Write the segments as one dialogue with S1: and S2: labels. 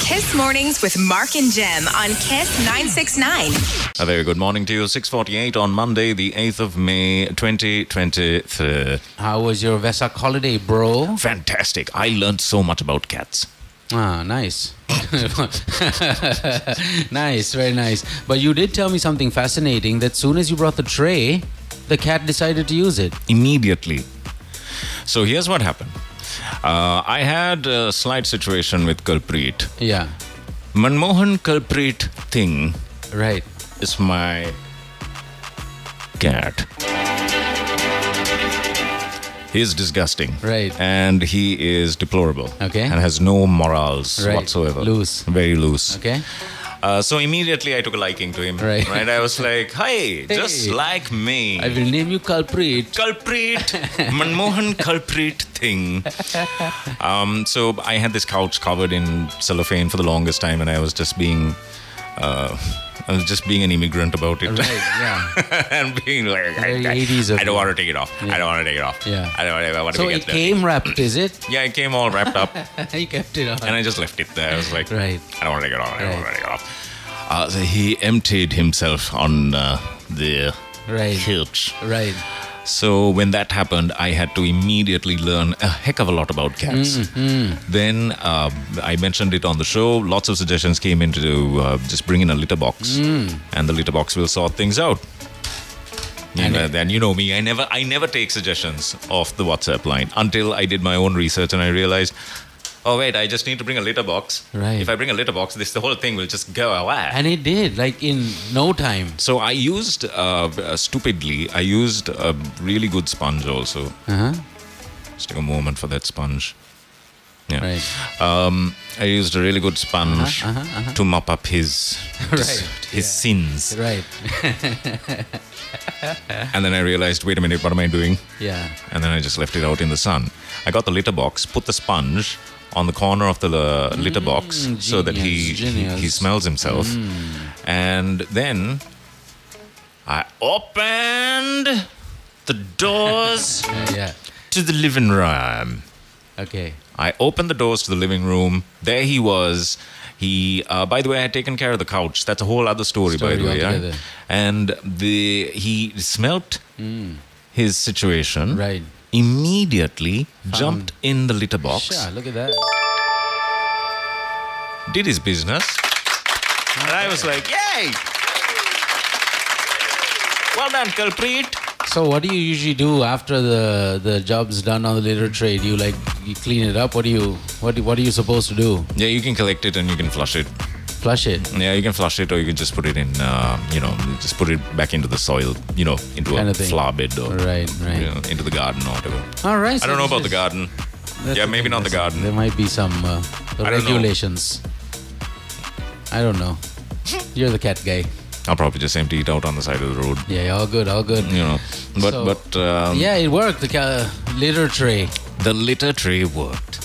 S1: Kiss Mornings with Mark and Jem on Kiss 969.
S2: A very good morning to you. 6.48 on Monday, the 8th of May, 2023.
S3: How was your Vesak holiday, bro?
S2: Fantastic. I learned so much about cats.
S3: Ah, nice. nice, very nice. But you did tell me something fascinating that soon as you brought the tray, the cat decided to use it.
S2: Immediately. So here's what happened. Uh, I had a slight situation with Kalpreet.
S3: Yeah,
S2: Manmohan Kalpreet thing
S3: right.
S2: is my cat. He is disgusting.
S3: Right.
S2: And he is deplorable.
S3: Okay.
S2: And has no morals
S3: Right.
S2: whatsoever.
S3: Loose.
S2: Very loose.
S3: Okay?
S2: Uh, so immediately I took a liking to him.
S3: Right.
S2: I was like, hey, just like me.
S3: I will name you culprit.
S2: culprit, Manmohan culprit thing. Um, so I had this couch covered in cellophane for the longest time, and I was just being. Uh, I was just being an immigrant about it
S3: Right, yeah.
S2: and being like, I,
S3: Very
S2: I-
S3: 80s of
S2: I don't
S3: you.
S2: want to take it off. I don't want to take it off.
S3: Yeah.
S2: I don't want to, I want
S3: So
S2: to
S3: it
S2: get there.
S3: came wrapped, is it?
S2: Yeah, it came all wrapped up.
S3: he kept it on.
S2: and I just left it there. I was like,
S3: Right.
S2: I don't want to take it off. I don't
S3: Right.
S2: want to take it off. Uh, so he emptied himself on uh, the
S3: Right.
S2: couch.
S3: Right.
S2: So when that happened, I had to immediately learn a heck of a lot about cats. Then uh, I mentioned it on the show. Lots of suggestions came in to uh, just bring in a litter box, and the litter box will sort things out. You know, then you know me. I never, I never take suggestions off the WhatsApp line until I did my own research and I realized, oh wait, I just need to bring a litter box.
S3: Right.
S2: If I bring a litter box, this the whole thing will just go away.
S3: And it did, like in no time.
S2: So I used uh, uh, stupidly. I used a really good sponge also.
S3: Uh-huh.
S2: Just take a moment for that sponge. Yeah.
S3: Right. Uh-huh,
S2: Um, I used a really good sponge to mop up his
S3: Right.
S2: his sins,
S3: Right.
S2: and then I realized, wait a minute, what am I doing?
S3: Yeah.
S2: And then I just left it out in the sun. I got the litter box, put the sponge on the corner of the uh, litter box so that he,
S3: Mm, genius,
S2: he he
S3: genius. Mm.
S2: smells himself, and then I opened the doors
S3: Uh, yeah.
S2: to the living room.
S3: Okay.
S2: I opened the doors to the living room. There he was. He, uh, by the way, had taken care of the couch. That's a whole other story, by
S3: Story
S2: the way. Yeah?
S3: altogether.
S2: And the he smelt his situation.
S3: Mm. Right.
S2: Immediately jumped in the litter box,
S3: Sure, look at that.
S2: did his business, and I was like, "Yay! Well done, culprit."
S3: So what do you usually do after the the job's done on the litter tray? Do you like you clean it up? What do you what do, what are you supposed to do?
S2: Yeah, you can collect it and you can flush it.
S3: Flush it,
S2: Yeah, you can flush it, or you can just put it in, uh, you know, just put it back into the soil, you know, into
S3: Kind
S2: a
S3: of thing.
S2: flower bed or
S3: right? Right.
S2: you know, into the garden or whatever.
S3: All right.
S2: I
S3: so
S2: don't know
S3: this
S2: about the
S3: is-
S2: garden.
S3: that's
S2: Yeah, maybe
S3: thing,
S2: not the
S3: that's-
S2: garden.
S3: There might be some
S2: I
S3: uh,
S2: don't know.
S3: regulations. I don't know. You're the cat guy.
S2: I'll probably just empty it out on the side of the road,
S3: Yeah, yeah, all good, all good.
S2: you know. But
S3: So-
S2: but um,
S3: Yeah, it worked. The ca- litter tray.
S2: the litter tray worked.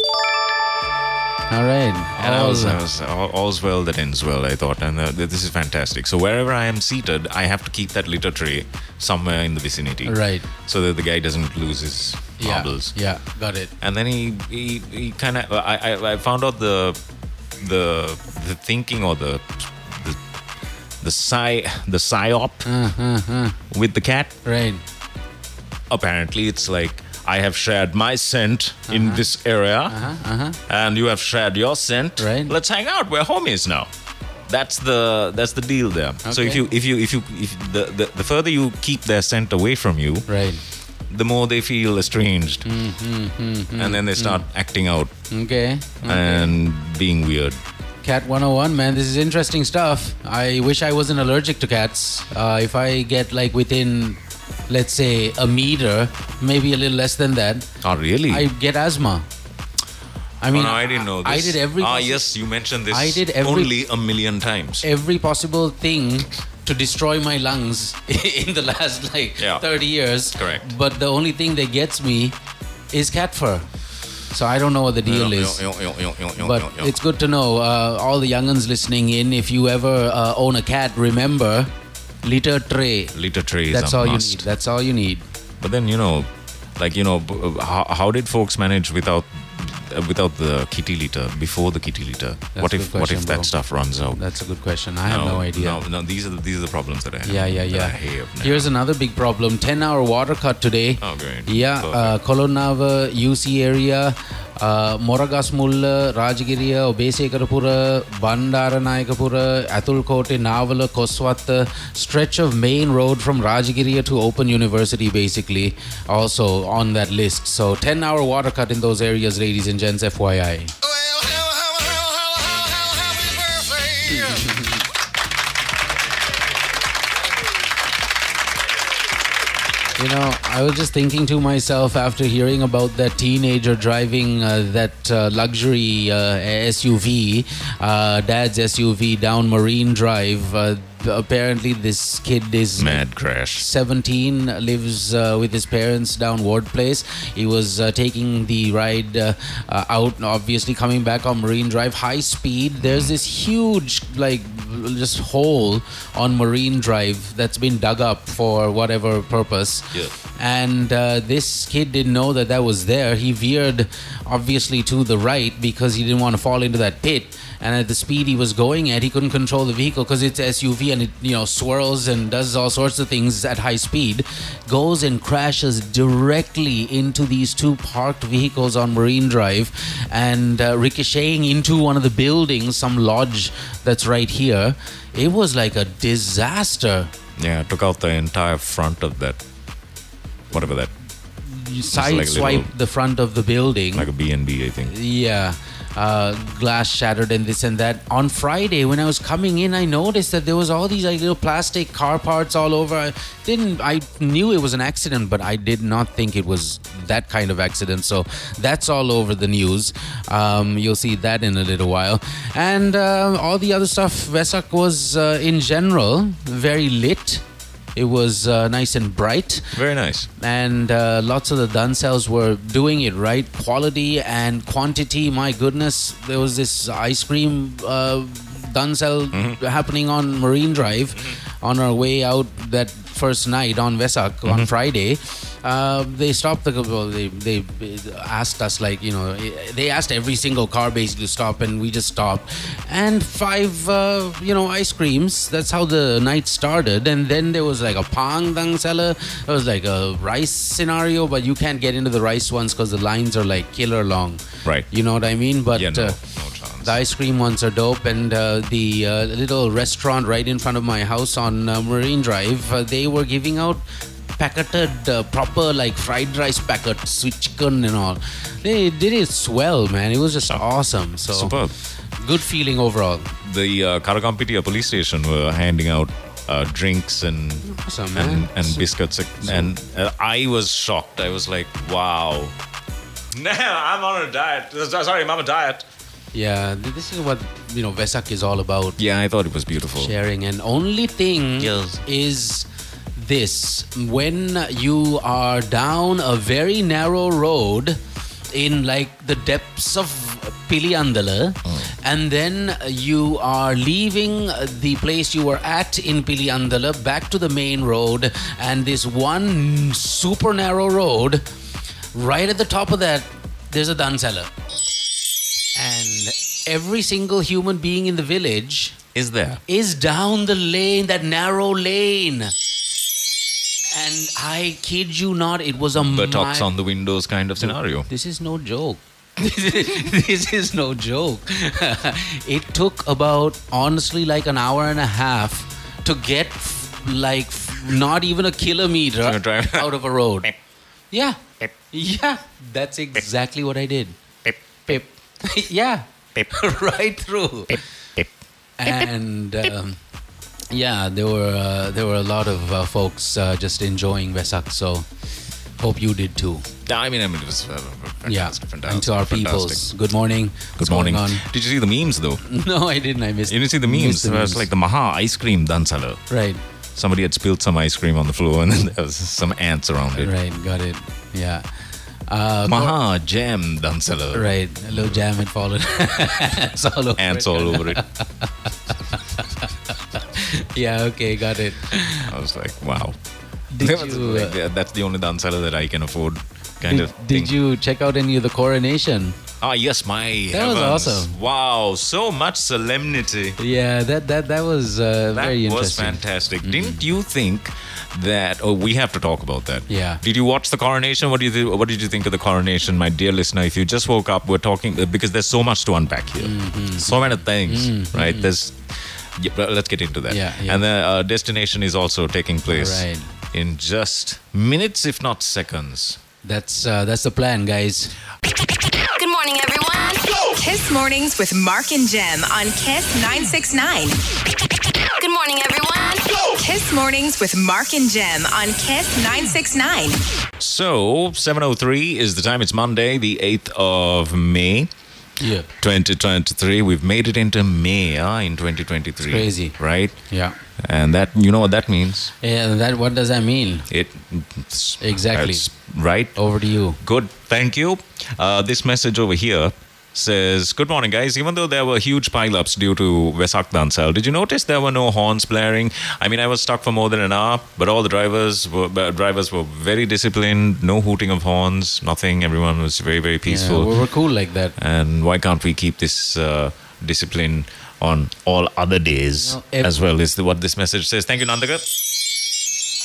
S3: All right.
S2: And I
S3: All
S2: was, uh,
S3: the-
S2: I was all, all's well that ends well. I thought, and uh, th- this is fantastic. So wherever I am seated, I have to keep that litter tray somewhere in the vicinity,
S3: Right.
S2: So that the guy doesn't lose his
S3: yeah,
S2: marbles.
S3: yeah, got it.
S2: and then he he, he kind of I, I I found out the the the thinking or the the the psy the psyop with the cat.
S3: Right.
S2: Apparently, it's like I have shared my scent in
S3: Uh-huh.
S2: this area, and you have shared your scent.
S3: Right.
S2: Let's hang out. We're homies now. That's the that's the deal there. So if
S3: Okay.
S2: you if you if you if the, the the further you keep their scent away from you,
S3: Right. Mm-hmm,
S2: the more they feel estranged, and then they start acting out
S3: mm. Okay.
S2: and being weird.
S3: Cat 101, man, this is interesting stuff. I wish I wasn't allergic to cats. Uh, if I get like within, let's say, a meter, maybe a little less than that,
S2: Oh, really? Oh,
S3: I get asthma. I mean,
S2: no, I didn't know this.
S3: I did every
S2: Ah,
S3: possi-
S2: yes, you mentioned this.
S3: I did every-
S2: only a million times.
S3: every possible thing to destroy my lungs in the last like
S2: Yeah.
S3: 30 years.
S2: Correct.
S3: But the only thing that gets me is cat fur. So I don't know what the deal is. But it's good to know. Uh, all the younguns listening in, if you ever uh, own a cat, remember litter tray.
S2: litter trays.
S3: That's
S2: are
S3: all
S2: must.
S3: you need. That's all you need.
S2: uh, But then you know, like you know, b- how, how did folks manage without uh, without the kitty litter, before the kitty litter?
S3: That's
S2: what
S3: a
S2: if
S3: good
S2: what if
S3: question,
S2: that
S3: bro.
S2: stuff runs out?
S3: That's a good question. I have no, idea.
S2: No, no, these are the, these are the problems that I have.
S3: Yeah, yeah,
S2: that I
S3: yeah.
S2: have now.
S3: Here's another big problem 10 hour water cut today.
S2: Oh, great.
S3: Yeah, uh, Kolonava, UC area, uh, Moragasmulla, Rajgiriya, Obese Karapura, Bandaranaikapura, Atulkote, Navala, Koswat, stretch of main road from Rajgiriya to Open University, basically, also on that list. So 10 hour water cut in those areas, ladies and gents, FYI.
S4: Well, hello, hello, hello, hello, happy birthday.
S3: You know, I was just thinking to myself after hearing about that teenager driving uh, that uh, luxury uh, SUV, uh, dad's SUV down Marine Drive. Uh, apparently, this kid is
S2: Mad crash.
S3: 17 lives uh, with his parents down ward place he was uh, taking the ride uh, uh, out obviously coming back on marine drive high speed there's this huge like just hole on marine drive that's been dug up for whatever purpose
S2: Yeah.
S3: and uh, this kid didn't know that that was there he veered obviously to the right because he didn't want to fall into that pit and at the speed he was going at he couldn't control the vehicle because it's suv and it you know swirls and does all sorts of things at high speed goes and crashes directly into these two parked vehicles on marine drive and uh, ricocheting into one of the buildings some lodge that's right here it was like a disaster
S2: Yeah, took out the entire front of that, whatever that,
S3: you
S2: like a
S3: side
S2: little-
S3: swiped the front of the building
S2: like a B and B, I think.
S3: yeah uh, glass shattered and this and that on friday when i was coming in i noticed that there was all these like little plastic car parts all over i didn't i knew it was an accident but i did not think it was that kind of accident so that's all over the news um, you'll see that in a little while and uh, all the other stuff vesak was uh, in general very lit it was uh, nice and bright
S2: Very nice.
S3: and uh, lots of the done cells were doing it right quality and quantity my goodness there was this ice cream uh, done cell happening on marine drive on our way out that first night on vesak on friday uh, they stopped the well, they, they asked us like you know they asked every single car basically to stop and we just stopped and five uh, you know ice creams that's how the night started and then there was like a pang dang seller it was like a rice scenario but you can't get into the rice ones because the lines are like killer long
S2: Right.
S3: you know what i mean but
S2: Yeah, no,
S3: uh,
S2: no chance.
S3: the ice cream ones are dope, and uh, the uh, little restaurant right in front of my house on uh, Marine Drive, uh, they were giving out packeted, uh, proper like fried rice packets with chicken and all. They did it swell, man. It was just awesome. So
S2: Superb.
S3: Good feeling overall.
S2: The uh, Karagampitiya police station were handing out uh, drinks and
S3: Awesome,
S2: and,
S3: man.
S2: and biscuits, and uh, I was shocked. I was like, wow. Nah, I'm on a diet. Sorry, I'm on a diet.
S3: Yeah, th- this is what you know Vesak is all about.
S2: Yeah, I thought it was beautiful.
S3: sharing and only thing
S2: Yes.
S3: is this when you are down a very narrow road in like the depths of Piliandala and then you are leaving the place you were at in Piliandala back to the main road and this one super narrow road right at the top of that there's a dan cellar and every single human being in the village
S2: Is there?
S3: is down the lane, that narrow lane. And I kid you not, it was a
S2: Buttocks
S3: mi-
S2: on the windows kind of scenario.
S3: This is no joke. this is no joke. it took about honestly like an hour and a half to get f- like f- not even a kilometer
S2: You're driving-
S3: out of a road. Yeah. Yeah. That's exactly what I did. Pip. yeah. right through. And um, yeah, there were uh, there were a lot of uh, folks uh, just enjoying Vesak. So hope you did too.
S2: I mean, I mean, it was uh, fantastic.
S3: Yeah.
S2: fantastic,
S3: And to our
S2: fantastic.
S3: peoples. Good morning. What's
S2: Good morning.
S3: going
S2: Did you see the memes though?
S3: on? No, I didn't. I missed.
S2: You didn't see the
S3: missed
S2: memes. It was
S3: memes.
S2: like the Maha ice cream dansala.
S3: right,
S2: Somebody had spilled some ice cream on the floor, and then there was some ants around it.
S3: right, got it. Yeah. Uh,
S2: Maha jam dansala.
S3: Right, a little jam had fallen. it's all over.
S2: Ants all over it.
S3: Yeah, okay, got it.
S2: I was like, wow.
S3: Did
S2: That was
S3: you,
S2: like,
S3: uh,
S2: that's the only dansala that I can afford, kind
S3: Did,
S2: of.
S3: did
S2: thing.
S3: you check out any of the coronation?
S2: Ah, yes, my
S3: That was
S2: heavens.
S3: awesome.
S2: Wow, so much solemnity.
S3: Yeah, that that that was uh,
S2: That
S3: very
S2: was
S3: interesting. Mm-hmm.
S2: fantastic. Didn't you think that? Oh, we have to talk about that.
S3: Yeah.
S2: Did you watch the coronation? What do you thi- What did you think of the coronation, my dear listener? If you just woke up, we're talking uh, because there's so much to unpack here.
S3: Mm-hmm.
S2: So many things, right? There's. Yeah, but let's get into that.
S3: Yeah, yeah.
S2: And the uh, destination is also taking place
S3: Right.
S2: in just minutes, if not seconds.
S3: That's uh, that's the plan, guys.
S5: Good morning, everyone.
S1: Kiss Mornings with Mark and Jem on Kiss 969.
S5: Good morning, everyone.
S1: Kiss Mornings with Mark and Jem on Kiss 969.
S2: So, 7.03 is the time. It's Monday, the 8th of May.
S3: Yeah.
S2: 2023 we've made it into may uh, in 2023
S3: crazy.
S2: right
S3: Yeah.
S2: and that you know what that means
S3: And that what does that mean?
S2: it it's-
S3: Exactly. Oh.
S2: it's- right
S3: Over to you.
S2: good thank you uh, this message over here says good morning guys even though there were huge pile-ups due to vesak dansal did you notice there were no horns blaring i mean i was stuck for more than an hour but all the drivers were but drivers were very disciplined no hooting of horns nothing everyone was very very
S3: Yeah,
S2: peaceful
S3: we were cool like that.
S2: and why can't we keep this uh, discipline on all other days
S3: No, ev-
S2: as well is the, what this message says thank you nandaka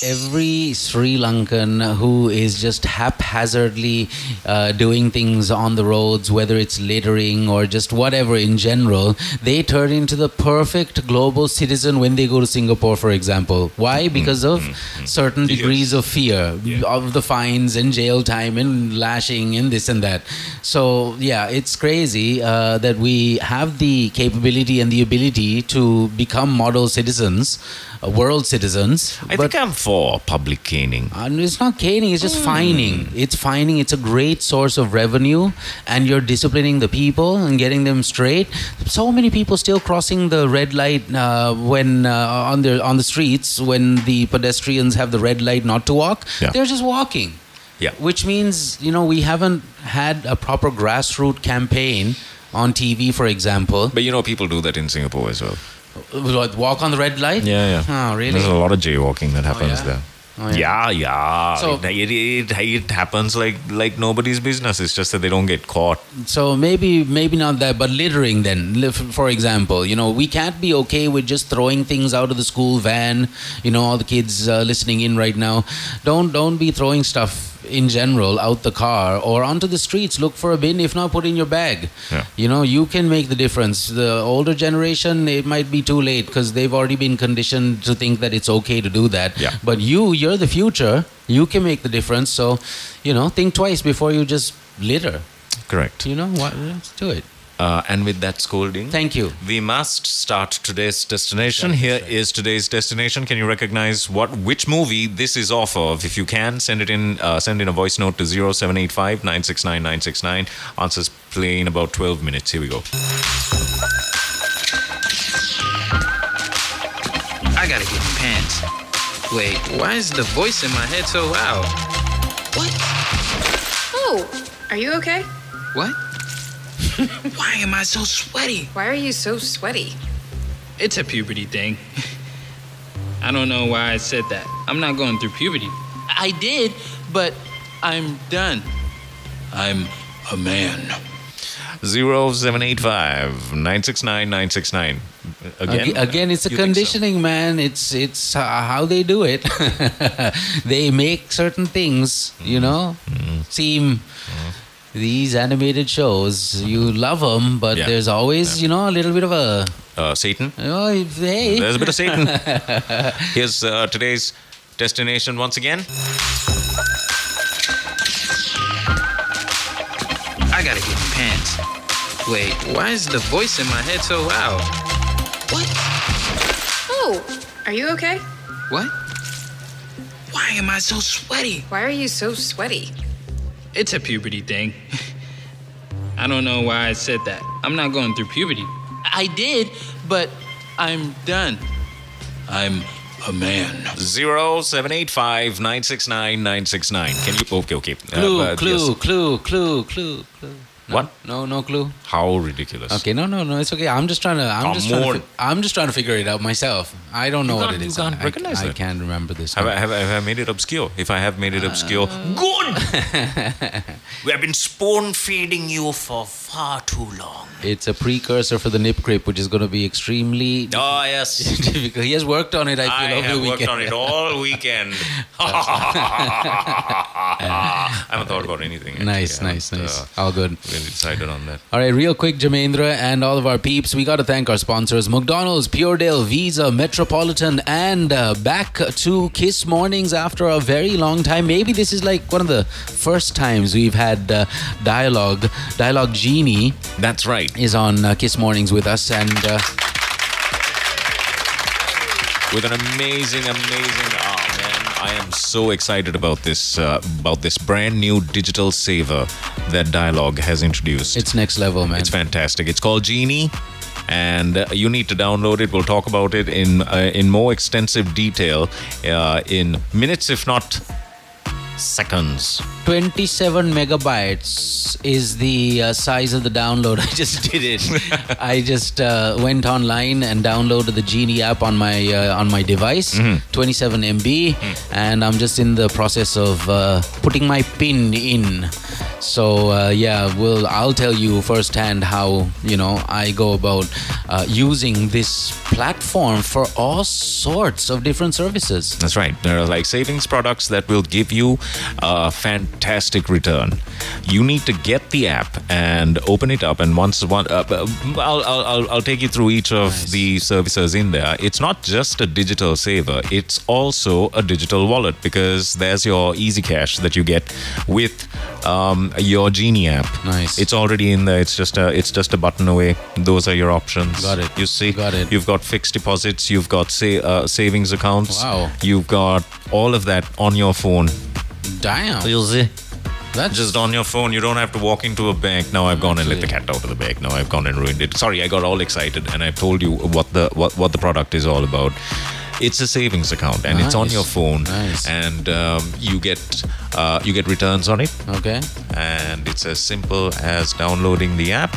S3: Every Sri Lankan who is just haphazardly uh, doing things on the roads, whether it's littering or just whatever in general, they turn into the perfect global citizen when they go to Singapore, for example. Why?
S2: Mm-hmm.
S3: Because of certain degrees of fear of the fines and jail time and lashing and this and that. So, yeah, it's crazy uh, that we have the capability and the ability to become model citizens, uh, world citizens.
S2: i
S3: but-
S2: think i'm for public caning
S3: and Uh, it's not caning, it's just fining. It's fining, it's a great source of revenue, and you're disciplining the people and getting them straight. So many people still crossing the red light uh, when uh, on, the, on the streets when the pedestrians have the red light not to walk.
S2: Yeah.
S3: They're just walking.
S2: Yeah.
S3: Which means, you know, we haven't had a proper grassroots campaign on TV, for example.
S2: but you know people do that in singapore as well
S3: What, Walk on the red light?
S2: yeah
S3: Oh, really?
S2: there's a lot of jaywalking that happens
S3: yeah?
S2: there
S3: Oh,
S2: yeah, yeah.
S3: So-
S2: it, it, it, it happens like like nobody's business. It's just that they don't get caught.
S3: So maybe maybe not that, but littering then. Li- f- For example, you know we can't be okay with just throwing things out of the school van. You know all the kids uh, listening in right now, don't don't be throwing stuff in general out the car or onto the streets. Look for a bin. If not, put in your bag.
S2: Yeah.
S3: You know you can make the difference. The older generation, it might be too late because they've already been conditioned to think that it's okay to do that.
S2: Yeah.
S3: But you, you're the future. You can make the difference. So, you know, think twice before you just litter.
S2: Correct.
S3: You know what? Let's do it.
S2: Uh, and with that scolding,
S3: Thank you.
S2: We must start today's destination. Here is today's destination. Can you recognize what which movie this is off of? If you can, send it in. Uh, send in a voice note to 0785 969 969. Answers play in about 12 minutes. Here we go.
S6: I gotta get pants. Wait, why is the voice in my head so loud?
S7: Oh, are you okay?
S6: What? why am I so sweaty?
S7: Why are you so sweaty?
S6: It's a puberty thing. I don't know why I said that. I'm not going through puberty. I did, but I'm done. I'm a man.
S2: 0785 969 969. Again? uh,
S3: Again, again it's a
S2: You think so?
S3: conditioning, man. It's it's uh, how they do it. they make certain things,
S2: Mm-hmm.
S3: you know, seem these animated shows. You love them, but
S2: Mm-hmm. Yeah.
S3: there's always, you know, a little bit of a
S2: Uh, Satan?
S3: oh, if- hey.
S2: There's a bit of Satan. Here's uh, today's destination once again.
S6: I gotta get pants. Wait, why is the voice in my head so loud?
S7: Oh, are you okay?
S6: What? Why am I so sweaty?
S7: Why are you so sweaty?
S6: It's a puberty thing. I don't know why I said that. I'm not going through puberty. I did, but I'm done. I'm a man.
S2: 0785 969 969. Can you? Okay, okay. Uh,
S3: Clue,
S2: but yes.
S3: clue, clue, clue, clue, clue.
S2: What?
S3: No, no clue.
S2: How ridiculous.
S3: Okay, no, no, no. It's okay. I'm just trying to. I'm
S2: Come
S3: just trying
S2: on.
S3: to. fi- I'm just trying to figure it out myself. I don't know what
S2: can't-
S3: it
S2: you
S3: is.
S2: can't
S3: I,
S2: recognize
S3: I,
S2: it.
S3: can't remember this.
S2: Have I,
S3: one.
S2: have, I, have I made it obscure? If I have made it obscure,
S3: Uh.
S2: good! we have been spoon feeding you for far too long.
S3: It's a precursor for the nip crepe, which is going to be extremely
S2: Oh, yes.
S3: difficult. He has worked on it. I feel
S2: I
S3: over
S2: have
S3: the weekend.
S2: worked on it all weekend. I haven't thought about anything. actually.
S3: Nice,
S2: I
S3: nice,
S2: haven't,
S3: nice.
S2: uh,
S3: all good.
S2: really decided on that.
S3: All right, real quick, Jamendra and all of our peeps, we got to thank our sponsors McDonald's, Puredale, Visa, Metropolitan, and uh, back to Kiss Mornings after a very long time. Maybe this is like one of the first times we've had uh, dialogue. Dialogue Genie
S2: That's right.
S3: is on uh, Kiss Mornings with us, and uh,
S2: with an amazing, amazing. Oh man, I am so excited about this uh, about this brand new digital saver that Dialogue has introduced.
S3: it's next level, man.
S2: It's fantastic. It's called Genie. And uh, you need to download it. We'll talk about it in uh, in more extensive detail uh, in minutes, if not seconds.
S3: 27 megabytes is the uh, size of the download. I just did it. I just uh, went online and downloaded the Genie app on my uh, on my device,
S2: Mm-hmm.
S3: 27 MB, and I'm just in the process of uh, putting my pin in. So uh, yeah, well, I'll tell you firsthand how you know I go about uh, using this platform for all sorts of different services.
S2: That's right. There are like savings products that will give you a fantastic return. You need to get the app and open it up. And once one, uh, uh, I'll, I'll, I'll, I'll take you through each of the services in there. It's not just a digital saver, it's also a digital wallet because there's your easy cash that you get with um, your Genie app.
S3: Nice.
S2: It's already in there. It's just a, it's just a button away. Those are your options.
S3: Got it.
S2: You see?
S3: Got it.
S2: You've got fixed deposits. You've got say, uh, savings accounts
S3: Wow.
S2: you've got all of that on your phone.
S3: Damn, that's
S2: Just on your phone. You don't have to walk into a bank. Now I've gone and let the cat out of the bag. Now I've gone and ruined it. Sorry, I got all excited and I've told you what the what, what the product is all about. It's a savings account and it's on
S3: Nice.
S2: your phone,
S3: Nice.
S2: and um, you get uh, you get returns on it.
S3: okay.
S2: And it's as simple as downloading the app,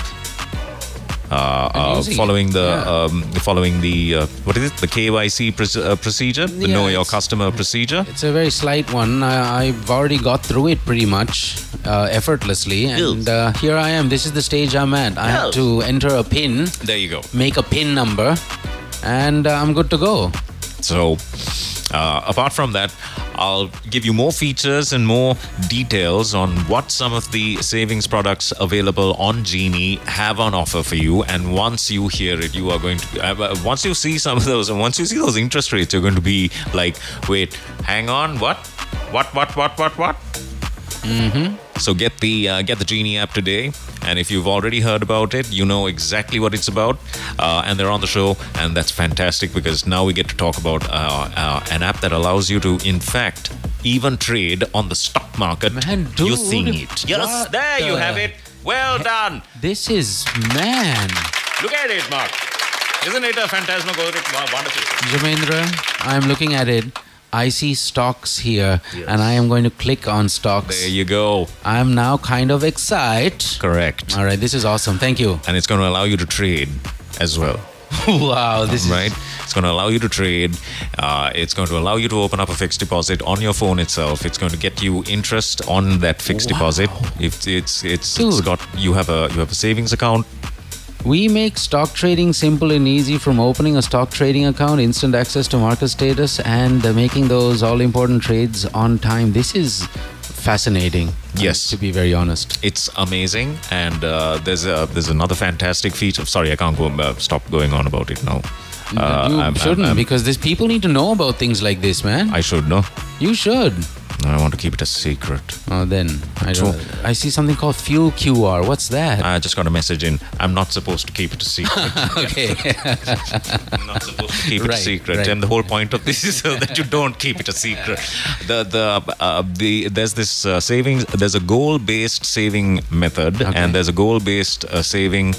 S2: uh, uh,
S3: using it.
S2: following the
S3: Yeah.
S2: um, following the uh, what is it? The KYC proce- uh, procedure, the
S3: Yeah,
S2: know your
S3: it's-
S2: customer procedure.
S3: It's a very slight one. I, I've already got through it pretty much uh, effortlessly, and
S2: Yes.
S3: uh, here I am. This is the stage I'm at. I have
S2: Yes.
S3: to enter a pin,
S2: There you go.
S3: make a pin number, and uh, I'm good to go.
S2: So, uh, apart from that, I'll give you more features and more details on what some of the savings products available on Genie have on offer for you. And once you hear it, you are going to uh, uh, once you see some of those, and once you see those interest rates, you're going to be like, "Wait, hang on, what, what, what, what, what, what?" So get the uh, get the Genie app today, and if you've already heard about it, you know exactly what it's about, uh, and they're on the show, and that's fantastic because now we get to talk about uh, uh, an app that allows you to, in fact, even trade on the stock market
S3: Man,
S2: using
S3: dude,
S2: it. Yes,
S3: what
S2: there you
S3: the-
S2: have it. Well done.
S3: This is man,
S2: Look at it, Mark. Isn't it a phantasmagoric, wo- wonderful?
S3: Jamendra. I'm looking at it. I see stocks here, and I am going to click on stocks.
S2: There you go.
S3: I'm now kind of excited.
S2: Correct.
S3: All right, this is awesome. Thank you.
S2: And it's going to allow you to trade as well.
S3: wow, this
S2: right? It's going to allow you to trade. Uh, it's going to allow you to open up a fixed deposit on your phone itself. It's going to get you interest on that fixed deposit. If it's it's it's
S3: Dude.
S2: got you have a you have a savings account.
S3: We make stock trading simple and easy from opening a stock trading account, instant access to market status, and uh, making those all important trades on time. This is fascinating. uh,
S2: Yes.
S3: To be very honest.
S2: It's amazing, and uh, there's a there's another fantastic feature. Sorry, I can't go uh, stop going on about it now. Uh,
S3: you
S2: I'm- I'm-
S3: shouldn't
S2: I'm-
S3: because this people need to know about things like this, man.
S2: I should know.
S3: you should.
S2: I want to keep it a secret.
S3: Oh, then I don't. I see something called fuel QR. What's that?
S2: I just got a message in. I'm not supposed to keep it a secret.
S3: okay.
S2: I'm not supposed to keep it a
S3: Right,
S2: secret.
S3: right.
S2: And the whole point of this is so that you don't keep it a secret. The the uh, the there's this uh, savings. There's a goal-based saving method, and there's a goal-based uh, saving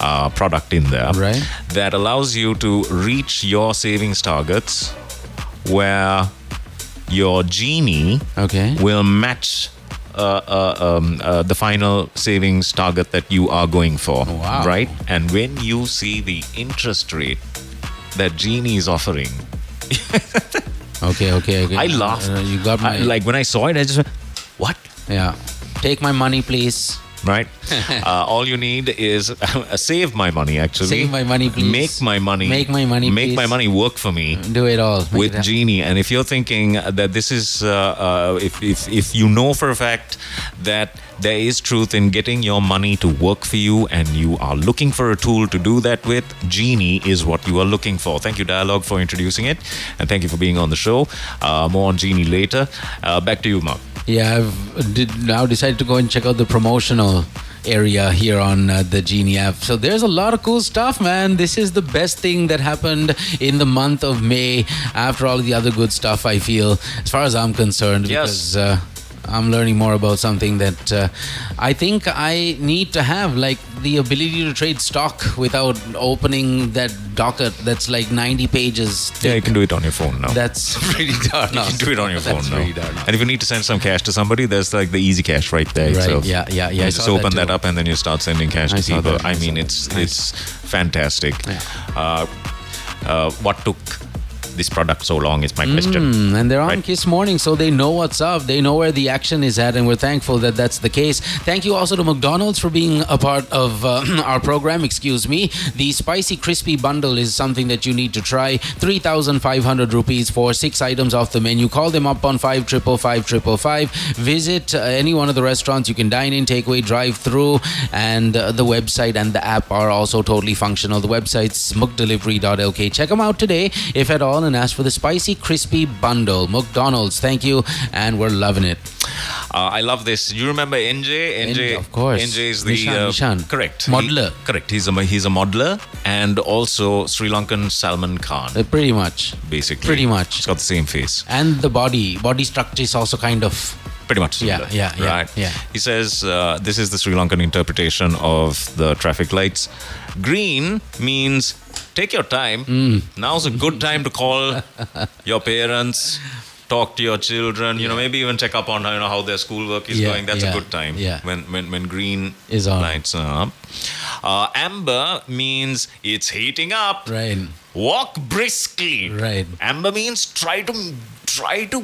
S2: uh, product in there
S3: Right.
S2: that allows you to reach your savings targets, where your genie
S3: okay.
S2: will match uh, um, uh, the final savings target that you are going for,
S3: Wow.
S2: right? And when you see the interest rate that Genie is offering,
S3: Okay, okay, okay.
S2: I laughed.
S3: Uh, you got my
S2: I- like when I saw it, I just went, what?
S3: yeah. Take my money, please.
S2: Right? uh, all you need is save my money, actually.
S3: Save my money, please.
S2: Make my money.
S3: Make my money,
S2: Make my
S3: please.
S2: money work for me.
S3: Do it all Make
S2: with
S3: it happen.
S2: Genie. And if you're thinking that this is, uh, uh, if, if, if you know for a fact that there is truth in getting your money to work for you and you are looking for a tool to do that with, Genie is what you are looking for. Thank you, Dialogue, for introducing it. And thank you for being on the show. Uh, more on Genie later. Uh, back to you, Mark.
S3: Yeah, I've uh, did, now decided to go and check out the promotional area here on uh, the Genie app. So there's a lot of cool stuff, man. This is the best thing that happened in the month of May. After all the other good stuff, I feel, as far as I'm concerned,
S2: Yes.
S3: because. Uh, I'm learning more about something that uh, I think I need to have, like the ability to trade stock without opening that docket that's like 90 pages.
S2: Yeah, you
S3: thick.
S2: can do it on your phone now.
S3: That's pretty darn.
S2: you can do it on your phone
S3: That's
S2: now.
S3: pretty darn awesome.
S2: And if you need to send some cash to somebody, there's like the easy cash right there.
S3: Right,
S2: itself.
S3: yeah, yeah, yeah,
S2: You
S3: I
S2: just
S3: saw that
S2: open that,
S3: too.
S2: up and then you start sending cash
S3: I
S2: to
S3: saw
S2: people.
S3: that, I
S2: I
S3: saw
S2: mean,
S3: that.
S2: it's
S3: Nice.
S2: it's fantastic. Uh, uh, what took this product so long is my
S3: Mm.
S2: question.
S3: Hmm, and they're on
S2: Right.
S3: Kiss Morning, so they know what's up. They know where the action is at, and we're thankful that that's the case. Thank you also to McDonald's for being a part of uh, our program. Excuse me. The spicy crispy bundle is something that you need to try. Three thousand five hundred rupees for six items off the menu. Call them up on five triple five triple five. Visit uh, any one of the restaurants. You can dine in, takeaway, drive through, and uh, the website and the app are also totally functional. The website's mukdelivery.lk. Check them out today, if at all, and ask for the spicy crispy bundle. McDonald's, thank you, and we're loving it.
S2: Uh, I love this. You remember NJ? NJ,
S3: of course.
S2: NJ is the
S3: Nishan,
S2: uh,
S3: Nishan.
S2: correct
S3: Modeler.
S2: He- correct. He's a mo- he's a modeler and also Sri Lankan Salman Khan.
S3: Uh, pretty much.
S2: Basically,
S3: pretty much.
S2: He's got the same face.
S3: And the body, body structure is also kind of
S2: pretty much similar,
S3: Yeah, yeah, yeah,
S2: right
S3: yeah.
S2: he says uh, this is the sri lankan interpretation of the traffic lights green means take your time
S3: Mm.
S2: now's a good time to call your parents talk to your children you know maybe even check up on you know how their schoolwork is
S3: Yeah,
S2: going that's
S3: yeah,
S2: a good time
S3: yeah.
S2: when when when green
S3: Is on.
S2: lights are up uh, amber means it's heating up
S3: right.
S2: walk briskly
S3: Right.
S2: amber means try to try to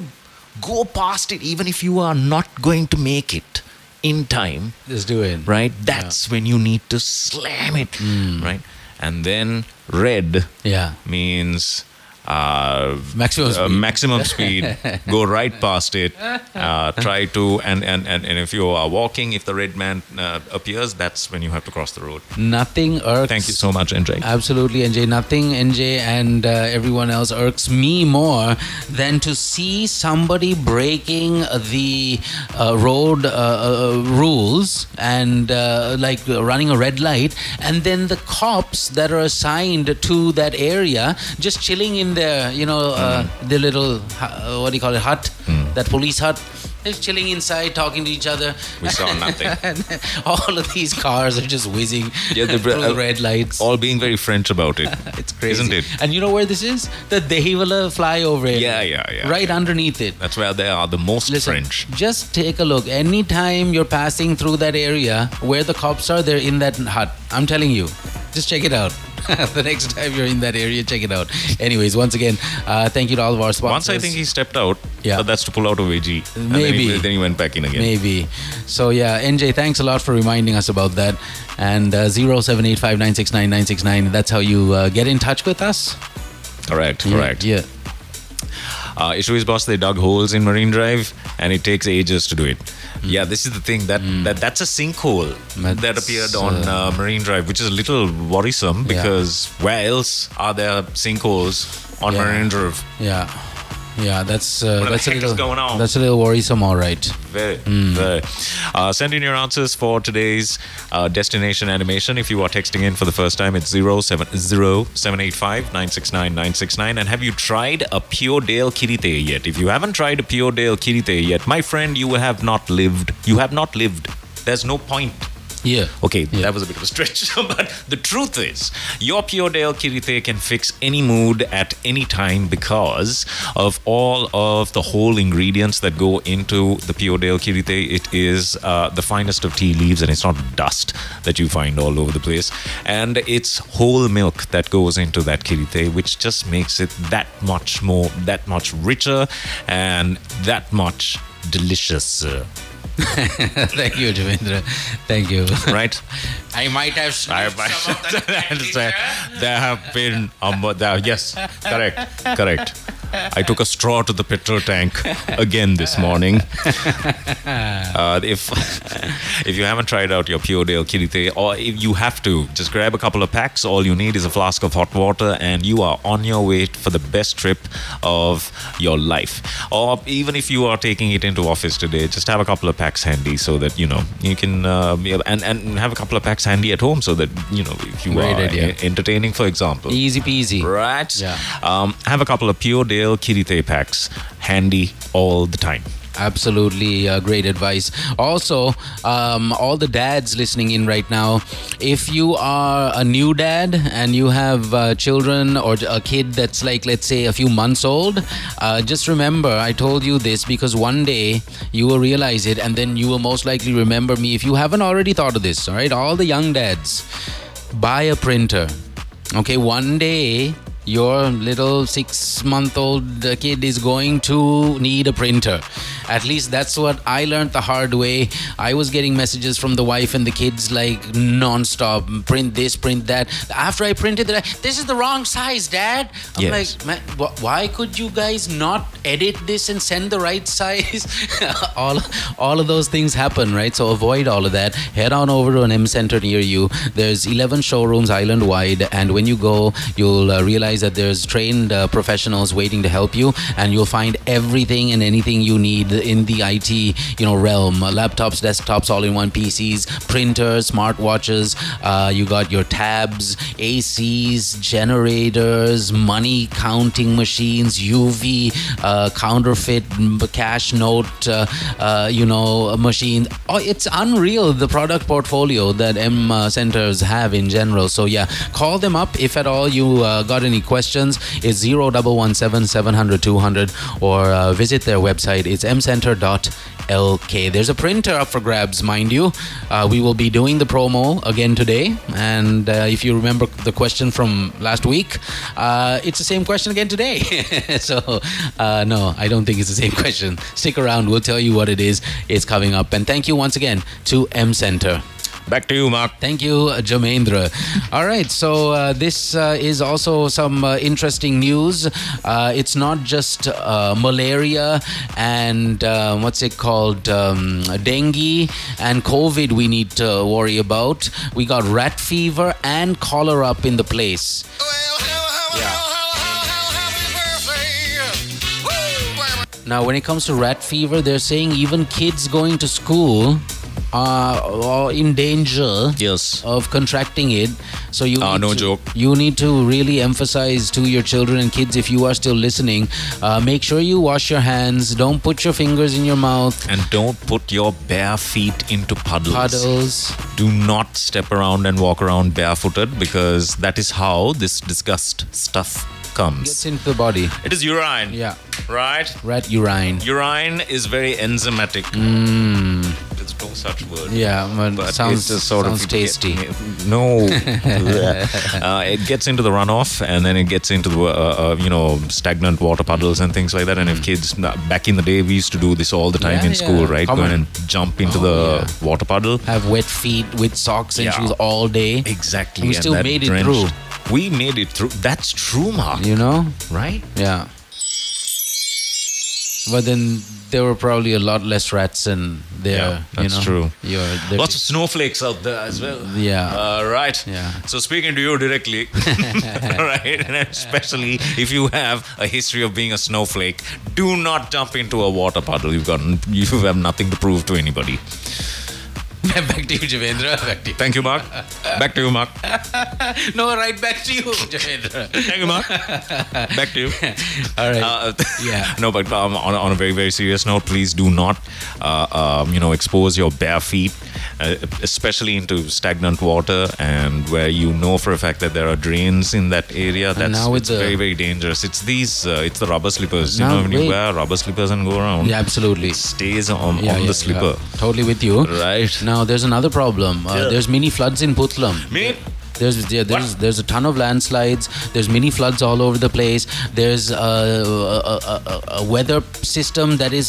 S2: go past it even if you are not going to make it in time
S3: Let's do it.
S2: right that's when you need to slam it
S3: Hmm.
S2: right and then red
S3: Yeah.
S2: means uh,
S3: Maximum
S2: uh,
S3: speed.
S2: maximum speed go right past it uh, try to and, and and and if you are walking if the red man uh, appears that's when you have to cross the road
S3: Nothing irks.
S2: thank you so much NJ.
S3: Absolutely, NJ. Nothing, NJ, and uh, everyone else irks me more than to see somebody breaking the uh, road uh, uh, rules and uh, like running a red light, and then the cops that are assigned to that area just chilling in their, you know, uh,
S2: Hmm.
S3: their little hu- uh, what do you call it, hut, that police hut. They're chilling inside, talking to each other.
S2: we saw nothing
S3: And all of these cars are just whizzing
S2: Yeah, the
S3: through
S2: br-
S3: the red lights.
S2: all being very French about it.
S3: It's crazy.
S2: Isn't it?
S3: And you know where this is? The Dehivala flyover. area.
S2: Yeah, yeah, yeah,
S3: Right
S2: yeah.
S3: underneath it.
S2: That's where they are the most
S3: Listen,
S2: French.
S3: just take a look. Anytime you're passing through that area where the cops are, they're in that hut. I'm telling you. Just check it out. the next time you're in that area, check it out. Anyways, once again, uh, thank you to all of our sponsors.
S2: Once I think he stepped out,
S3: Yeah.
S2: but that's to pull out a veggie. And Then
S3: Maybe.
S2: he, then he went back in again.
S3: Maybe. So yeah, NJ, thanks a lot for reminding us about that. And uh, 0785969969, that's how you uh, get in touch with us.
S2: Correct,
S3: Yeah,
S2: correct.
S3: Yeah.
S2: Uh, issue is, boss, they dug holes in Marine Drive and it takes ages to do it. Yeah, this is the thing that, that that's a sinkhole that
S3: Hmm. That's,
S2: appeared on
S3: uh,
S2: uh, Marine Drive, which is a little worrisome because where else are there sinkholes on
S3: Yeah.
S2: Marine Drive?
S3: Yeah. Yeah, that's uh,
S2: the
S3: that's a
S2: heck is
S3: little
S2: going on?
S3: that's a little worrisome, all right.
S2: Very, very. Uh, send in your answers for today's uh, destination animation. If you are texting in for the first time, it's 070785969969. And have you tried a Pure Dale Kirite yet? If you haven't tried a Pure Dale Kirite yet, my friend, you have not lived. You have not lived. There's no point.
S3: Yeah.
S2: Okay,
S3: Yeah.
S2: that was a bit of a stretch. but the truth is, your Pyodale Kirite can fix any mood at any time because of all of the whole ingredients that go into the Pyodale Kirite. It is uh, the finest of tea leaves and it's not dust that you find all over the place. And it's whole milk that goes into that Kirite, which just makes it that much more, that much richer and that much delicious. uh,
S3: Thank you, Javendra. Thank you.
S2: Right?
S3: I might have.
S2: I, I understand. There have been, um, there, yes, correct, correct. I took a straw to the petrol tank again this morning. Uh, if if you haven't tried out your Pure Dale Kirite, or if you have to, just grab a couple of packs. All you need is a flask of hot water, and you are on your way for the best trip of your life. Or even if you are taking it into office today, just have a couple of packs handy so that you know you can, uh, yeah, and and have a couple of packs handy at home so that you know if you
S3: Great
S2: are
S3: idea.
S2: entertaining, for example.
S3: Easy peasy.
S2: Right.
S3: Yeah.
S2: Um, have a couple of Pure Dale Kirite packs handy all the time.
S3: Absolutely uh, great advice. Also, um, all the dads listening in right now, if you are a new dad and you have uh, children or a kid that's like, let's say, a few months old, uh, just remember I told you this because one day you will realize it and then you will most likely remember me if you haven't already thought of this. All right, all the young dads, buy a printer. Okay, one day your little six month old kid is going to need a printer. At least that's what I learned the hard way. I was getting messages from the wife and the kids like nonstop print this, print that. After I printed that, this is the wrong size, dad. I'm
S2: Yes.
S3: like, Man, wh- why could you guys not edit this and send the right size? all, all of those things happen, right? So avoid all of that. Head on over to an M Center near you. There's 11 showrooms island wide, and when you go, you'll uh, realize that there's trained uh, professionals waiting to help you, and you'll find everything and anything you need in the IT, you know, realm. Uh, Laptops, desktops, all-in-one PCs, printers, smartwatches. Uh, you got your tabs, ACs, generators, money counting machines, UV, uh, counterfeit m- cash note, uh, uh, you know, machine. Oh, it's unreal the product portfolio that M uh, centers have in general. So yeah, call them up if at all you uh, got any questions. It's zero double one seven seven hundred two hundred or uh, visit their website. It's mcenter.lk. There's a printer up for grabs, mind you. Uh, we will be doing the promo again today. And uh, if you remember the question from last week, uh, it's the same question again today. so, uh, no, I don't think it's the same question. Stick around, we'll tell you what it is. It's coming up. And thank you once again to M Center.
S2: Back to you, Mark.
S3: Thank you, Jamendra. All right, so uh, this uh, is also some uh, interesting news. Uh, it's not just uh, malaria and uh, what's it called, um, dengue and COVID we need to worry about. We got rat fever and cholera up in the place. Now, when it comes to rat fever, they're saying even kids going to school uh, are in danger
S2: Yes.
S3: of contracting it. So you
S2: Ah,
S3: need
S2: no
S3: to,
S2: joke.
S3: You need to really emphasize to your children and kids if you are still listening. Uh, make sure you wash your hands. Don't put your fingers in your mouth.
S2: And don't put your bare feet into puddles.
S3: Puddles.
S2: Do not step around and walk around barefooted because that is how this disgust stuff
S3: Gets
S2: comes.
S3: into the body.
S2: It is urine.
S3: Yeah.
S2: Right?
S3: Rat urine.
S2: Urine is very enzymatic. There's no such word.
S3: Mm. Yeah, well,
S2: But
S3: sounds
S2: it's just sort
S3: sounds
S2: of
S3: tasty.
S2: no, uh, it gets into the runoff, and then it gets into the uh, uh, you know stagnant water puddles and things like that. And if kids back in the day, we used to do this all the time
S3: Hmm. Yeah,
S2: in school,
S3: yeah. Oh,
S2: right?
S3: Come
S2: Go
S3: on.
S2: in and jump into the water puddle.
S3: Have wet feet with socks and
S2: Yeah.
S3: shoes all day.
S2: Exactly.
S3: We
S2: and
S3: still
S2: that
S3: made it
S2: drenched-
S3: through.
S2: We made it through. That's true, Mark.
S3: You know?
S2: Right?
S3: Yeah. But then there were probably a lot less rats in there.
S2: Yeah,
S3: you
S2: that's
S3: know?
S2: true.
S3: You're, there-
S2: Lots of snowflakes out there as well.
S3: Yeah.
S2: Uh, right.
S3: Yeah.
S2: So speaking to you directly, right, and especially if you have a history of being a snowflake, do not jump into a water puddle. You've got you have nothing to prove to anybody.
S3: back to you, Javendra. Back to you.
S2: Thank you, Mark. Back to you, Mark.
S3: No, right back to you, Javendra.
S2: Thank you, Mark. Back to you.
S3: All right.
S2: Uh,
S3: Yeah.
S2: No, but um, on, on a very, very serious note, please do not, uh, um, you know, expose your bare feet uh, especially into stagnant water and where you know for a fact that there are drains in that area. That's
S3: now with
S2: it's
S3: the-
S2: very very dangerous. It's these uh, it's the rubber slippers. You
S3: Now
S2: know when you
S3: wait.
S2: wear rubber slippers and go around,
S3: Yeah, absolutely.
S2: it stays on,
S3: Yeah,
S2: on
S3: yeah,
S2: the slipper.
S3: yeah. Totally with you.
S2: Right.
S3: Now there's another problem. Uh, There's mini floods in Putlam.
S2: Mini-
S3: There's yeah, there's there's a ton of landslides. There's mini floods all over the place. There's a, a, a, a weather system that is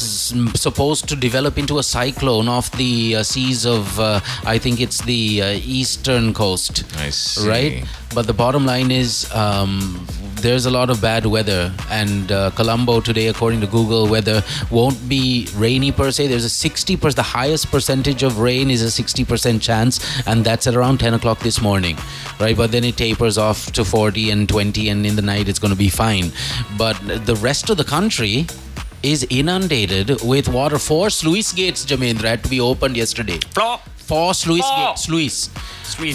S3: supposed to develop into a cyclone off the uh, seas of uh, I think it's the uh, eastern coast.
S2: I see.
S3: Right. But the bottom line is, um, there's a lot of bad weather, and uh, Colombo today, according to Google weather, won't be rainy per se. There's a 60 percent, the highest percentage of rain is a 60 percent chance, and that's at around 10 o'clock this morning, right? But then it tapers off to 40 and 20, and in the night it's going to be fine. But the rest of the country. Is inundated with water. Four sluice gates, Jamendra, had to be opened yesterday. Four sluice gates. Sluice.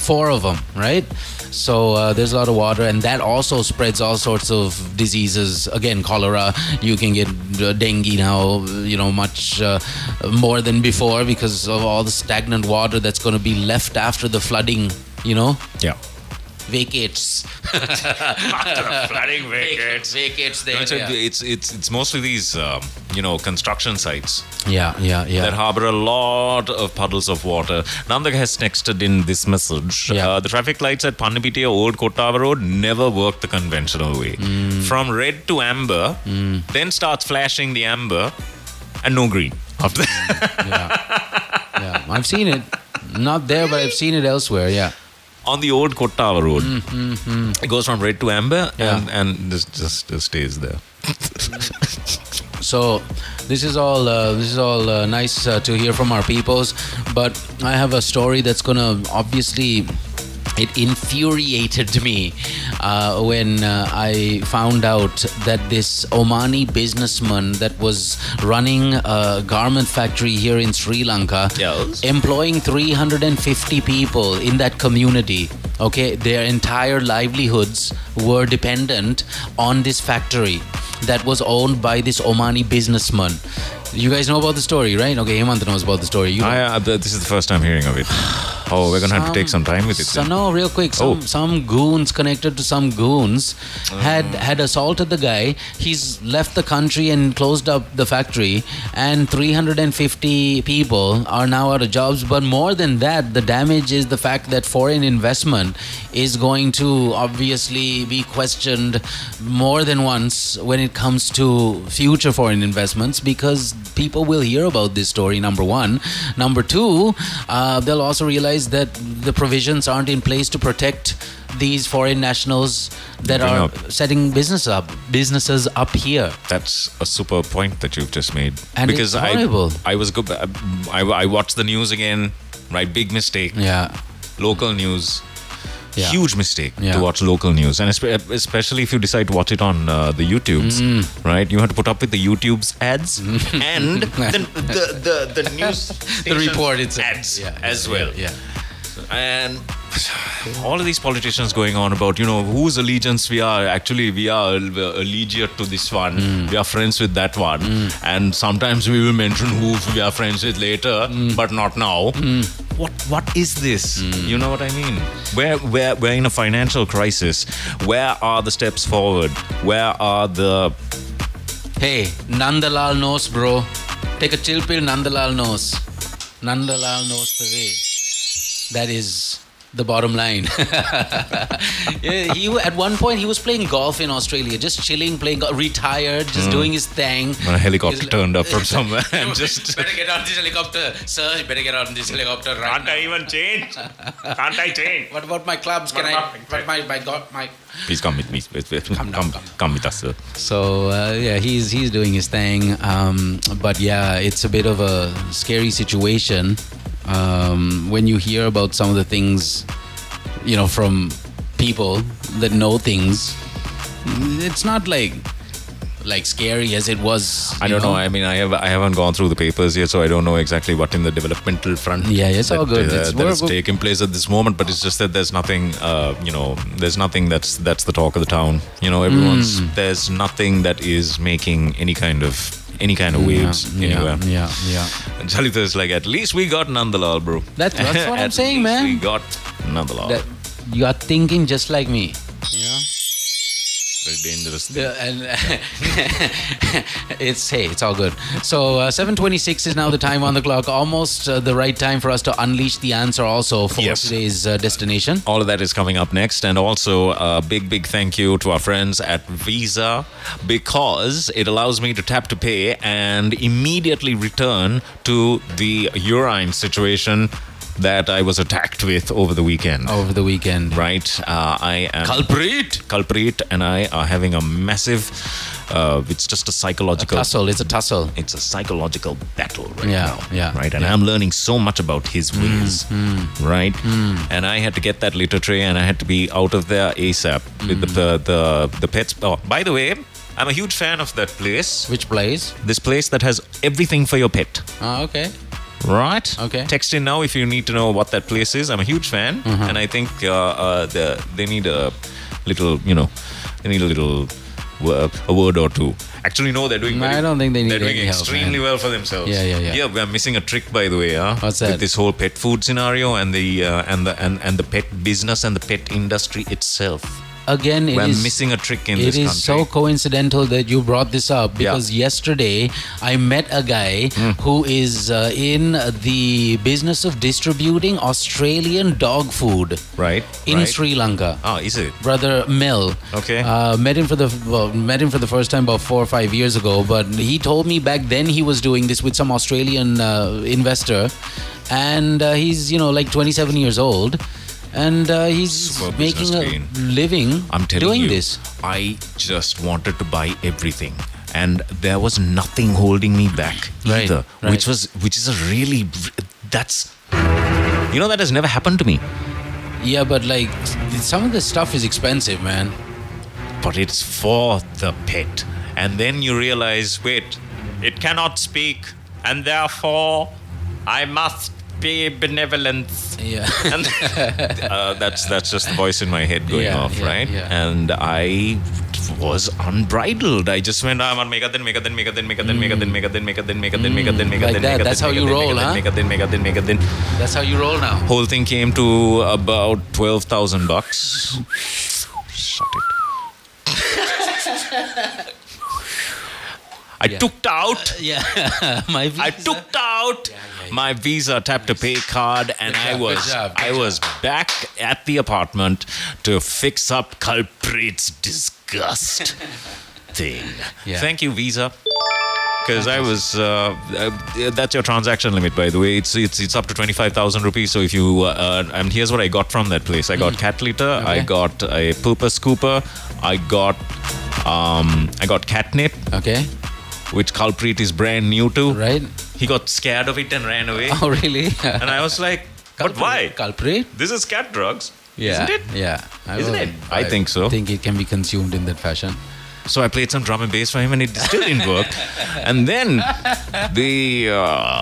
S3: Four of them, right? So uh, there's a lot of water, and that also spreads all sorts of diseases. Again, cholera. You can get uh, dengue now, you know, much uh, more than before because of all the stagnant water that's going to be left after the flooding, you know,
S2: Yeah.
S3: vacates.
S2: flooding
S3: Vacates, vacates the
S2: It's,
S3: area.
S2: it's it's it's mostly these um, you know construction sites
S3: Yeah, yeah,
S2: that
S3: yeah.
S2: harbor a lot of puddles of water. Namdak has texted in this message:
S3: Yeah.
S2: uh, the traffic lights at Pannipitiya Old Kottava Road never work the conventional way.
S3: Hmm.
S2: From red to amber, then starts flashing the amber, and no green after that.
S3: yeah. I've seen it. Not there, but I've seen it elsewhere, yeah.
S2: on the Old Kottava Road. It goes from red to amber,
S3: Hmm, Yeah.
S2: and and this just just stays there.
S3: So this is all uh, this is all uh, nice uh, to hear from our peoples, but I have a story that's gonna obviously. It infuriated me uh, when uh, I found out that this Omani businessman that was running a garment factory here in Sri Lanka,
S2: Yes.
S3: employing 350 people in that community, okay, their entire livelihoods were dependent on this factory that was owned by this Omani businessman. You guys know about the story, right? Okay, Hemant knows about the story. You
S2: I, uh, th- this is the first time hearing of it. Oh, we're gonna have to take some time with it.
S3: So
S2: then.
S3: no, real quick. Some
S2: Oh. Uh.
S3: some goons connected to some goons had had assaulted the guy. He's left the country and closed up the factory, and 350 people are now out of jobs. But more than that, the damage is the fact that foreign investment is going to obviously be questioned more than once when it comes to future foreign investments because people will hear about this story number one number two uh, they'll also realize that the provisions aren't in place to protect these foreign nationals that
S2: Bring
S3: are
S2: up.
S3: setting business up businesses up here
S2: That's a super point that you've just made.
S3: And it's
S2: because I,
S3: horrible.
S2: I was go- I, I watched the news again. Right, big mistake.
S3: yeah
S2: Local news.
S3: Yeah.
S2: Huge mistake
S3: Yeah.
S2: to watch local news, and espe- especially if you decide to watch it on uh, the YouTubes,
S3: Mm-hmm.
S2: right? You have to put up with the YouTube's ads and the, the, the, the news
S3: the
S2: station's
S3: report it's
S2: ads
S3: yeah,
S2: as
S3: yeah,
S2: well.
S3: yeah
S2: and all of these politicians going on about you know whose allegiance we are actually we are allegiate to this one we are friends with that one and sometimes we will mention who we are friends with later but not now what what is this you know what i mean where where we're in a financial crisis where are the steps forward where are the
S3: hey nandalal knows bro take a chill pill nandalal knows nandalal knows the way that is the bottom line yeah, he at one point he was playing golf in australia just chilling playing go- retired just doing his thing
S2: when a helicopter
S3: He's like-
S2: turned up from somewhere and just
S3: better get on this helicopter sir you better get on this helicopter right
S8: Can't I even change? Can't I change?
S3: now. what about my clubs can i what my my god my
S2: please come with me come,
S3: down,
S2: come,
S3: come.
S2: come with us sir.
S3: So uh, yeah, he's he's doing his thing, um, but yeah, it's a bit of a scary situation um, when you hear about some of the things, you know, from people that know things. It's not like like scary as it was.
S2: I
S3: you
S2: don't know. I mean, I have I haven't gone through the papers yet, so I don't know exactly what in the developmental front.
S3: Yeah, it's all good.
S2: uh,
S3: It's-
S2: that
S3: we're-
S2: is
S3: we're-
S2: taking place at this moment, but it's just that there's nothing. Uh, you know, there's nothing that's
S3: Mm.
S2: that's the talk of the town. You know, everyone's there's nothing that is making any kind of any kind of waves
S3: yeah,
S2: anywhere.
S3: Yeah, yeah.
S2: And Chalitha is like, at least we got Nandalal, bro.
S3: That's- that's what I'm
S2: At
S3: saying,
S2: least
S3: man.
S2: We got Nandalal.
S3: That, you are thinking just like me.
S2: Very dangerous.
S3: The- and it's hey, it's all good. So uh, seven twenty-six is now the time on the clock. Almost uh, the right time for us to unleash the answer. Also for
S2: Yes.
S3: today's uh, destination.
S2: All of that is coming up next. And also, a big, big thank you to our friends at Visa because it allows me to tap to pay and immediately return to the urine situation that I was attacked with over the weekend.
S3: Over the weekend.
S2: Right, uh, I am culprit. Culprit and I are having a massive. Uh, it's just a psychological
S3: Tussle. It's a tussle.
S2: it's a psychological battle right
S3: Yeah,
S2: now.
S3: yeah, Hmm,
S2: Right. And I'm learning so much about his ways. right. And I had to get that litter tray and I had to be out of there ASAP with the,
S3: Hmm.
S2: the, the, the pets. Oh, by the way, I'm a huge fan of that place.
S3: Which plays?
S2: This place that has everything for your pet.
S3: Ah, okay.
S2: Right.
S3: Okay. Mm-hmm.
S2: Text in now if you need to know what that place is. I'm a huge fan, and I think uh, uh, the, they need a little, you know, they need a little wo- a word or two. Actually, no, they're doing.
S3: No,
S2: very-
S3: I don't think they need
S2: They're doing
S3: any help,
S2: extremely
S3: man.
S2: well for themselves.
S3: Yeah, yeah, yeah.
S2: Yeah, we're missing a trick, by the way. Huh?
S3: What's
S2: With
S3: that?
S2: this whole pet food scenario and the uh, and the and, and the pet business and the pet industry itself.
S3: Again, it
S2: we're
S3: is-
S2: missing a trick in
S3: It
S2: this
S3: is so
S2: country.
S3: coincidental that you brought this up
S2: Yeah. Hmm.
S3: because yesterday I met a guy who is uh, in the business of distributing Australian dog food
S2: right.
S3: in
S2: right.
S3: Sri Lanka.
S2: Oh, is it?
S3: Brother Mel.
S2: Okay.
S3: Uh, met him for the well, met him for the first time about four or five years ago. But he told me back then he was doing this with some Australian uh, investor, and uh, he's you know like 27 years old, and uh, he's
S2: Superb
S3: making
S2: business
S3: a
S2: gain.
S3: living
S2: I'm telling
S3: doing
S2: you,
S3: this.
S2: I just wanted to buy everything, and there was nothing holding me back
S3: Right,
S2: either,
S3: right.
S2: which was which is a really that's you know that has never happened to me,
S3: Yeah, but like some of this stuff is expensive, man.
S2: but it's for the pet, and then you realize wait,
S8: It cannot speak, and therefore I must be benevolent.
S3: Yeah.
S2: and uh, that's that's just the voice in my head going
S3: Yeah,
S2: off,
S3: yeah,
S2: right?
S3: yeah.
S2: And I was unbridled. I just went, "Ah, I want mega then mega then mega then mega then mega then mega then mega then mega then mega then mega
S3: Mm. Like
S2: then
S3: that,
S2: mega
S3: that's
S2: then,
S3: how
S2: mega
S3: you
S2: then, mega
S3: roll,
S2: then,
S3: huh?
S2: Mega then mega then mega then.
S3: That's how you roll now.
S2: Whole thing came to about twelve thousand bucks. Shut it. I took out
S3: Yeah, my
S2: I
S3: visa.
S2: took out my Visa tap to pay card, and
S3: Good
S2: I
S3: job, good
S2: was
S3: job, good
S2: I was back at the apartment to fix up culprit's disgust thing.
S3: Yeah.
S2: Thank you, Visa. Because I was, uh, uh, that's your transaction limit, by the way. It's it's it's up to twenty five thousand rupees. So if you, uh, uh, and here's what I got from that place. I got cat litter. I
S3: Mm. Okay.
S2: got a pooper scooper. I got, um, I got catnip
S3: Okay,
S2: which culprit is brand new to.
S3: Right.
S2: He got scared of it and ran away.
S3: oh really?
S2: And I was like, but why?
S3: Culprit?
S2: This is cat drugs,
S3: Yeah,
S2: isn't it?
S3: Yeah, I
S2: Isn't
S3: would-
S2: it? I think so.
S3: Think it can be consumed in that fashion.
S2: So I played some drum and bass for him, and it still didn't work. and then the,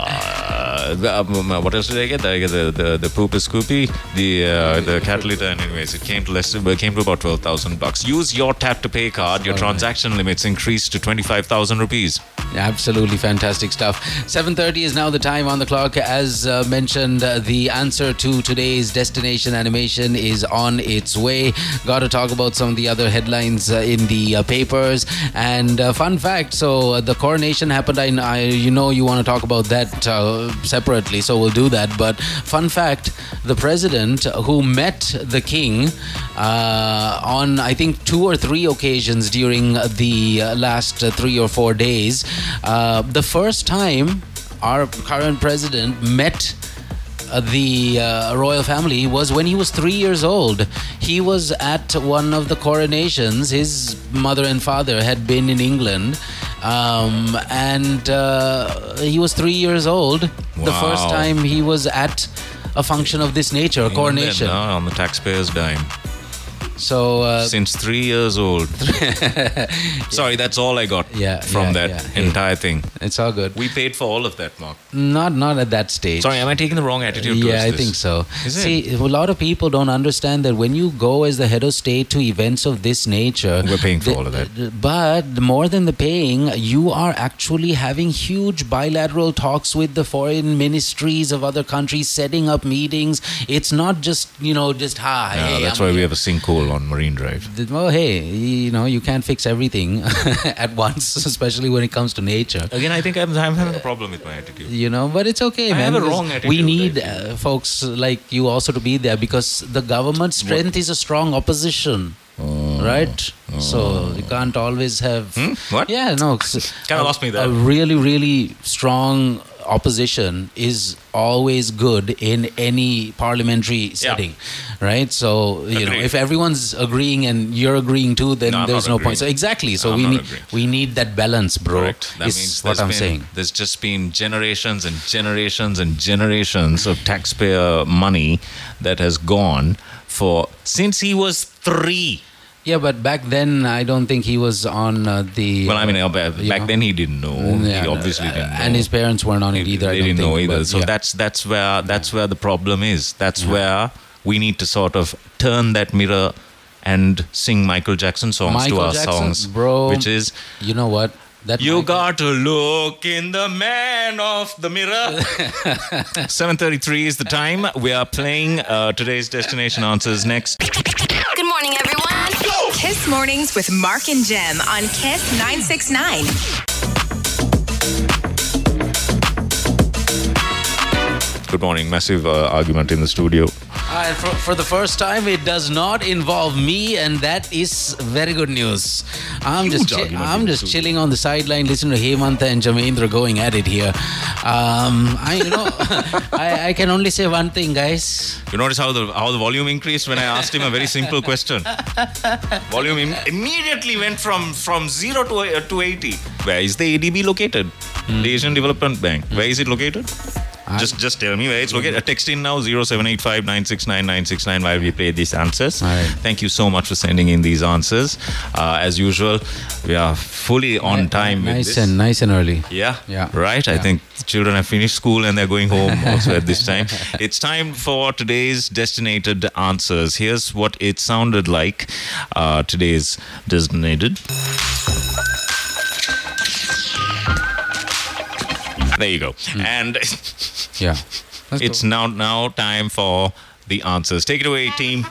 S2: uh, the um, uh, what else did I get? I get the the, the pooper scoopy, the uh, the cat litter, and anyways, it came to less. It came to about twelve thousand bucks. Use your tap to pay card. Your transaction limits increased to twenty five thousand rupees.
S3: Absolutely fantastic stuff. 7:30 is now the time on the clock. As uh, mentioned, uh, the answer to today's destination animation is on its way. Got to talk about some of the other headlines uh, in the uh, papers. And uh, fun fact: so uh, the coronation happened. I, I you know you want to talk about that uh, separately, so we'll do that. But fun fact: the president who met the king uh, on I think two or three occasions during the uh, last uh, three or four days. Uh, the first time our current president met uh, the uh, royal family was when he was three years old. He was at one of the coronations. His mother and father had been in England, um, and uh, he was three years old the first
S2: Wow.
S3: time he was at a function of this nature, a coronation.
S2: uh, England, huh, on the taxpayers' dime.
S3: So uh,
S2: since three years old. Sorry, that's all I got
S3: Yeah,
S2: from
S3: yeah,
S2: that
S3: yeah. Hey.
S2: entire thing.
S3: it's all good.
S2: We paid for all of that, Mark.
S3: Not not at that stage.
S2: Sorry, am I taking the wrong attitude towards
S3: Yeah, I
S2: this?
S3: think so.
S2: Is it?
S3: See, a lot of people don't understand that when you go as the head of state to events of this nature,
S2: We're paying for
S3: the-
S2: all of that.
S3: But more than the paying, you are actually having huge bilateral talks with the foreign ministries of other countries, setting up meetings. It's not just you know just hi.
S2: Yeah,
S3: hey,
S2: that's
S3: I'm
S2: why we
S3: here."
S2: have a sinkhole on Marine Drive.
S3: Th- Well, hey, you know, you can't fix everything at once, especially when it comes to nature.
S2: Again, I think I'm, I'm having a problem with my attitude.
S3: you know but it's okay
S2: I
S3: man
S2: have a
S3: because
S2: wrong
S3: we
S2: attitude,
S3: need
S2: I feel.
S3: uh, folks like you also to be there because the government's strength is a strong opposition right so you can't always have
S2: Hmm? What?
S3: yeah no s-
S2: Kinda
S3: a-
S2: lost me there.
S3: a really really strong opposition is always good in any parliamentary setting right so you know
S2: Agreed.
S3: if everyone's agreeing and you're agreeing too then
S2: No, I'm
S3: there's
S2: not
S3: no point
S2: agreeing.
S3: so exactly so
S2: I'm
S3: we
S2: not
S3: need
S2: agreeing.
S3: we need that balance bro
S2: Correct. That
S3: is
S2: means
S3: what
S2: there's
S3: i'm
S2: been-
S3: saying
S2: There's just been generations and generations and generations of taxpayer money that has gone for since he was three.
S3: Yeah, but back then I don't think he was on uh, the.
S2: Well, I mean, uh, ba-
S3: you
S2: back
S3: know.
S2: then he didn't know.
S3: Yeah, uh,
S2: he obviously didn't know.
S3: And his parents weren't on it
S2: They-
S3: either. I
S2: They
S3: don't
S2: didn't
S3: think,
S2: know either.
S3: but
S2: So
S3: yeah.
S2: that's that's where that's where the problem is. That's where we need to sort of turn that mirror and sing Michael Jackson songs
S3: Michael
S2: to our
S3: Jackson,
S2: songs,
S3: bro.
S2: Which is
S3: You know what? That
S2: you
S3: Michael-
S2: got to look in the man of the mirror. 7:33 is the time. We are playing uh, today's destination answers next.
S5: Good morning, everyone.
S1: Kiss Mornings with Mark and Jem on Kiss 969.
S2: Good morning. Massive uh, argument in the studio.
S3: Uh, for, for the first time, it does not involve me, and that is very good news. I'm just
S2: Huge
S3: chi-
S2: argument
S3: I'm
S2: in the
S3: just
S2: studio.
S3: chilling on the sideline, listening to Hemanta and Jamendra going at it here. Um, I you know I, I can only say one thing, guys.
S2: You notice how the how the volume increased when I asked him a very simple question. volume im- immediately went from from zero to uh, to eighty. Where is the ADB located?
S3: Hmm.
S2: The Asian Development Bank. Where is it located? just just tell me where it's
S3: Hmm.
S2: located. Uh, Text in now 0785969969 while we play these answers.
S3: All right.
S2: Thank you so much for sending in these answers. Uh, as usual, we are fully on time with
S3: nice
S2: this.
S3: and nice and early.
S2: Yeah.
S3: Yeah.
S2: Right. I
S3: Yeah.
S2: think the children have finished school and they're going home also at this time. It's time for today's destinated answers. Here's what it sounded like uh, today's designated. There you go. And
S3: Yeah. Let's
S2: it's
S3: Hmm. go.
S2: now now time for the answers. Take it away, team.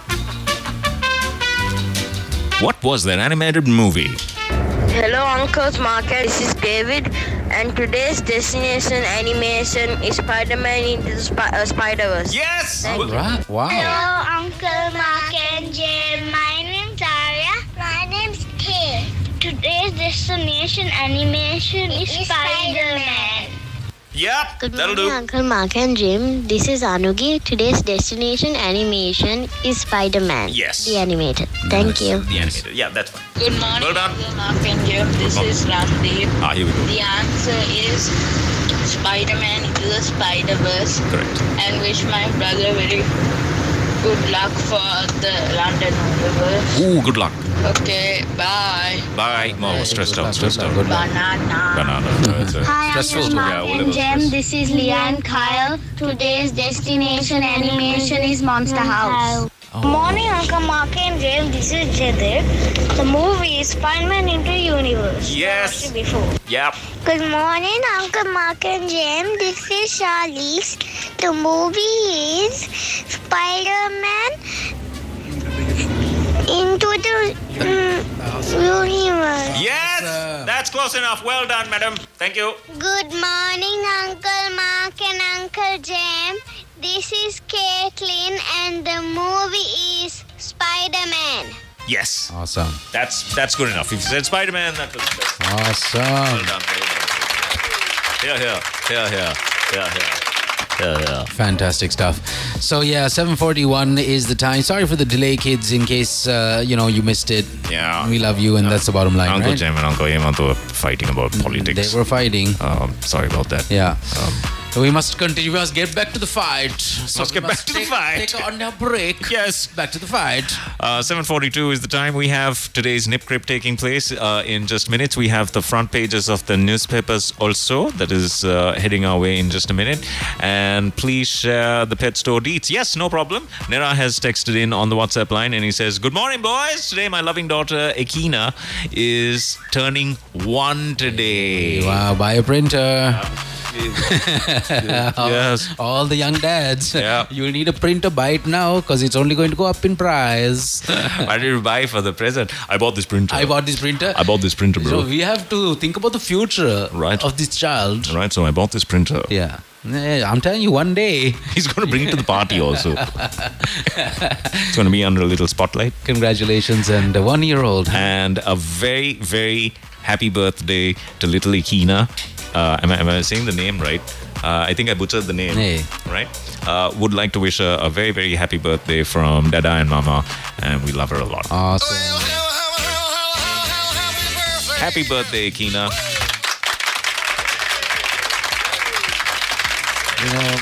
S2: What was that animated movie?
S9: Hello, Uncle's Market. This is David, and today's destination animation is Spider-Man into the Spi- uh, Spider-Verse.
S2: Yes.
S3: Right. Wow.
S9: Uncle Mark and Jim. My name's Aria. My name's Kay. Today's destination animation is, Spider-Man.
S2: Yep.
S9: Good
S2: That'll
S9: morning,
S2: do.
S9: Uncle Mark and Jim. This is Anugi. Today's destination animation is Spider-Man.
S2: Yes.
S9: The animated. Thank you.
S2: The animated. Yeah, that's fine.
S10: Good morning,
S2: Well done.
S10: Uncle Mark and Jim. This is Randeep.
S2: Ah, here we go.
S10: The answer is Spider-Man into the Spider-Verse
S2: Correct.
S10: and wish my brother very good luck for the London Universe.
S2: Ooh, good luck.
S10: Okay, bye.
S2: Bye. More stressed out, stressed out.
S3: Good luck.
S10: Banana.
S2: Banana. That's it.
S9: Hi,
S3: Stressful.
S9: Uncle
S2: Yeah,
S9: Mark
S2: all
S9: and
S2: of us.
S9: Jem. This is Leanne Kyle. Today's destination animation is Monster House.
S2: Oh.
S9: Morning, Uncle Mark and Jem. This is Jadir. The movie is Spider-Man Into Universe.
S2: Yes.
S9: Before.
S2: Yep.
S9: Good morning, Uncle Mark and Jem. This is Charlize. The movie is Spider-Man Into the Universe.
S2: Yes. That's close enough. Well done, madam. Thank you.
S9: Good morning, Uncle Mark and Uncle Jam. This is Caitlin, and the movie is Spider Man.
S2: Yes.
S3: Awesome.
S2: That's that's good enough. If you said Spider-Man, that was best.
S3: Awesome.
S2: Well done. Very well. Here, here, here, here, here, here, here, here.
S3: Fantastic stuff. So yeah, 7:41 is the time. Sorry for the delay, kids. In case uh, you know you missed it.
S2: Yeah.
S3: We love you, and that's the bottom line,
S2: Uncle
S3: right?
S2: Jim and Uncle Hemant were fighting about politics.
S3: They were fighting.
S2: Um, sorry about that.
S3: Yeah.
S2: Um,
S3: So we must continue. We must get back to the fight. So
S2: Must
S3: we
S2: get back to the
S3: take-
S2: fight.
S3: Take on a break.
S2: Yes.
S3: Back to the fight.
S2: Uh, 7.42 is the time we have today's nip crib taking place uh, in just minutes we have the front pages of the newspapers also that is uh, heading our way in just a minute and please share the pet store deets yes no problem nera has texted in on the whatsapp line and he says good morning boys today my loving daughter akina is turning one today
S3: Wow, buy a printer.
S2: yes
S3: All the young dads.
S2: Yeah.
S3: You'll need a printer. Buy it now because it's only going to go up in price.
S2: what did you buy for the present i bought this printer
S3: I bought this printer.
S2: I bought this printer bro
S3: So we have to think about the future
S2: Right.
S3: of this child.
S2: right so i bought this printer
S3: Yeah. Eh, I'm telling you, one day.
S2: He's going to bring it to the party also. it's going to be under a little spotlight.
S3: Congratulations, and a one-year-old.
S2: And a very, very happy birthday to little Ikina. Uh, am, I, am I saying the name right? Uh, I think I butchered the name.
S3: Hey.
S2: Right? Uh, would like to wish her a very, very happy birthday from Dada and Mama. And we love her a lot.
S3: Awesome.
S2: Happy birthday, Ikina.
S3: You know,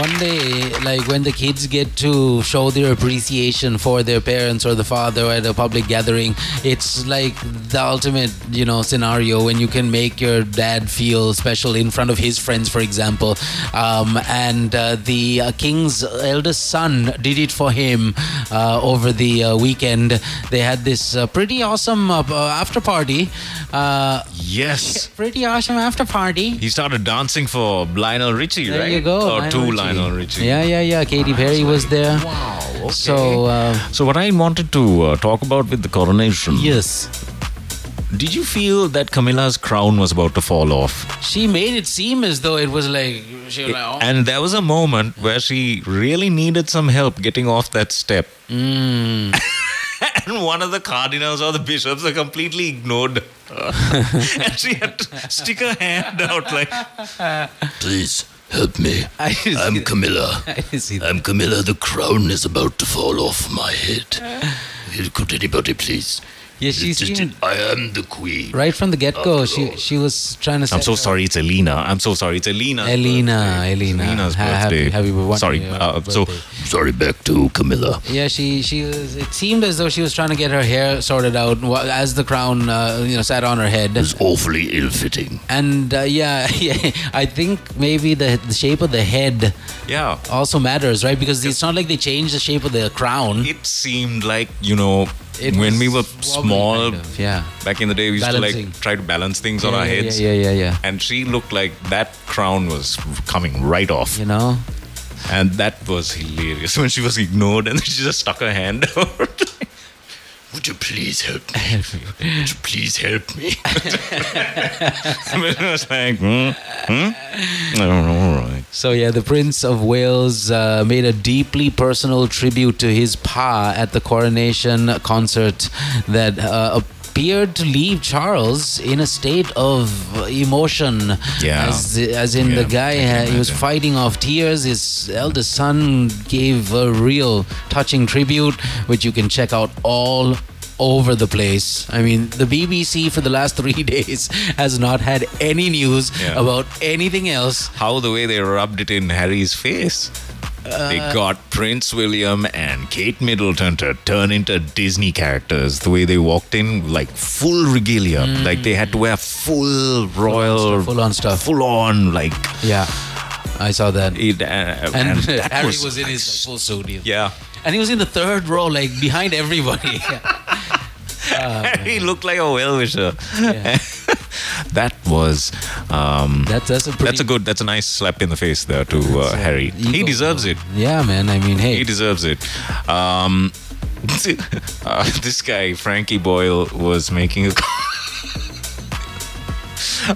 S3: one day, like when the kids get to show their appreciation for their parents or the father at a public gathering, it's like the ultimate, you know, scenario when you can make your dad feel special in front of his friends, for example. Um, and uh, the uh, king's eldest son did it for him uh, over the uh, weekend. They had this uh, pretty awesome uh, uh, after party. Uh,
S2: Yes.
S3: pretty awesome after party.
S2: He started dancing for Lionel Richie,
S3: There
S2: right?
S3: you go.
S2: Or to
S3: Richie.
S2: Lionel Richie.
S3: Yeah, yeah, yeah. Katy Perry was there.
S2: Wow. Okay.
S3: So uh,
S2: so what I wanted to uh, talk about with the coronation.
S3: yes,
S2: Did you feel that Camilla's crown was about to fall off?
S3: she made it seem as though it was like she was like, oh.
S2: And there was a moment where she really needed some help getting off that step.
S3: Hmm.
S2: and one of the cardinals or the bishops are completely ignored. her. and she had to stick her hand out like,
S11: Please help me.
S3: I see
S11: I'm
S3: that.
S11: Camilla.
S3: I see that.
S11: I'm Camilla. The crown is about to fall off my head. Could anybody please?
S3: Yeah, she seemed
S11: I am the queen.
S3: right from the get go.
S11: After
S3: She
S11: all.
S3: she was trying to.
S2: Oh, I'm
S3: set
S2: so
S3: her-
S2: sorry, it's Elena. I'm so sorry, it's Elena.
S3: Elena, Elena,
S2: Elena's
S3: Ha-
S2: birthday.
S3: Happy, happy one
S2: Sorry,
S3: year
S2: uh, so-
S3: birthday.
S11: Sorry, back to Camilla.
S3: yeah, she she was. It seemed as though she was trying to get her hair sorted out wha- as the crown, uh, you know, sat on her head.
S11: It's awfully ill-fitting.
S3: And uh, yeah, yeah, I think maybe the, the shape of the head
S2: Yeah.
S3: also matters, right? Because it's not like they changed the shape of the crown.
S2: It seemed like, you know,
S3: It
S2: when
S3: was
S2: we were
S3: wobbly
S2: small,
S3: kind of, yeah.
S2: back in the day, we used to
S3: Balancing.
S2: like try to balance things on
S3: yeah,
S2: our
S3: yeah,
S2: heads.
S3: Yeah, yeah, yeah.
S2: And she looked like that crown was coming right off.
S3: You know,
S2: And that was hilarious when she was ignored and she just stuck her hand out.
S11: Would you please help me? Would you please help me?
S2: I was like, hmm? Hmm? I don't know, all right.
S3: so yeah, the Prince of Wales uh, made a deeply personal tribute to his pa at the coronation concert that uh, appeared to leave Charles in a state of emotion.
S2: Yeah.
S3: As, as in
S2: Yeah,
S3: the
S2: I
S3: guy,
S2: can
S3: uh, he was
S2: imagine.
S3: fighting off tears. His eldest son gave a real touching tribute, which you can check out all over the place. I mean, the BBC for the last three days has not had any news
S2: Yeah.
S3: about anything else.
S2: How the way they rubbed it in Harry's face. they
S3: Uh.
S2: got Prince William and Kate Middleton to turn into Disney characters. The way they walked in, like full regalia, like they had to wear full royal,
S3: stuff, Hmm. full on stuff.
S2: full on, like
S3: Yeah, I saw that.
S2: it. Uh,
S3: And
S2: that
S3: Harry was, in his like, full suit. yeah.
S2: yeah.
S3: And he was in the third row, like behind everybody. Oh,
S2: he looked like a well wisher. that was. Um,
S3: That's that's a pretty.
S2: that's a good. That's a nice slap in the face there to uh, Harry. He
S3: ego
S2: deserves
S3: blow.
S2: it.
S3: Yeah, man. I mean, hey,
S2: He deserves it. Um, uh, this guy Frankie Boyle was making a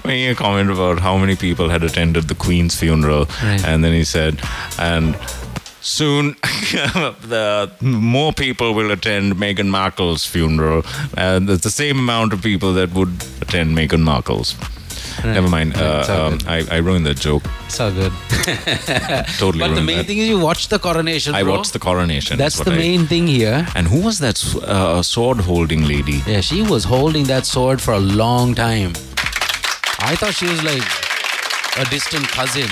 S2: making a comment about how many people had attended the Queen's funeral,
S3: Right.
S2: and then he said, and. Soon, the more people will attend Meghan Markle's funeral, and it's the same amount of people that would attend Meghan Markle's. Never mind.
S3: Right, it's all
S2: Uh, um,
S3: good.
S2: I, I ruined that joke.
S3: it's all good.
S2: Totally
S3: But the
S2: ruined
S3: main
S2: that.
S3: thing is you watched the coronation.
S2: I
S3: bro.
S2: watched the coronation.
S3: That's
S2: is
S3: the
S2: what I-
S3: main thing here.
S2: And who was that uh, sword holding lady?
S3: Yeah, she was holding that sword for a long time. I thought she was like a distant cousin.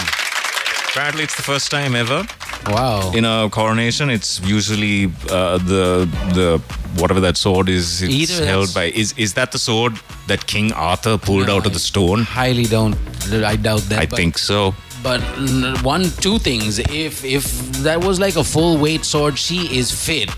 S2: Apparently, it's the first time ever.
S3: Wow.
S2: In a coronation, it's usually uh, the the whatever that sword is. It's
S3: Either
S2: held
S3: that's-
S2: by is is that the sword that King Arthur pulled out of the stone?
S3: Highly don't. I doubt that.
S2: I
S3: but-
S2: think so.
S3: But n- one, two things. If if that was like a full weight sword, she is fit.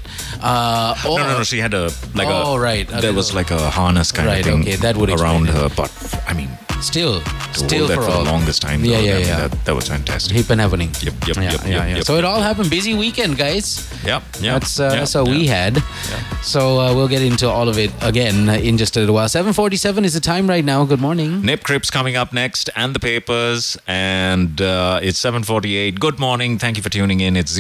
S3: Uh, or,
S2: no, no, no. She had a like a.
S3: Oh, right, a
S2: there was like a harness kind of
S3: Right,
S2: thing.
S3: okay, that would explain
S2: around
S3: it.
S2: her. But I mean,
S3: still,
S2: to
S3: still
S2: hold that for,
S3: all.
S2: the longest time.
S3: Yeah,
S2: though,
S3: yeah,
S2: I mean,
S3: yeah.
S2: That, that was fantastic.
S3: Hip and happening.
S2: Yep, yep,
S3: Yeah,
S2: yep,
S3: yeah,
S2: yep,
S3: yeah.
S2: yep.
S3: so it all happened. Busy weekend, guys.
S2: Yep, yeah,
S3: That's uh,
S2: yeah,
S3: that's what we
S2: yeah.
S3: had. So uh, we'll get into all of it again uh, in just a little while. Seven forty-seven is the time right now. Good morning.
S2: Nip Crips coming up next, and the papers, and uh, it's 7:48. Good morning. Thank you for tuning in. It's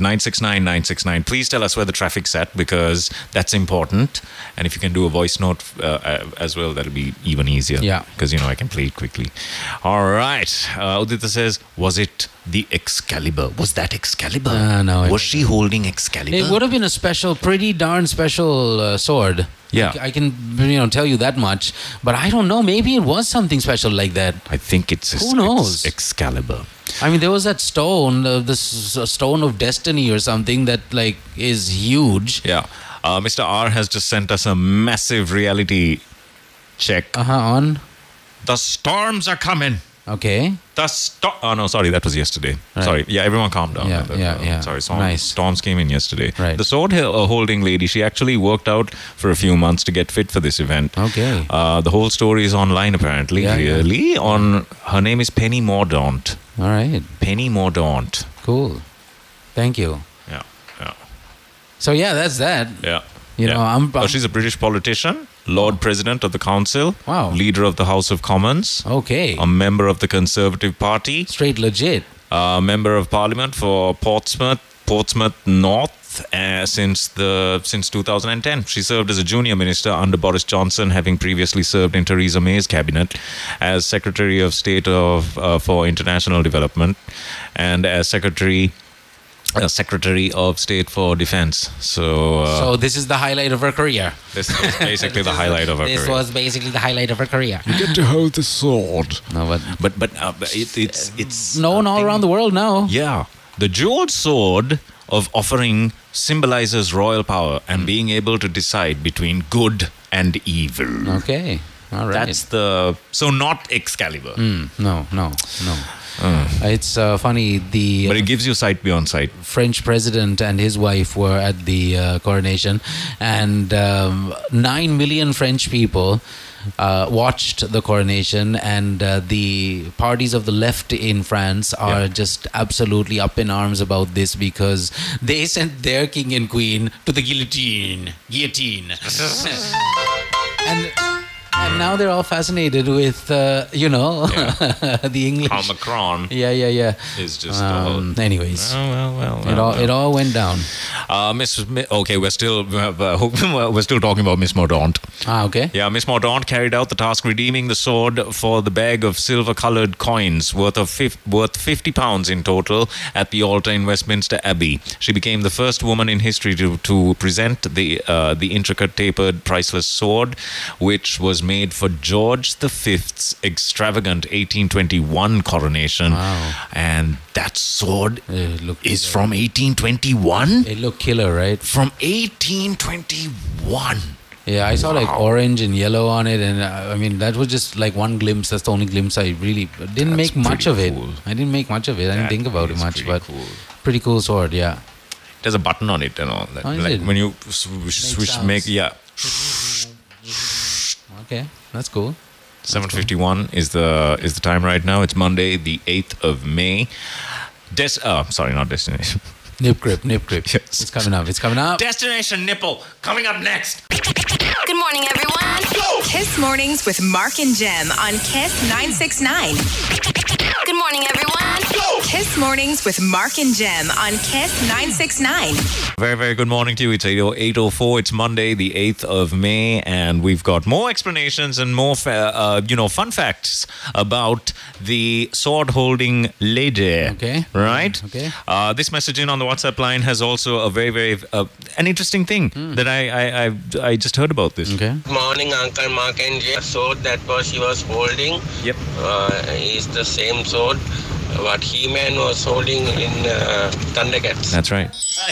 S2: 0785-969-969. Please tell us where the traffic's at because that's important. And if you can do a voice note uh, uh, as well, that'll be even easier.
S3: Yeah.
S2: because you know I can play it quickly. All right. Uh, Udita says, was it the Excalibur? Was that Excalibur?
S3: Uh, no, it
S2: Was she holding Excalibur?
S3: It would have been a special, pretty darn special uh, sword.
S2: Yeah.
S3: I, I can you know tell you that much. But I don't know. Maybe it was something special like that.
S2: I think it's
S3: Who knows?
S2: it's Excalibur.
S3: I mean, there was that stone, uh, this s- stone of destiny or something that like is huge.
S2: Yeah. Uh, Mr. R has just sent us a massive reality check.
S3: Uh huh. On.
S2: The storms are coming.
S3: Okay.
S2: The storm. Oh, no, sorry. That was yesterday. Sorry. Yeah, everyone calm down.
S3: Yeah,
S2: Uh,
S3: yeah,
S2: uh,
S3: yeah.
S2: Sorry. Storm,
S3: Nice.
S2: Storms came in yesterday.
S3: Right.
S2: The sword hel- uh, holding lady, she actually worked out for a few months to get fit for this event.
S3: Okay.
S2: Uh, the whole story is online, apparently.
S3: Yeah, yeah.
S2: really? On Her name is Penny Mordaunt.
S3: All right.
S2: Penny Mordaunt.
S3: Cool. Thank you.
S2: Yeah. Yeah.
S3: So yeah, that's that.
S2: Yeah.
S3: You
S2: yeah.
S3: know, I'm-
S2: Oh,
S3: I'm-
S2: she's a British politician, Lord President of the Council,
S3: Wow. Oh.
S2: leader of the House of Commons,
S3: Okay.
S2: a member of the Conservative Party,
S3: Straight legit.
S2: a member of Parliament for Portsmouth, Portsmouth North. Uh, since the since 2010, she served as a junior minister under Boris Johnson, having previously served in Theresa May's cabinet as Secretary of State of uh, for International Development and as Secretary uh, Secretary of State for Defense. So, uh,
S3: so this is the highlight of her career.
S2: this was basically the highlight of her
S3: this
S2: career.
S3: was basically the highlight of her career.
S2: get to hold the sword.
S3: No, but
S2: But but uh, but it, it's it's
S3: known all around the world now.
S2: yeah. The jeweled sword of offering symbolizes royal power
S3: Mm.
S2: and being able to decide between good and evil.
S3: Okay. All right. Mm. Hmm.
S2: That's the so not Excalibur,
S3: no, no, no. It's uh, funny. The
S2: but it gives you sight beyond sight.
S3: French president and his wife were at the uh, coronation, and um, nine million French people uh, watched the coronation. And uh, the parties of the left in France are just absolutely up in arms about this because they sent their king and queen to the guillotine. Guillotine. and. And now they're all fascinated with, uh, you know, the English.
S2: How Macron
S3: Yeah, yeah, yeah.
S2: is just
S3: Um, anyways,
S2: all, oh well well. well,
S3: it all
S2: well.
S3: it all went down.
S2: Uh, Miss Mi- okay, we're still uh, we're still talking about Miss Mordaunt.
S3: Ah, okay.
S2: Yeah, Miss Mordaunt carried out the task redeeming the sword for the bag of silver-colored coins worth of fif- worth 50 pounds in total at the altar in Westminster Abbey. She became the first woman in history to, to present the uh, the intricate tapered priceless sword which was made for George V's extravagant 1821 coronation.
S3: Wow.
S2: And that sword
S3: It looked
S2: is from 1821?
S3: It looked killer, right?
S2: From 1821.
S3: Yeah, I saw like
S2: Wow.
S3: orange and yellow on it, and uh, I mean that was just like one glimpse. That's the only glimpse I really didn't
S2: That's
S3: make much
S2: pretty
S3: of it.
S2: cool.
S3: I didn't make much of it. I didn't
S2: That
S3: think about it
S2: is
S3: much,
S2: pretty
S3: but
S2: cool.
S3: pretty cool sword. Yeah,
S2: There's a button on it and all that.
S3: Oh, is
S2: like
S3: it?
S2: when you swish,
S3: Make
S2: swish
S3: sounds.
S2: make yeah.
S3: okay, that's cool.
S2: 751 is the is the time right now. It's Monday, the 8th of May. Des- uh, sorry, not destination.
S3: Nip grip, nip grip.
S2: Yes.
S3: It's coming up. It's coming up.
S2: Destination nipple coming up next.
S5: Good morning, everyone.
S1: Kiss Mornings with Mark and Jem on Kiss 969.
S5: Good morning, everyone.
S1: Kiss Mornings with Mark and Jem on Kiss 969.
S2: Very very good morning to you. It's oh, 804. It's Monday, the 8th of May and we've got more explanations and more fa- uh, you know fun facts about the sword holding lady.
S3: Okay.
S2: Right?
S3: Okay.
S2: Uh, this message in on the WhatsApp line has also a very very uh, an interesting thing that I, I I I just heard about this.
S3: Hmm. Okay.
S12: Morning, Uncle Mark and Jay. The sword that was she was holding
S2: Yep.
S12: uh, is the same sword what He-Man was holding in uh, Thundercats.
S2: That's right.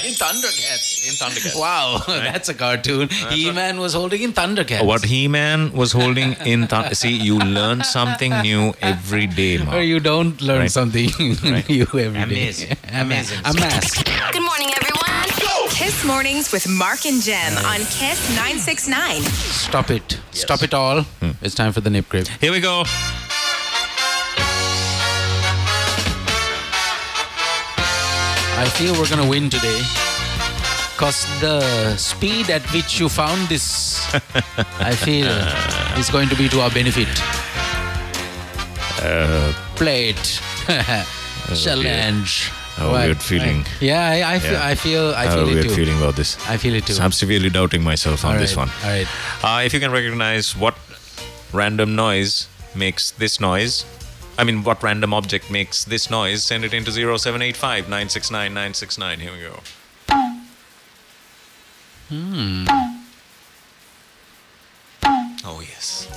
S3: in Thundercats.
S8: In Thundercats.
S3: Wow, that's a cartoon. He Man was holding in Thundercats.
S2: What He-Man was holding in Thun- see, you learn something new every day, Mark.
S3: Or you don't learn
S2: Right.
S3: something new every day.
S2: Amazing.
S3: Amazing. Amazing.
S1: Good morning, everyone. Kiss Mornings with Mark and Jem on Kiss 969.
S3: Stop it. Stop it all.
S2: Hmm.
S3: It's time for the nip grip.
S2: Here we go.
S3: I feel we're gonna win today. Cause the speed at which you found this, I feel, is going to be to our benefit.
S2: Uh,
S3: Play it. Challenge.
S2: Oh,
S3: What?
S2: weird feeling.
S3: Yeah, I, I feel.
S2: Yeah.
S3: I feel. I
S2: have
S3: feel
S2: a
S3: it
S2: Uh, weird
S3: too.
S2: feeling about this.
S3: I feel it too.
S2: So I'm severely doubting myself on
S3: All
S2: this
S3: right,
S2: one.
S3: All right.
S2: Uh, if you can recognize what random noise makes this noise, I mean, what random object makes this noise, send it into 0785 969 969. Here we go.
S3: Hmm.
S2: Oh, yes.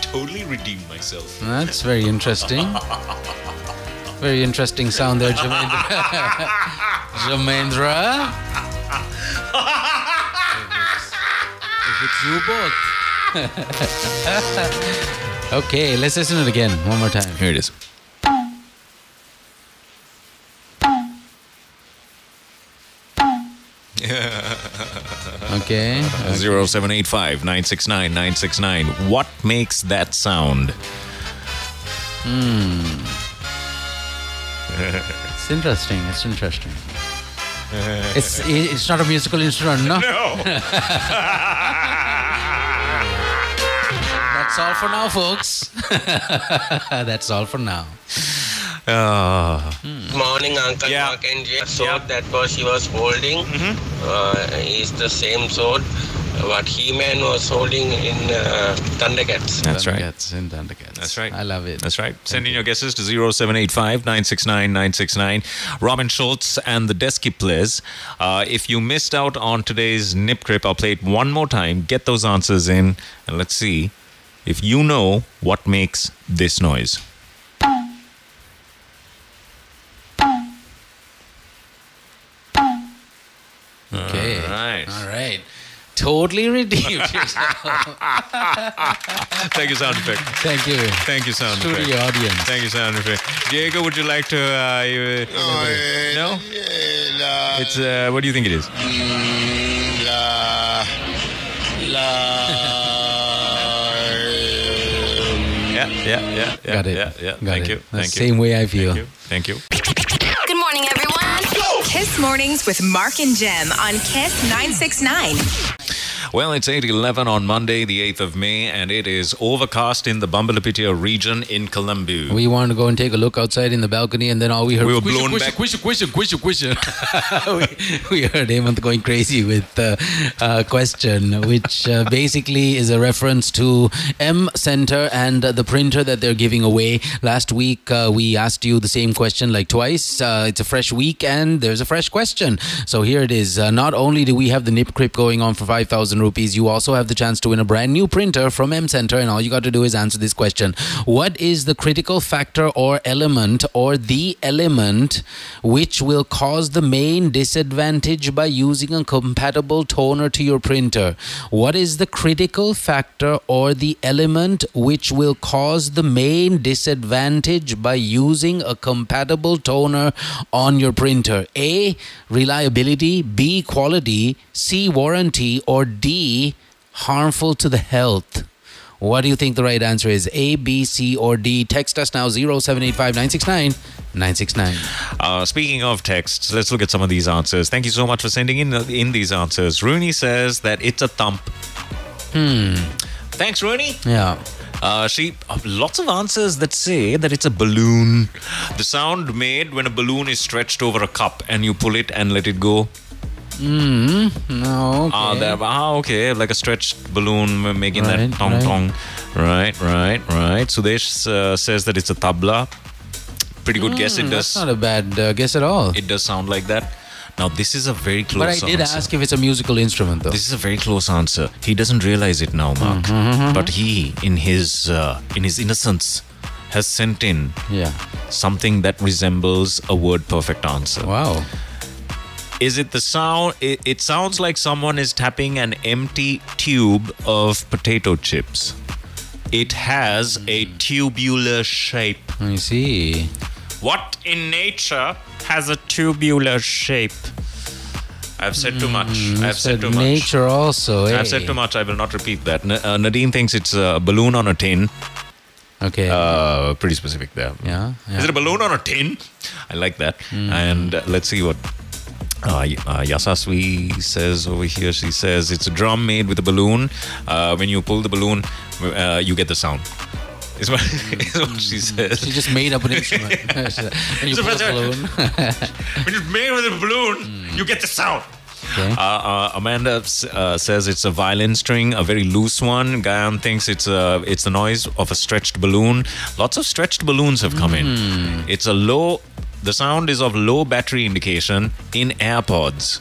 S2: totally redeemed myself.
S3: That's very interesting. Very interesting sound there, Jamendra. Jamendra. If it's you both. okay, let's listen to it again one more time.
S2: Here it is.
S3: Okay.
S2: 0785 969 969. What makes that sound?
S3: Hmm. It's interesting. It's interesting. It's i- it's not a musical instrument, no?
S2: No.
S3: That's all for now, folks. That's all for now.
S2: Ah.
S12: Morning, Uncle Mark and Jay. Sword that was he was holding uh, is the same sword what He-Man was holding in uh, Thundercats.
S2: That's right.
S3: in Thundercats.
S2: That's right.
S3: I love it.
S2: That's right. Send in your guesses to 0785 969 969. Robin Schultz and the Desky Players. Uh, if you missed out on today's Nip Crip, I'll play it one more time. Get those answers in and let's see if you know what makes this noise.
S3: Okay.
S2: All right.
S3: All right. Totally redeemed.
S2: Thank you, sound effect.
S3: Thank you.
S2: Thank you, sound
S3: Studio
S2: effect.
S3: audience.
S2: Thank you, sound effect. Diego, would you like to? Uh, you, no. It's uh, what do you think it is?
S4: La.
S2: Yeah, yeah, yeah. yeah Got it. Yeah, yeah. Thank you.
S3: That's
S2: Thank
S3: the
S2: you.
S3: same way I feel.
S2: Thank you.
S1: Good morning, everyone. Kiss Mornings with Mark and Jem on Kiss 969.
S2: Well, it's 8.11 on Monday, the 8th of May, and it is overcast in the Bambalapitia region in Colombo.
S3: We wanted to go and take a look outside in the balcony, and then all we heard
S2: We were
S3: was
S2: blown
S3: "Quisha,
S2: back.
S3: quisha, quisha, quisha, quisha, quisha." we, we heard Hemant going crazy with uh, uh, question, which uh, basically is a reference to M Center and uh, the printer that they're giving away. Last week, uh, we asked you the same question like twice. Uh, it's a fresh week, and there's a fresh question. So here it is. Uh, not only do we have the Nip Crip going on for 5,000 rupees, you also have the chance to win a brand new printer from M Center, and all you got to do is answer this question What is the critical factor or element or the element which will cause the main disadvantage by using a compatible toner to your printer? What is the critical factor or the element which will cause the main disadvantage by using a compatible toner on your printer? A. Reliability, B. Quality, C. Warranty, or D. Harmful to the health. What do you think the right answer is? A, B, C, or D? Text us now 0785 969 969.
S2: Uh, speaking of texts, let's look at some of these answers. Thank you so much for sending in, in these answers. Rooney says that it's a thump.
S3: Hmm.
S2: Thanks, Rooney.
S3: Yeah.
S2: Uh, she uh, lots of answers that say that it's a balloon. The sound made when a balloon is stretched over a cup and you pull it and let it go.
S3: Hmm. No. Okay.
S2: Ah, that, ah, okay, like a stretched balloon m- making that
S3: Right,
S2: tong
S3: right.
S2: tong. Right, right, right. Sudesh uh, says that it's a tabla. Pretty good guess. It
S3: Hmm,
S2: does.
S3: That's not a bad uh, guess at all.
S2: It does sound like that. Now this is a very close.
S3: But I did
S2: answer.
S3: ask if it's a musical instrument, though.
S2: This is a very close answer.
S3: Mm-hmm,
S2: He doesn't realize it now, Mark. But he, in his uh, in his innocence, has sent in
S3: yeah.
S2: something that resembles a word perfect answer.
S3: Wow.
S2: Is it the sound? It, it sounds like someone is tapping an empty tube of potato chips. It has a tubular shape.
S3: I see.
S8: What in nature has a tubular shape? I've said too much. I've said, too much.
S3: Hmm, Nature also. eh?
S2: I've said too much. I will not repeat that. N- uh, Nadine thinks it's a balloon on a tin.
S3: Okay.
S2: Uh, pretty specific there.
S3: Yeah. yeah. Hmm.
S2: Is it a balloon on a tin? I like that. And uh, let's see what uh, y- uh, Yasasvi says over here. She says it's a drum made with a balloon. Uh, when you pull the balloon, uh, you get the sound. Is what, is what she says.
S3: Hmm. She just made up an instrument. when you
S8: So
S3: pull a
S8: what's that?
S3: balloon.
S8: When it's made with a balloon, you get the sound.
S3: Okay.
S2: Uh, uh, Amanda s- uh, says it's a violin string, a very loose one. Gayan thinks it's a, it's the noise of a stretched balloon. Lots of stretched balloons have come in. It's a low. The sound is of low battery indication in AirPods.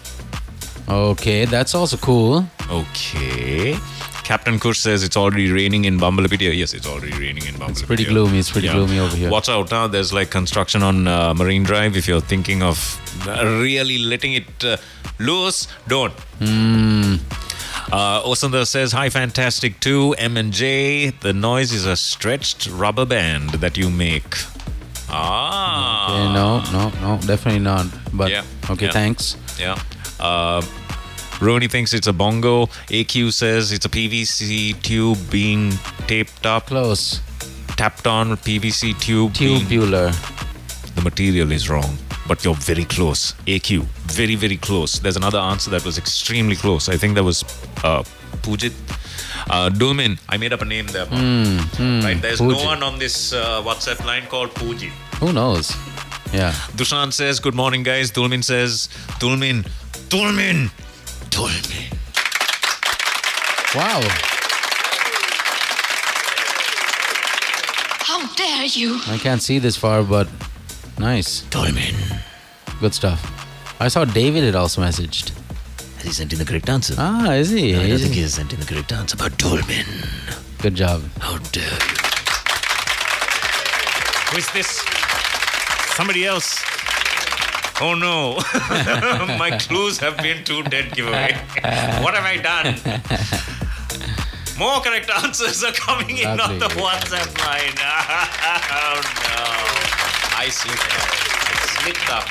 S3: okay, that's also cool.
S2: Okay. Captain Kush says it's already raining in Bumblepedia. Yes, it's already raining in Bumblepedia. It's
S3: pretty gloomy. It's pretty gloomy over here.
S2: Watch out now. There's like construction on uh, Marine Drive. If you're thinking of uh, really letting it uh, loose, don't.
S3: Hmm.
S2: Uh, Osunda says, "Hi, fantastic too." M and J. The noise is a stretched rubber band that you make. Ah.
S3: Okay, Eh, no, no, no, definitely not. But
S2: Yeah,
S3: okay,
S2: yeah.
S3: thanks.
S2: Yeah. Uh, Roni thinks it's a bongo. AQ says it's a PVC tube being taped up.
S3: Close.
S2: Tapped on PVC tube. being-
S3: Tubular.
S2: the material is wrong, but you're very close. AQ. Very, very close. There's another answer that was extremely close. I think that was uh, Pujit. Uh, Dulmin. I made up a name there. man. right? There's no
S3: Pujit.
S2: one on this uh, WhatsApp line called Pujit.
S3: Who knows? Yeah.
S2: Dushan says, Good morning, guys. Dulmin says, Dulmin. Dulmin. Dulmin.
S3: Wow.
S5: How dare you?
S3: I can't see this far, but nice.
S11: Dolmen.
S3: Good stuff. I saw David had also messaged.
S11: Has he sent in the correct answer?
S3: Ah, is he?
S11: No, I don't
S3: Is
S11: think
S3: he?
S11: he has sent in the correct answer, but Dolmen.
S3: Good job.
S11: How dare you?
S8: Who is this? Somebody else. Oh no. My clues have been too dead giveaway. what have I done? More correct answers are coming in on the
S3: Lovely.
S8: WhatsApp line. oh no. I slipped up. I slipped up.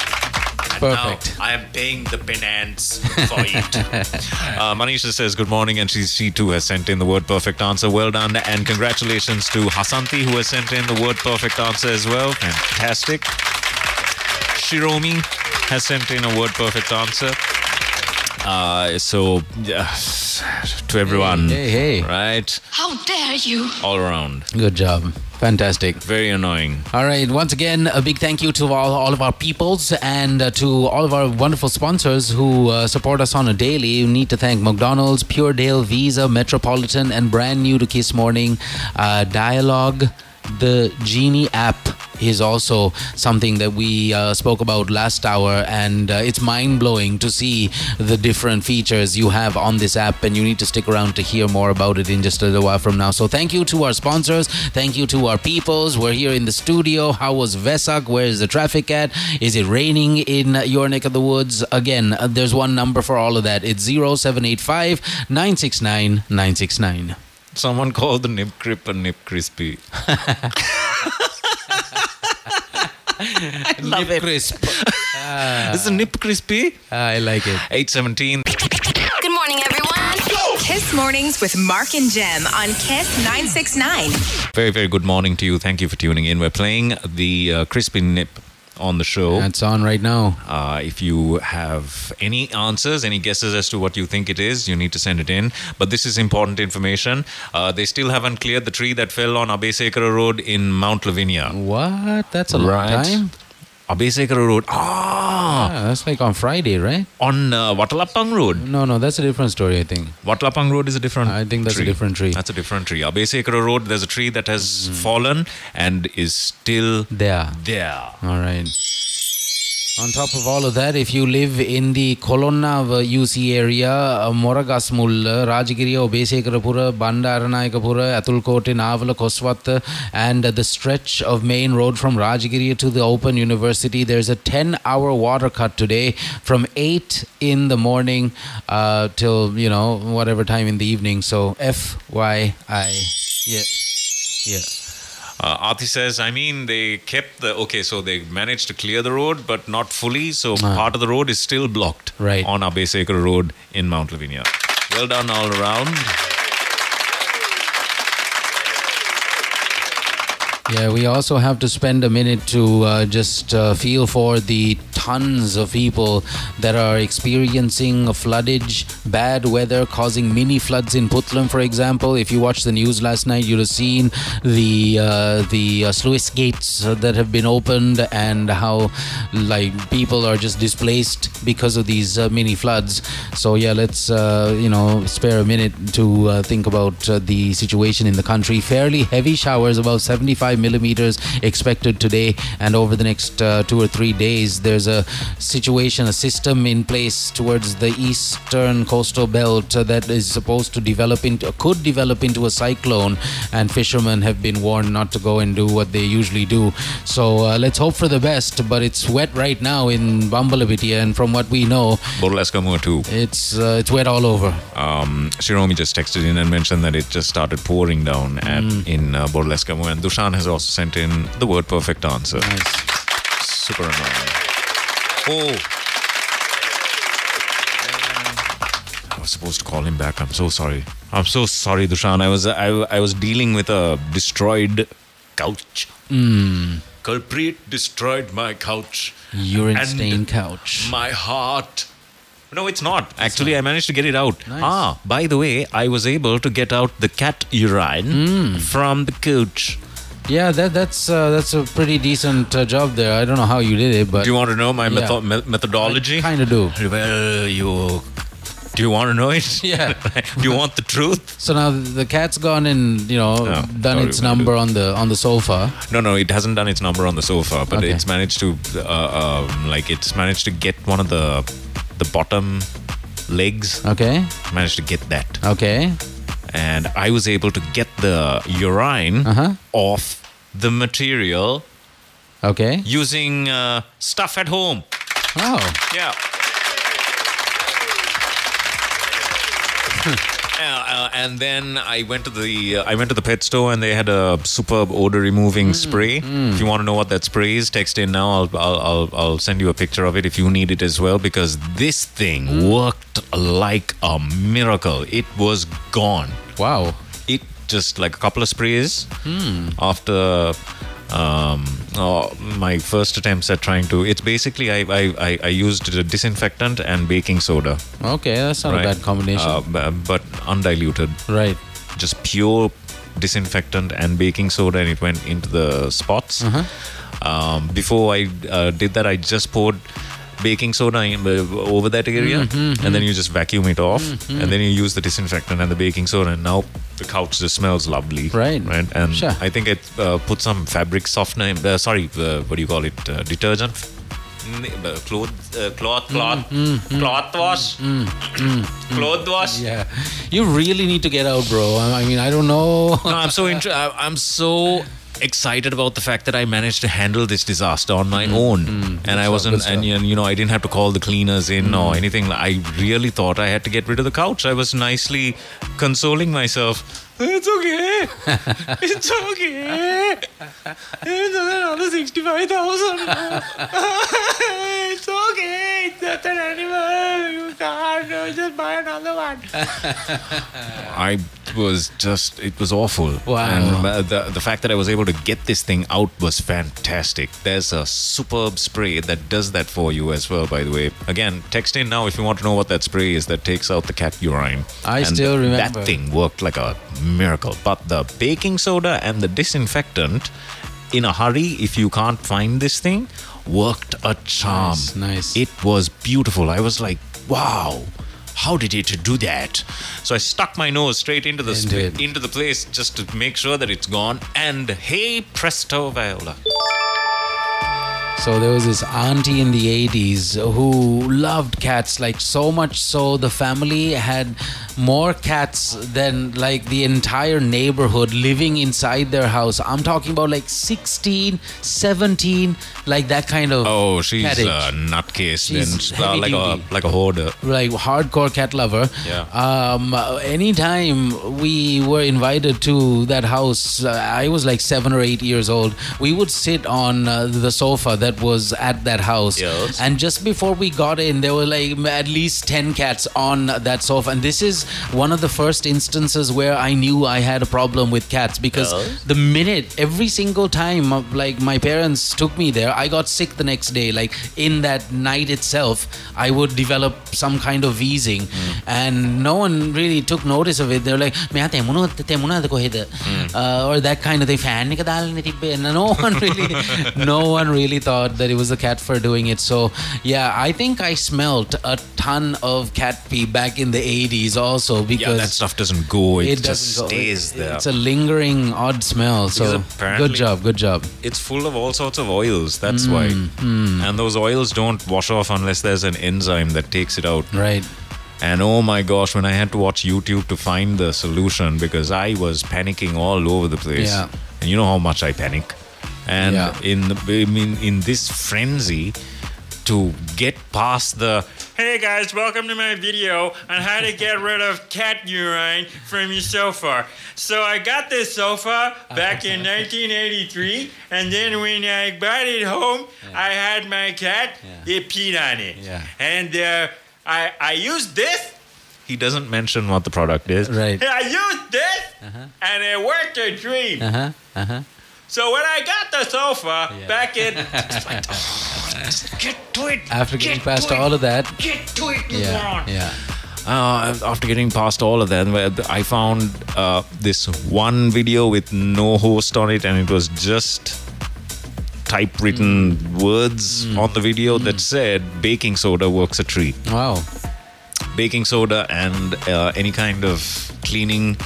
S8: And
S3: Perfect.
S8: now I am paying the penance for it.
S2: Uh, Manisha says good morning, and she, she too has sent in the word perfect answer. Well done, and congratulations to Hasanti who has sent in the word perfect answer as well. Fantastic. Shiromi has sent in a word perfect answer. Uh, so, yes, to everyone,
S3: Hey, hey, hey.
S2: right,
S5: How dare you?
S2: all around,
S3: Good job. Fantastic.
S2: very annoying.
S3: All right. Once again, a big thank you to all, all of our peoples and uh, to all of our wonderful sponsors who uh, support us on a daily. You need to thank McDonald's, Pure Dale, Visa, Metropolitan, and brand new to Kiss Morning, uh, Dialogue, the Genie app is also something that we uh, spoke about last hour, and uh, it's mind blowing to see the different features you have on this app. And you need to stick around to hear more about it in just a little while from now. So, thank you to our sponsors, thank you to our peoples. We're here in the studio. How was Vesak? Where is the traffic at? Is it raining in your neck of the woods? Again, uh, there's one number for all of that it's 0785 969 969.
S2: Someone called the nip crip a nip crispy.
S3: Love Crisp.
S2: Is it nip crispy?
S3: Ah, I like it.
S2: 817.
S5: Good morning, everyone.
S1: Kiss Mornings with Mark and Jem on Kiss 969.
S2: Very, very good morning to you. Thank you for tuning in. We're playing the uh, crispy nip on the show.
S3: That's on right now.
S2: Uh, if you have any answers, any guesses as to what you think it is, you need to send it in. But this is important information. Uh, they still haven't cleared the tree that fell on Abesekara Road in Mount Lavinia.
S3: What? That's a long time.
S2: Abesekara Road. Ah!
S3: Ah, that's like on Friday, right?
S2: On uh, Watalapang Road.
S3: No, no, that's a different story, I think.
S2: Watlapang Road is a different
S3: I think that's a
S2: tree.
S3: different tree. Mm-hmm.
S2: That's a different tree. Abesekara Road, there's a tree that has fallen and is still
S3: There.
S2: there.
S3: All right. On top of all of that, if you live in the Kolonna UC area, uh, Moragasmulla, Rajgiri, Obesekarapura, Bandaranaikapura, Atulkote, Navala, Koswat, and uh, the stretch of main road from Rajgiri to the Open University, there's a 10 hour water cut today from 8 in the morning uh, till, you know, whatever time in the evening. So FYI. Yeah. Yeah.
S2: Uh, Arthi says, I mean, they kept the okay, so they managed to clear the road, but not fully. So part of the road is still blocked
S3: Ah. right.
S2: on Abesekar Road in Mount Lavinia. Well done all around.
S3: Yeah, we also have to spend a minute to uh, just uh, feel for the tons of people that are experiencing floodage, bad weather causing mini floods in Putlam, for example. If you watched the news last night, you'd have seen the uh, the uh, sluice gates that have been opened and how like people are just displaced because of these uh, mini floods. So yeah, let's uh, you know spare a minute to uh, think about uh, the situation in the country. Fairly heavy showers, about 75 millimeters expected today, and over the next uh, two or three days, there's a situation, a system in place towards the eastern coastal belt uh, that is supposed to develop into, could develop into a cyclone, and fishermen have been warned not to go and do what they usually do. So uh, let's hope for the best, but it's wet right now in Bambalabitiya, and from what we know,
S2: Borlaskamu too.
S3: It's uh, it's wet all over.
S2: Um, Shiromi just texted in and mentioned that it just started pouring down at,
S3: Mm.
S2: in uh, Borleskamu, and Dushan has also sent in the word perfect answer. Super annoying. Oh. I was supposed to call him back. I'm so sorry. I'm so sorry, Dushan. I was I, I was dealing with a destroyed couch. Hmm.
S3: Mm,
S2: Culprit destroyed my couch.
S3: urine
S2: And
S3: stained couch.
S2: My heart. No, it's not. Actually, I managed to get it out. Ah, by the way, I was able to get out the cat urine from the couch.
S3: Yeah, that that's uh, that's a pretty decent uh, job there. I don't know how you did it, but
S2: do you want to know my
S3: Yeah.
S2: metho- me- methodology?
S3: kind of do.
S2: Well, you. Do you want to know it?
S3: Yeah.
S2: do you want the truth?
S3: So now the cat's gone and you know done
S2: Oh, sorry,
S3: its
S2: we
S3: number on the on the sofa.
S2: No, no, it hasn't done its number on the sofa, but
S3: Okay.
S2: it's managed to, uh, um, like, it's managed to get one of the, the bottom legs.
S3: Okay,
S2: Managed to get that.
S3: okay.
S2: and I was able to get the urine
S3: Uh-huh.
S2: off the material
S3: Okay.
S2: using uh, stuff at home.
S3: Oh.
S2: Yeah. Uh, uh, and then I went to the uh, I went to the pet store and they had a superb odor removing spray. If you want to know what that spray is, text in now. I'll I'll, I'll I'll send you a picture of it if you need it as well because this thing worked like a miracle. It was gone.
S3: Wow.
S2: It just like a couple of sprays
S3: Hmm.
S2: after um, oh, my first attempts at trying to. It's basically I I, I, I used a disinfectant and baking soda.
S3: Okay, that's not
S2: right?
S3: a bad combination.
S2: Uh, bu- but undiluted.
S3: Right.
S2: Just pure disinfectant and baking soda, and it went into the spots.
S3: Uh-huh.
S2: Um, before I uh, did that, I just poured baking soda in, uh, over that area,
S3: Mm-hmm,
S2: and then you just vacuum it off, and then you use the disinfectant and the baking soda, and now the couch just smells lovely.
S3: Right.
S2: Right. And
S3: Sure.
S2: I think it uh, put some fabric softener. In, uh, sorry, uh, what do you call it? Uh, detergent. Mm, uh, Cloth, uh, cloth, cloth,
S3: Mm-hmm,
S2: cloth wash, cloth wash.
S3: Yeah. You really need to get out, bro. I I mean, I don't know.
S2: No, I'm so inter- I- I'm so excited about the fact that I managed to handle this disaster on my own, and I wasn't, and, and you know, I didn't have to call the cleaners in or anything. I really thought I had to get rid of the couch. I was nicely consoling myself. It's okay. it's okay. It's another sixty-five thousand. it's okay. It's just an animal. You can't uh, just buy another one. I was just, it was awful.
S3: Wow.
S2: And uh, the, the fact that I was able to get this thing out was fantastic. There's a superb spray that does that for you as well, by the way. Again, text in now if you want to know what that spray is that takes out the cat urine.
S3: I
S2: And
S3: still remember.
S2: That thing worked like a miracle. But the baking soda and the disinfectant, in a hurry, if you can't find this thing, worked a charm.
S3: Nice, nice.
S2: It was beautiful. I was like, wow. How did it do that? So I stuck my nose straight into the
S3: Into
S2: sp-
S3: it.
S2: into the place just to make sure that it's gone. And hey, presto viola!
S3: So there was this auntie in the 80s who loved cats like so much so the family had more cats than like the entire neighborhood living inside their house. I'm talking about like 16, 17, like that kind of
S2: Oh, she's
S3: cattage.
S2: a nutcase. then
S3: She's
S2: She's, uh,
S3: heavy
S2: like
S3: duty.
S2: a like a hoarder.
S3: like hardcore cat lover.
S2: Yeah.
S3: Um, anytime we were invited to that house, uh, I was like seven or eight years old. We would sit on uh, the sofa that was at that house,
S2: Yes.
S3: and just before we got in, there were like at least ten cats on that sofa. And this is one of the first instances where I knew I had a problem with cats because
S2: Yes.
S3: the minute every single time uh, like my parents took me there i got sick the next day like in that night itself i would develop some kind of wheezing
S2: Mm.
S3: and no one really took notice of it they were like "මෙයා තෙමුණු- තෙමුණාද කොහෙද?"
S2: Mm.
S3: uh, or that kind of thing "fan එක දාලානේ තිබ්බේ." And no one really no one really thought that it was the cat fur doing it so yeah i think i smelt a ton of cat pee back in the 80s also because
S2: Yeah, that stuff doesn't go. It, just
S3: doesn't go-
S2: stays
S3: it-
S2: there.
S3: It's a lingering odd smell. So
S2: Because apparently-
S3: good job, good job.
S2: It's full of all sorts of oils. That's
S3: Mm,
S2: why.
S3: mm.
S2: And those oils don't wash off unless there's an enzyme that takes it out.
S3: Right.
S2: And oh my gosh, when I had to watch YouTube to find the solution because I was panicking all over the place.
S3: Yeah.
S2: And you know how much I panic. And
S3: Yeah.
S2: in the, I mean, in this frenzy to get past the
S8: Hey guys, welcome to my video on how to get rid of cat urine from your sofa. So I got this sofa back in 1983, and then when I brought it home, I had my cat, it peed on it.
S2: Yeah.
S8: And uh, I, I used this,
S2: he doesn't mention what the product is. Right.
S8: I used this,
S3: Uh-huh.
S8: and it worked a dream.
S2: Uh-huh. Uh-huh.
S8: So when I got the sofa back in, get to it.
S3: After
S8: get
S3: getting
S8: to
S3: past
S8: it,
S3: all of that.
S8: get to it, you
S3: Yeah.
S8: moron.
S3: Yeah.
S2: Uh, after getting past all of that, well, I found uh, this one video with no host on it, and it was just typewritten
S3: Mm.
S2: words on the video that said baking soda works a treat.
S3: Wow.
S2: Baking soda and uh, any kind of cleaning.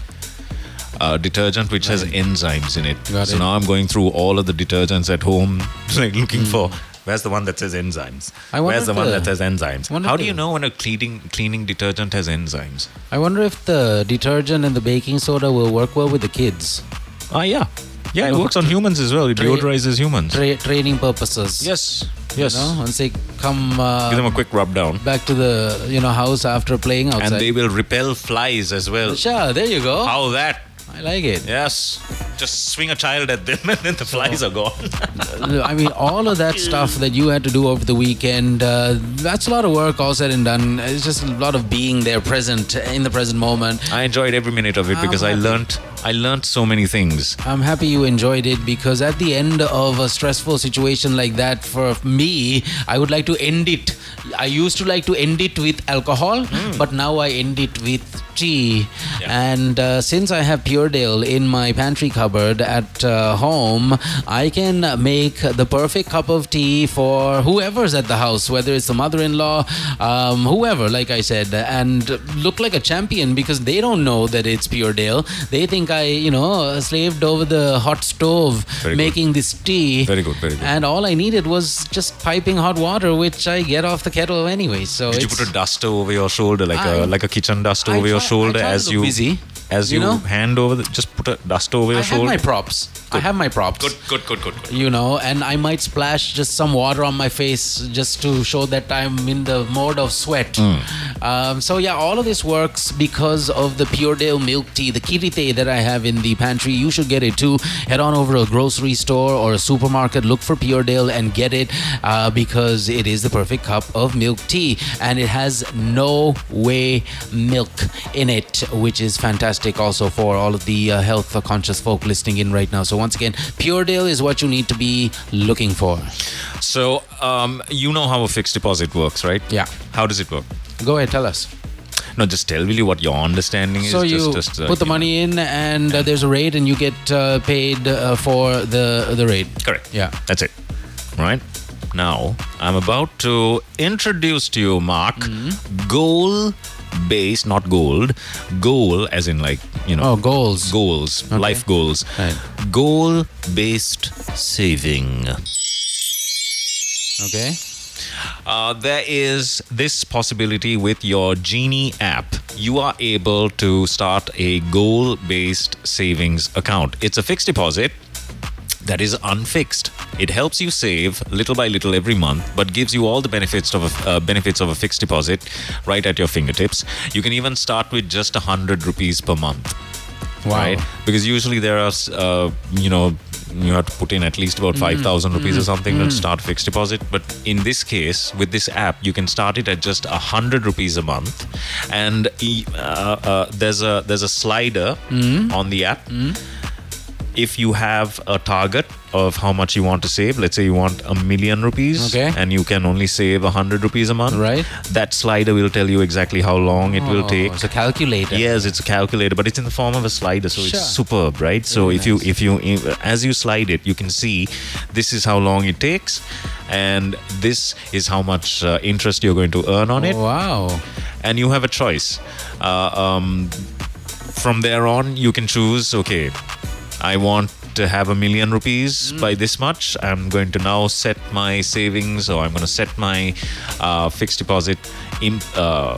S2: Uh, detergent which has enzymes in it.
S3: Got
S2: so
S3: it.
S2: now I'm going through all of the detergents at home, like looking for where's the one that says enzymes.
S3: Mm. I wonder
S2: where's the
S3: if
S2: one
S3: the-
S2: that says enzymes?
S3: wonder
S2: How
S3: if
S2: do
S3: the-
S2: you know when a cleaning cleaning detergent has enzymes?
S3: I wonder if the detergent and the baking soda will work well with the kids.
S2: Ah, yeah. Yeah, it works on humans as well. It
S3: Tra-
S2: deodorizes humans.
S3: Tra- training purposes.
S2: Yes. um,
S3: Yes. You know, once they come uh,
S2: Give them a quick rub down.
S3: back to the you know house after playing outside.
S2: And they will repel flies as well.
S3: Sure, there you go.
S2: How that?
S3: I like it.
S2: Yes. Just swing a child at them and then the flies are gone.
S3: I mean, all of that stuff that you had to do over the weekend, uh, that's a lot of work, all said and done. It's just a lot of being there present in the present moment.
S2: I enjoyed every minute of it
S3: I'm
S2: because I
S3: happy.
S2: learnt I learnt so many things.
S3: I'm happy you enjoyed it because at the end of a stressful situation like that, for me, I would like to end it. I used to like to end it with alcohol, but now I end it with tea. And uh, since I have Puredale in my pantry cupboard at uh, home, I can make the perfect cup of tea for whoever's at the house, whether it's the mother in law, um, whoever, like I said, and look like a champion because they don't know that it's Puredale. They think I, you know, slaved over the hot stove
S2: Very good.
S3: making this tea.
S2: Very good, very good.
S3: And all I needed was just piping hot water, which I get off the kettle anyway. So
S2: Did you
S3: it's,
S2: put a duster over your shoulder, like a
S3: I-
S2: like a kitchen duster
S3: I
S2: over your
S3: try- I
S2: shoulder
S3: try to
S2: as
S3: look
S2: you
S3: busy,
S2: as
S3: you
S2: you,
S3: know?
S2: hand over? The, just put a duster over your
S3: I have
S2: shoulder.
S3: my props. I have my props.
S2: Good, good, good, good, good.
S3: you know, and I might splash just some water on my face just to show that I'm in the mode of sweat.
S2: Hmm.
S3: Um, so yeah, all of this works because of the Puredale milk tea, the Kirite that I have in the pantry. You should get it too. Head on over to a grocery store or a supermarket, look for Puredale and get it uh, because it is the perfect cup of milk tea and it has no whey milk in it, which is fantastic also for all of the uh, health conscious folk listening in right now. So once again, Puredale is what you need to be looking for.
S2: So um, you know how a fixed deposit works, right?
S3: Yeah.
S2: How does it work?
S3: Go ahead, tell us.
S2: No, just tell me what your understanding is.
S3: So
S2: just,
S3: you
S2: just, uh,
S3: put the money in, and uh, there's a rate, and you get uh, paid uh, for the the rate.
S2: Correct.
S3: Yeah.
S2: That's it. Right? Now, I'm about to introduce to you, Mark,
S3: Mm-hmm.
S2: goal based, not gold, goal as in like, you know.
S3: Oh, goals.
S2: Goals, life goals. Goal based saving.
S3: Okay.
S2: Uh, there is this possibility with your Genie app. You are able to start a goal based savings account. It's a fixed deposit that is unfixed. It helps you save little by little every month, but gives you all the benefits of a, uh, benefits of a fixed deposit right at your fingertips. You can even start with just 100 rupees per month.
S3: Wow.
S2: Right? Because usually there are, uh, you know, you have to put in at least about
S3: Mm,
S2: 5,000 rupees or
S3: mm,
S2: something to
S3: mm.
S2: start fixed deposit. But in this case, with this app, you can start it at just 100 rupees a month. And e- uh, uh, there's, a, there's a slider
S3: Mm-hmm.
S4: Mm.
S2: on the app if you have a target of how much you want to save, let's say you want a million rupees,
S3: Okay.
S2: and you can only save a hundred rupees a month, right? That slider will tell you exactly how long it will
S3: Oh,
S2: take.
S3: it's a calculator.
S2: Yes, it's a calculator, but it's in the form of a slider, so
S3: Sure.
S2: it's superb, right? So if you if you as you slide it, you can see this is how long it takes, and this is how much uh, interest you're going to earn on
S3: Oh.
S2: it.
S3: Wow!
S2: And you have a choice. Uh, um, from there on, you can choose. Okay, I want to have a million rupees by this much. I'm going to now set my savings, or I'm going to set my uh, fixed deposit in. Uh,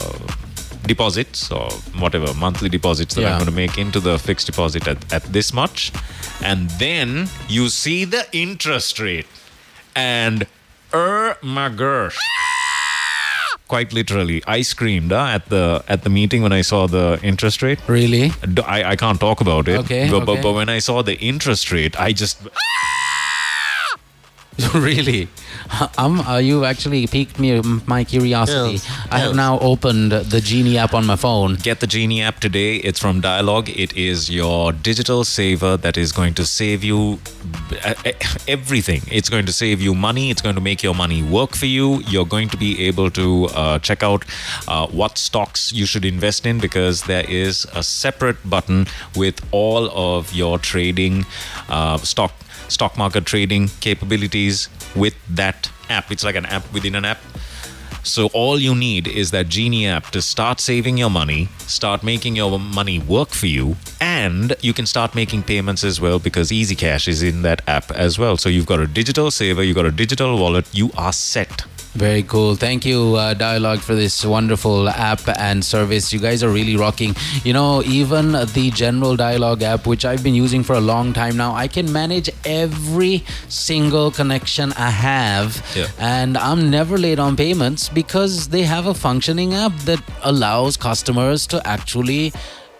S2: deposits or whatever monthly deposits that
S3: Yeah.
S2: i'm going to make into the fixed deposit at, at this much and then you see the interest rate and er my gosh quite literally i screamed uh, at the at the meeting when i saw the interest rate
S3: really
S2: i, I can't talk about it
S3: Okay,
S2: but, but-
S3: okay.
S2: but when i saw the interest rate i just
S3: really? Um, uh, you actually piqued me my curiosity.
S2: Yes,
S3: I have
S2: yes.
S3: now opened the Genie app on my phone.
S2: Get the Genie app today. It's from Dialogue. It is your digital saver that is going to save you uh, uh, everything. It's going to save you money. It's going to make your money work for you. You're going to be able to uh, check out uh, what stocks you should invest in because there is a separate button with all of your trading uh, stock stock market trading capabilities with that app. It's like an app within an app. So all you need is that Genie app to start saving your money, start making your money work for you, and you can start making payments as well because Easy Cash is in that app as well. So you've got a digital saver, you've got a digital wallet, you are set.
S3: Very cool. Thank you, uh, Dialogue, for this wonderful app and service. You guys are really rocking. You know, even the General Dialogue app, which I've been using for a long time now, I can manage every single connection I have.
S4: Yeah.
S3: And I'm never late on payments because they have a functioning app that allows customers to actually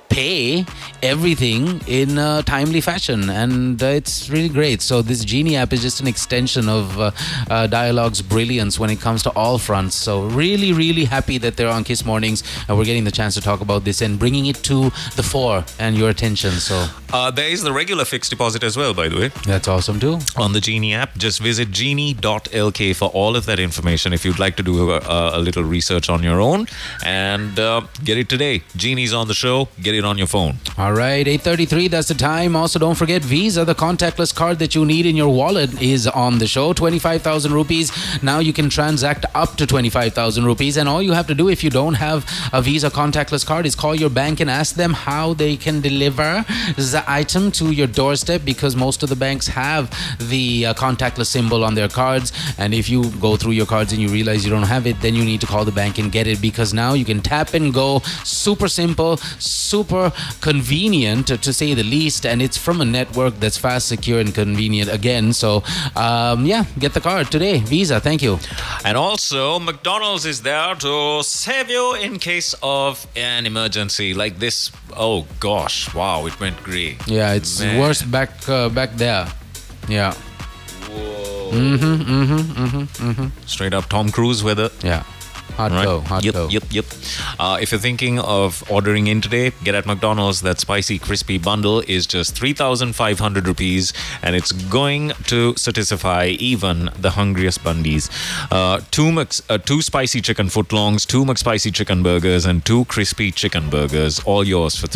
S3: pay everything in a timely fashion and uh, it's really great so this genie app is just an extension of uh, uh, dialogue's brilliance when it comes to all fronts so really really happy that they're on kiss mornings and we're getting the chance to talk about this and bringing it to the fore and your attention so
S2: Uh, there is the regular fixed deposit as well, by the way.
S3: that's awesome too
S2: On the Genie app, just visit genie.lk for all of that information if you'd like to do a, a, a little research on your own and uh, get it today. Genie's on the show, get it on your phone.
S3: All right, 8:33 that's the time. Also don't forget Visa, the contactless card that you need in your wallet is on the show. 25,000 rupees. Now you can transact up to 25,000 rupees and all you have to do if you don't have a Visa contactless card is call your bank and ask them how they can deliver the item to your doorstep because most of the banks have the uh, contactless symbol on their cards and if you go through your cards and you realize you don't have it, then you need to call the bank and get it because now you can tap and go. Super simple, super convenient to- to say the least, and it's from a network that's fast, secure, and convenient again. So, um, yeah, get the card today. Visa, thank you.
S2: And also, McDonald's is there to save you in case of an emergency like this. Oh gosh, wow, it went grey.
S3: Yeah, it's
S2: Man.
S3: worse back uh, back there. Yeah. Mm-hmm. Mm-hmm. Mm-hmm. Mm-hmm.
S2: Straight up Tom Cruise weather.
S3: Yeah. Hard go, hard
S2: yep,
S3: go.
S2: Yep, yep. Uh, if you're thinking of ordering in today, get at McDonald's. That spicy crispy bundle is just 3,500 rupees and it's going to satisfy even the hungriest bundies. Uh, two, mix, uh, two spicy chicken footlongs, two McSpicy chicken burgers, and two crispy chicken burgers, all yours for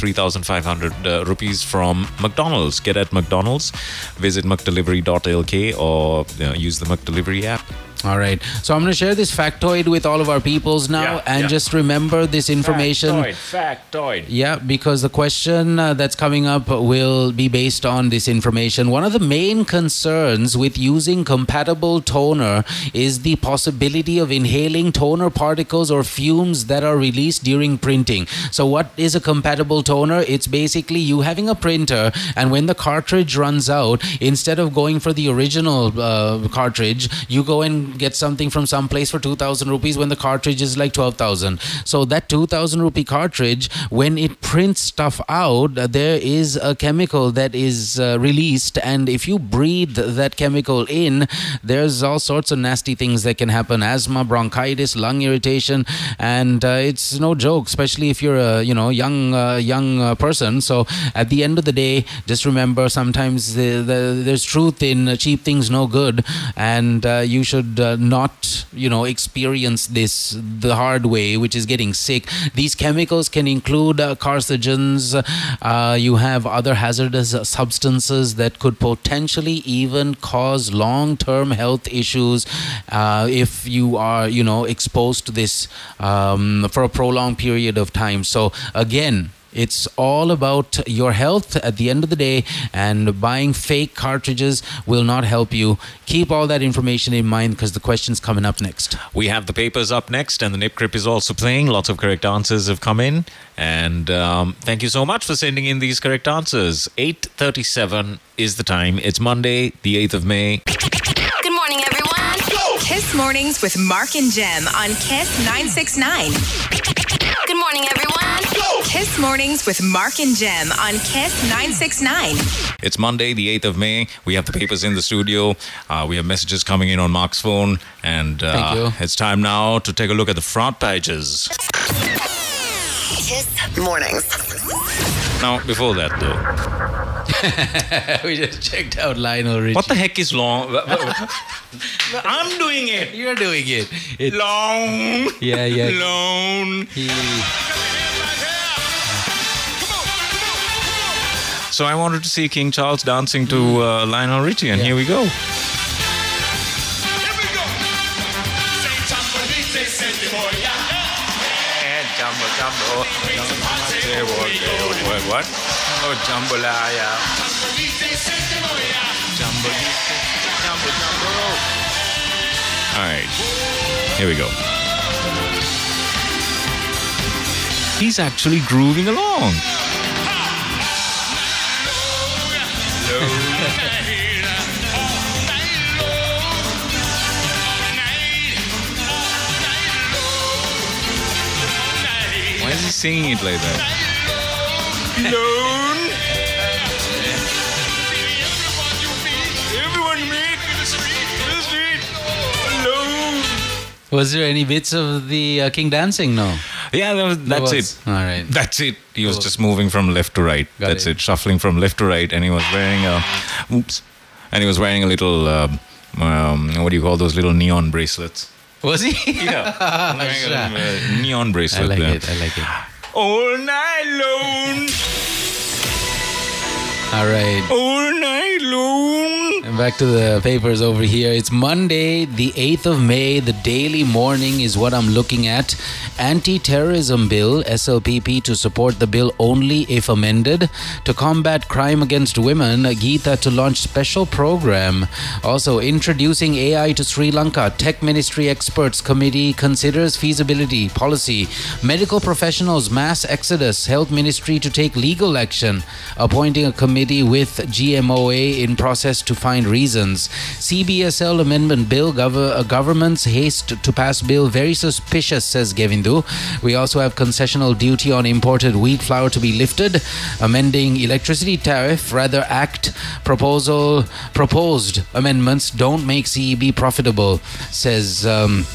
S2: 3,500 uh, rupees from McDonald's. Get at McDonald's, visit mcdelivery.lk or uh, use the McDelivery app.
S3: All right. So I'm going to share this factoid with all of our people. peoples now,
S13: Yeah,
S3: and
S13: yeah.
S3: just remember this information.
S13: Factoid, factoid.
S3: Yeah, because the question uh, that's coming up will be based on this information. One of the main concerns with using compatible toner is the possibility of inhaling toner particles or fumes that are released during printing. So, what is a compatible toner? It's basically you having a printer, and when the cartridge runs out, instead of going for the original uh, cartridge, you go and get something from some place for 2,000 rupees when the cartridge is like 12,000. So, that 2,000 rupee cartridge, when it prints stuff out, uh, there is a chemical that is uh, released, and if you breathe that chemical in, there's all sorts of nasty things that can happen: asthma, bronchitis, lung irritation, and uh, it's no joke, especially if you're a you know young uh, young uh, person. So at the end of the day, just remember sometimes the, the, there's truth in uh, cheap things, no good, and uh, you should uh, not you know experience this the hard way, which is getting sick. These chemicals can include uh, carcinogens. Uh, you have other hazardous uh, substances that could potentially even cause long-term health issues uh, if you are, you know, exposed to this um, for a prolonged period of time. So again. It's all about your health at the end of the day, and buying fake cartridges will not help you. Keep all that information in mind because the question's coming up next.
S2: We have the papers up next, and the Nip Crip is also playing. Lots of correct answers have come in, and um, thank you so much for sending in these correct answers. Eight thirty-seven is the time. It's Monday, the eighth of May.
S1: Good morning, everyone. Kiss Mornings with Mark and Jem on Kiss 969. Good morning, everyone. Kiss Mornings with Mark and Jem on Kiss 969.
S2: It's Monday, the eighth of May. We have the papers in the studio. Uh, we have messages coming in on Mark's phone, and uh,
S3: Thank you.
S2: it's time now to take a look at the front pages.
S14: Kiss Mornings.
S2: Now, before that, though,
S3: we just checked out Lionel Richie.
S2: what the heck is long?
S8: I'm doing it.
S3: You're doing it. It's
S8: long.
S3: Yeah, yeah.
S8: Long.
S2: So I wanted to see King Charles dancing to uh, Lionel Richie, and here we go.
S8: Jumbo, jumbo, jumbo, what? What? Oh, jambalaya. Jumbo, jumbo, jumbo.
S2: All right, here we go. He's actually grooving along. Why is he singing it like that?
S8: Lone. Everyone make the street, the street. Alone.
S3: Was there any bits of the uh, King dancing? No.
S2: Yeah, that was, that's
S3: was-
S2: it.
S3: All right.
S2: That's it. He was just moving from left to right. that's it. shuffling from left to right, and he was wearing a, oops, and he was wearing a little, um, um, what do you call those little neon bracelets?
S3: Was he?
S2: Yeah. Uh, neon bracelet.
S8: like
S2: yeah.
S8: it,
S3: I like it.
S8: All night long.
S3: All right.
S8: All night long.
S3: And back to the papers over here. It's Monday, the 8th of May. The daily morning is what I'm looking at. Anti terrorism bill, SLPP, to support the bill only if amended. To combat crime against women, Geeta to launch special program. Also, introducing AI to Sri Lanka. Tech Ministry Experts Committee considers feasibility policy. Medical professionals mass exodus. Health Ministry to take legal action. Appointing a committee with GMOA in process to find reasons. CBSL amendment bill. Gov- uh, government's haste to pass bill very suspicious, says Govindu. We also have concessional duty on imported wheat flour to be lifted. Amending electricity tariff. Rather act proposal proposed amendments don't make CEB profitable, says. Um,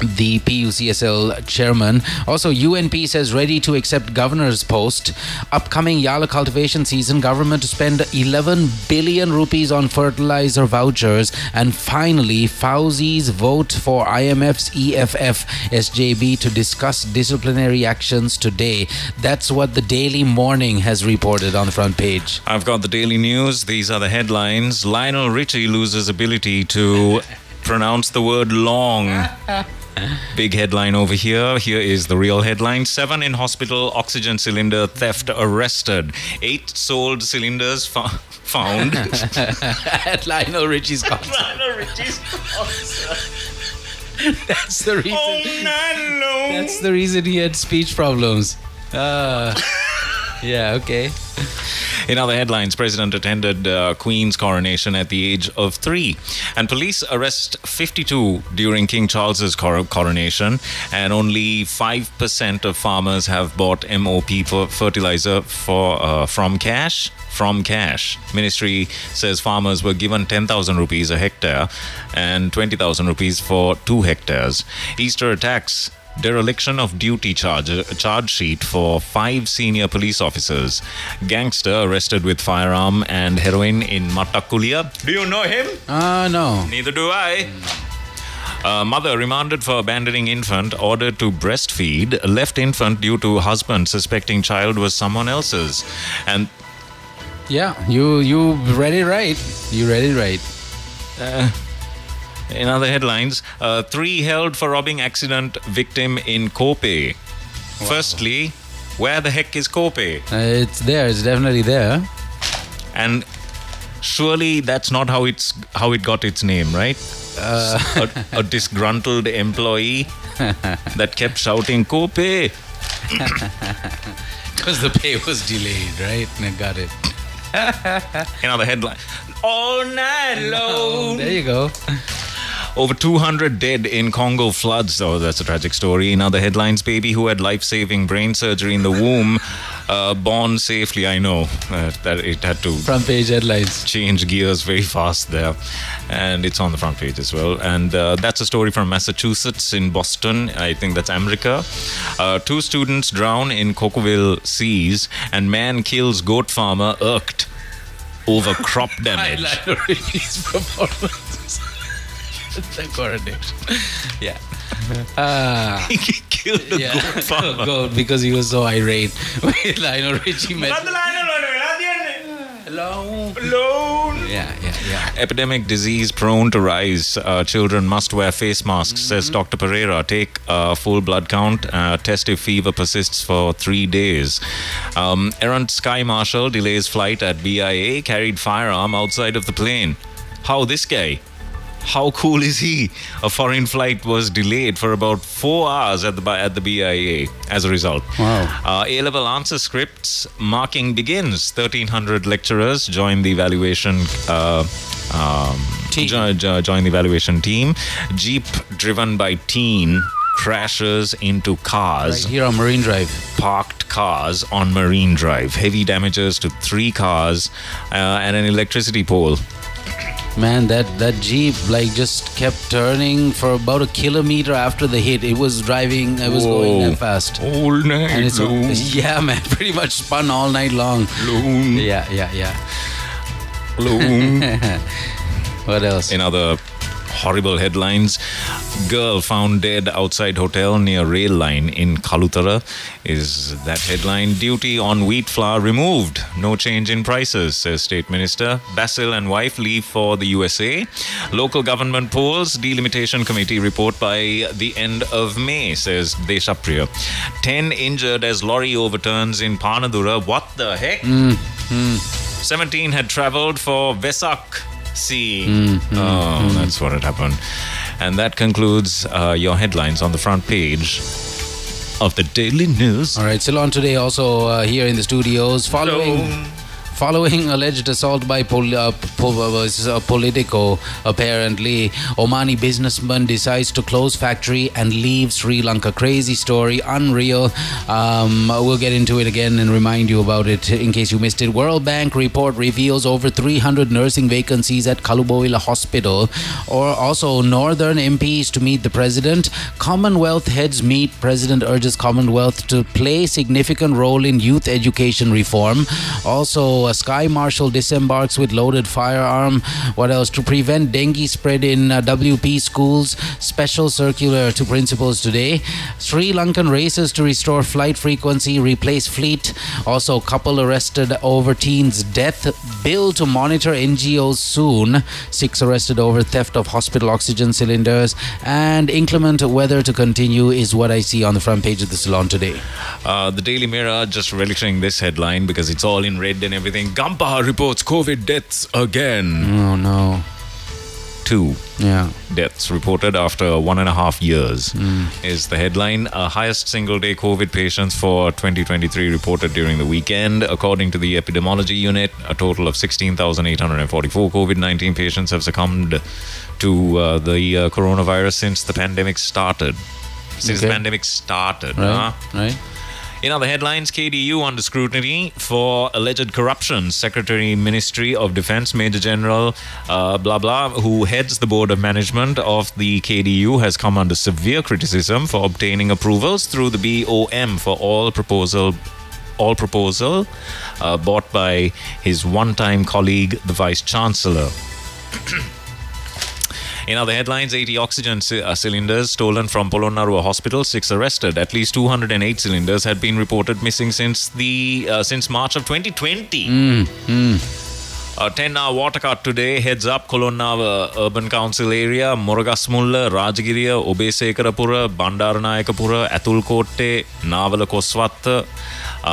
S3: the PUCSL chairman. Also, UNP says ready to accept governor's post. Upcoming Yala cultivation season, government to spend 11 billion rupees on fertilizer vouchers. And finally, Fauzi's vote for IMF's EFF SJB to discuss disciplinary actions today. That's what the Daily Morning has reported on the front page.
S2: I've got the daily news. These are the headlines. Lionel Richie loses ability to pronounce the word long. Big headline over here. Here is the real headline Seven in hospital, oxygen cylinder theft arrested. Eight sold cylinders fo- found.
S3: At Lionel Richie's concert.
S8: Lionel Richie's concert. Oh,
S3: That's the reason.
S8: All night long.
S3: That's the reason he had speech problems. Uh, yeah, okay.
S2: In other headlines, President attended uh, Queen's coronation at the age of three, and police arrest 52 during King Charles's cor- coronation, and only five percent of farmers have bought MOP for fertilizer for uh, from cash. From cash, ministry says farmers were given 10,000 rupees a hectare and 20,000 rupees for two hectares. Easter attacks dereliction of duty charge, charge sheet for five senior police officers. Gangster arrested with firearm and heroin in Matakulia.
S8: Do you know him?
S3: Uh, no.
S8: Neither do I.
S2: Uh, mother remanded for abandoning infant, ordered to breastfeed, left infant due to husband suspecting child was someone else's. And
S3: yeah, you you read it right. You read it right.
S2: Uh, in other headlines, uh, three held for robbing accident victim in Kope. Wow. Firstly, where the heck is Kope?
S3: Uh, it's there. It's definitely there.
S2: And surely that's not how it's how it got its name, right? Uh. A, a disgruntled employee that kept shouting "Kope"
S3: because the pay was delayed, right? I got it.
S2: Another headline.
S8: All night long.
S3: Oh, there you go.
S2: Over 200 dead in Congo floods. Oh, that's a tragic story. In other headlines, baby who had life saving brain surgery in the womb, uh, born safely. I know uh, that it had to.
S3: Front page headlines.
S2: Change gears very fast there. And it's on the front page as well. And uh, that's a story from Massachusetts in Boston. I think that's America. Uh, two students drown in Cocoville Seas, and man kills goat farmer irked over crop damage.
S3: the coronation. Yeah.
S2: Uh, he killed the
S3: yeah.
S2: goat farmer.
S3: goat because he was so irate with Lionel Richie. Met.
S8: Alone. Alone.
S3: Yeah, yeah, yeah.
S2: Epidemic disease prone to rise. Uh, children must wear face masks, mm-hmm. says Dr. Pereira. Take uh, full blood count. Uh, test if fever persists for three days. Um, errant sky marshal delays flight at BIA. Carried firearm outside of the plane. How this guy? how cool is he? A foreign flight was delayed for about four hours at the at the BIA as a result.
S3: Wow.
S2: Uh, A-level answer scripts marking begins. Thirteen hundred lecturers join the evaluation. Uh, um, jo- jo- join the evaluation team. Jeep driven by teen crashes into cars.
S3: Right here on Marine Drive.
S2: Parked cars on Marine Drive. Heavy damages to three cars uh, and an electricity pole
S3: man that that jeep like just kept turning for about a kilometer after the hit it was driving it was
S2: Whoa.
S3: going that fast
S2: all night
S3: and it's
S2: long.
S3: yeah man pretty much spun all night long
S2: Long.
S3: yeah yeah yeah
S2: long.
S3: what else
S2: in other horrible headlines girl found dead outside hotel near rail line in kalutara is that headline duty on wheat flour removed no change in prices says state minister basil and wife leave for the usa local government polls delimitation committee report by the end of may says deshapriya 10 injured as lorry overturns in panadura what the heck 17 had traveled for vesak See, oh, that's what had happened. And that concludes uh, your headlines on the front page of the Daily News.
S3: all right still on today also uh, here in the studios following Following alleged assault by pol- uh, pol- uh, was, uh, Politico, apparently, Omani businessman decides to close factory and leave Sri Lanka. Crazy story, unreal. Um, we'll get into it again and remind you about it in case you missed it. World Bank report reveals over 300 nursing vacancies at Kaluboila Hospital. Or also, Northern MPs to meet the president. Commonwealth heads meet. President urges Commonwealth to play significant role in youth education reform. Also, a sky marshal disembarks with loaded firearm. What else? To prevent dengue spread in uh, WP schools, special circular to principals today. Sri Lankan races to restore flight frequency, replace fleet. Also, couple arrested over teen's death. Bill to monitor NGOs soon. Six arrested over theft of hospital oxygen cylinders. And inclement weather to continue is what I see on the front page of the salon today.
S2: Uh, the Daily Mirror just relishing this headline because it's all in red and everything. Gampa reports COVID deaths again.
S3: Oh no.
S2: Two
S3: Yeah.
S2: deaths reported after one and a half years
S3: Hmm.
S2: is the headline. Uh, highest single day COVID patients for 2023 reported during the weekend. According to the epidemiology unit, a total of 16,844 COVID 19 patients have succumbed to uh, the uh, coronavirus since the pandemic started. Since the
S3: Okay.
S2: pandemic started. huh?
S3: Right. Right.
S2: In other headlines, KDU under scrutiny for alleged corruption. Secretary Ministry of Defense Major General uh, blah blah, who heads the board of management of the KDU, has come under severe criticism for obtaining approvals through the BOM for all proposal. All proposal uh, bought by his one-time colleague, the vice chancellor. In other headlines, 80 oxygen c- uh, cylinders stolen from Polonnaruwa Hospital, six arrested. At least 208 cylinders had been reported missing since the uh, since March of 2020. A 10 Uh, hour water cut today heads up Kolonna uh, Urban Council area, Murugasmulla, Rajgiriya, Obesekarapura, Bandaranaikapura, Atulkotte, Navala Koswatta,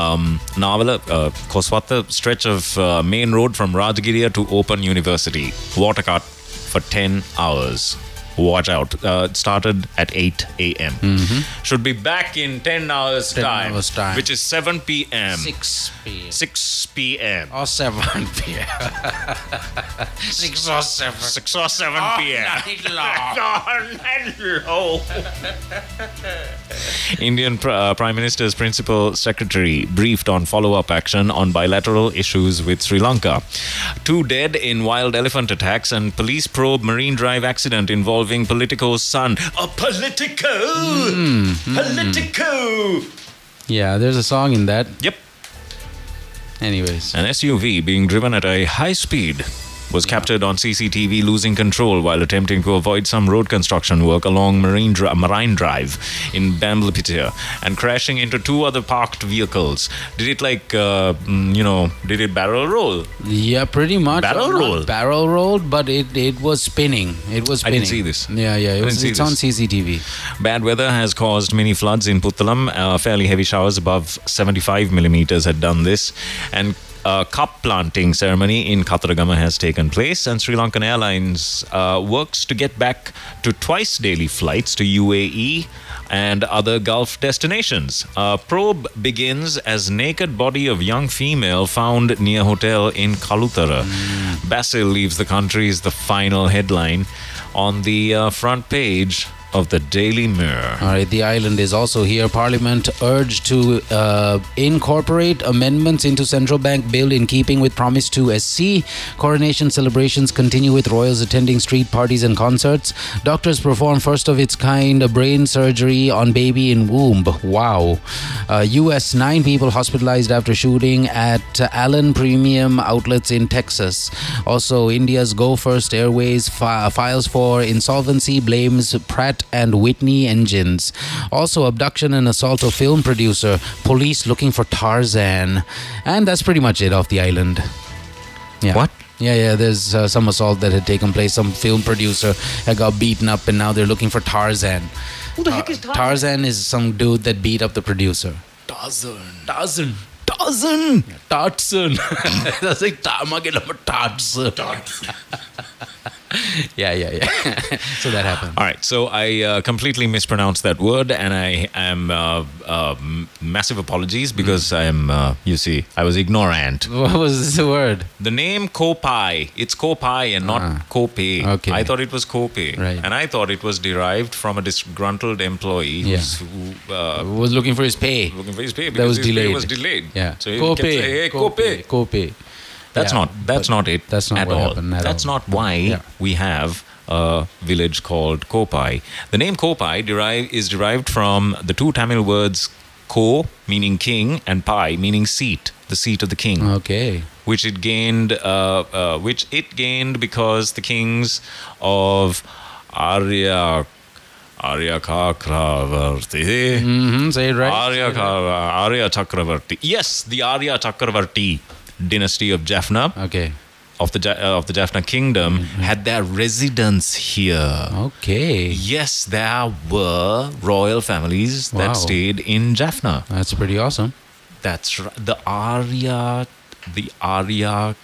S2: um, Navala uh, Koswatta stretch of uh, main road from Rajgiriya to Open University. Water cut for 10 hours. Watch out. Uh, it started at 8 a.m. Should be back in 10 hours,
S3: 10
S2: time,
S3: Mm-hmm. hours time.
S2: which is 7 p.m.
S3: 6 p.m.
S2: 6 p.m.
S3: Or 7 p.m.
S2: 6 or 7. 6 or 7 p.m. Indian pr- uh, Prime Minister's Principal Secretary briefed on follow up action on bilateral issues with Sri Lanka. Two dead in wild elephant attacks and police probe marine drive accident involving Politico's son. A Politico! Politico!
S3: Yeah, there's a song in that.
S2: Yep.
S3: Anyways.
S2: An SUV being driven at a high speed was captured on CCTV losing control while attempting to avoid some road construction work along Marine, Dri- Marine Drive in Bamblapitiya and crashing into two other parked vehicles. Did it like, uh, mm, you know, did it barrel roll?
S3: Yeah, pretty much.
S2: Barrel
S3: Not
S2: roll.
S3: Barrel rolled, but it, it was spinning. It was
S2: I
S3: spinning.
S2: didn't see this.
S3: Yeah, yeah. It
S2: I
S3: was,
S2: didn't see
S3: it's
S2: this.
S3: on CCTV.
S2: Bad weather has caused many floods in Puttalam. Uh, fairly heavy showers above 75 millimeters had done this. And a cup planting ceremony in Kataragama has taken place. And Sri Lankan Airlines uh, works to get back to twice daily flights to UAE and other Gulf destinations. Uh, probe begins as naked body of young female found near hotel in Kalutara. Basil leaves the country is the final headline on the uh, front page of the Daily Mirror.
S3: All right, the island is also here. Parliament urged to uh, incorporate amendments into central bank bill in keeping with promise to SC. Coronation celebrations continue with royals attending street parties and concerts. Doctors perform first of its kind a brain surgery on baby in womb. Wow. Uh, US nine people hospitalized after shooting at uh, Allen Premium outlets in Texas. Also, India's Go First Airways fi- files for insolvency, blames Pratt and Whitney engines. Also, abduction and assault of film producer. Police looking for Tarzan. And that's pretty much it off the island. Yeah. What? Yeah, yeah. There's uh, some assault that had taken place. Some film producer had got beaten up, and now they're looking for Tarzan. Who the heck is Tarzan? Tarzan is some dude that beat up the producer.
S11: Tarzan.
S3: Tarzan. Tarzan. Tarzan. That's like Tamagilam Tarzan. yeah, yeah, yeah. so that happened.
S2: All right, so I uh, completely mispronounced that word, and I am uh, uh, m- massive apologies because
S3: Mm.
S2: I am, uh, you see, I was ignorant.
S3: What was the word?
S2: The name Kopai, it's Kopai and not Kope.
S3: Ah. okay.
S2: I thought it was Kope,
S3: Right.
S2: and I thought it was derived from a disgruntled employee who's, who uh,
S3: Was looking for his pay.
S2: looking for his pay
S3: That
S2: because
S3: was
S2: his
S3: delayed.
S2: pay was delayed.
S3: Yeah.
S2: So he kept saying, hey, Kope.
S3: Kope.
S2: That's
S3: Yeah,
S2: not. That's not it.
S3: that's not
S2: at
S3: what
S2: all.
S3: happened at
S2: that's
S3: all.
S2: not why we have a village called Kopai. The name Kopai derive is derived from the two Tamil words ko meaning king and pai meaning seat. the seat of the king.
S3: Okay.
S2: Which it gained, uh, uh, which it gained because the kings of Arya, Arya Chakravarti.
S3: Mm-hmm, say it right.
S2: Arya, Ka- Arya Chakravarti. Yes, the Arya Chakravarti dynasty of Jaffna.
S3: Okay.
S2: Of the Ja- uh, of the Jaffna kingdom had their residence here.
S3: Okay.
S2: Yes, there were royal families
S3: Wow.
S2: that stayed in Jaffna.
S3: That's pretty awesome.
S2: That's right. The Arya, the Arya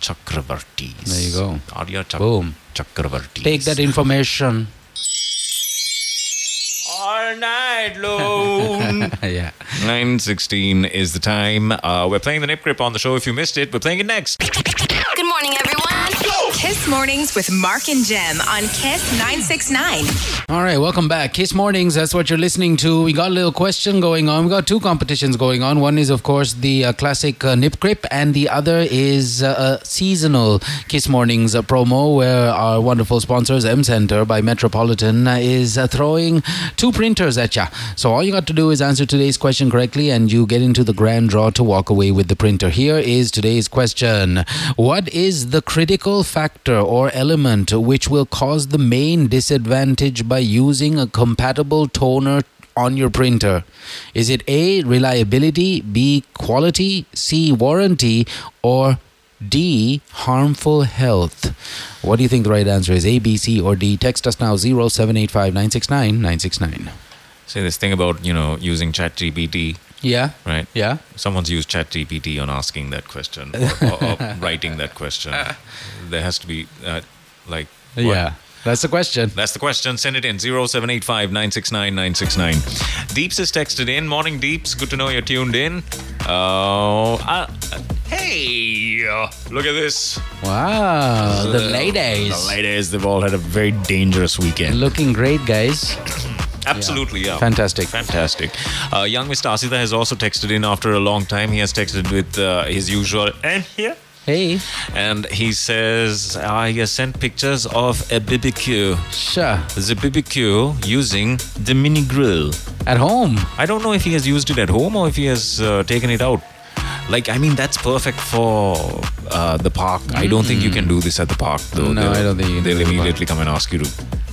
S2: Chakravartis.
S3: There you go.
S2: Arya Chak-
S3: Boom.
S2: Chakravartis.
S3: Take that information.
S2: All night long.
S3: yeah.
S2: 9.16 is the time. Uh, we're playing the Nip Grip on the show. If you missed it, we're playing it next.
S1: Good morning, everyone. Kiss Mornings with Mark and Jem on Kiss 969.
S3: All right, welcome back. Kiss Mornings, that's what you're listening to. We got a little question going on. We got two competitions going on. One is, of course, the uh, classic uh, Nip Grip, and the other is uh, a seasonal Kiss Mornings uh, promo where our wonderful sponsors, M Center by Metropolitan, uh, is uh, throwing two printers at ya. So all you got to do is answer today's question correctly, and you get into the grand draw to walk away with the printer. Here is today's question What is the critical factor or element which will cause the main disadvantage by using a compatible toner on your printer? Is it A, reliability, B, quality, C, warranty, or D, harmful health? What do you think the right answer is? A, B, C, or D? Text us now 0785 969 969.
S2: Say this thing about, you know, using ChatGPT,
S3: Yeah.
S2: right?
S3: Yeah.
S2: Someone's used ChatGPT on asking that question or, or, or writing that question. There has to be, uh, like, what?
S3: Yeah. That's the question.
S2: That's the question. Send it in 0785 969 969. Deeps has texted in. Morning, Deeps. Good to know you're tuned in. Uh, uh, hey, uh, look at this.
S3: Wow, Oh, the
S2: Uh,
S3: ladies.
S2: The ladies. They've all had a very dangerous weekend.
S3: Looking great, guys.
S2: Absolutely, yeah.
S3: Fantastic.
S2: Fantastic. Uh, young Mr. Asita has also texted in after a long time. He has texted with uh, his usual, and here.
S3: Hey.
S2: And he says, I he has sent pictures of a BBQ.
S3: Sure.
S2: The BBQ using the mini grill.
S3: At home.
S2: I don't know if he has used it at home or if he has uh, taken it out. Like, I mean, that's perfect for uh, the park. I don't think you can do this at the park, though.
S3: No,
S2: They'll-
S3: I don't think you can
S2: They'll
S3: do it at the park.
S2: immediately come and ask you to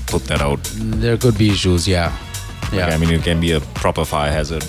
S2: put that out.
S3: There could be issues, yeah.
S2: Like,
S3: Yeah.
S2: I mean, it can be a proper fire hazard.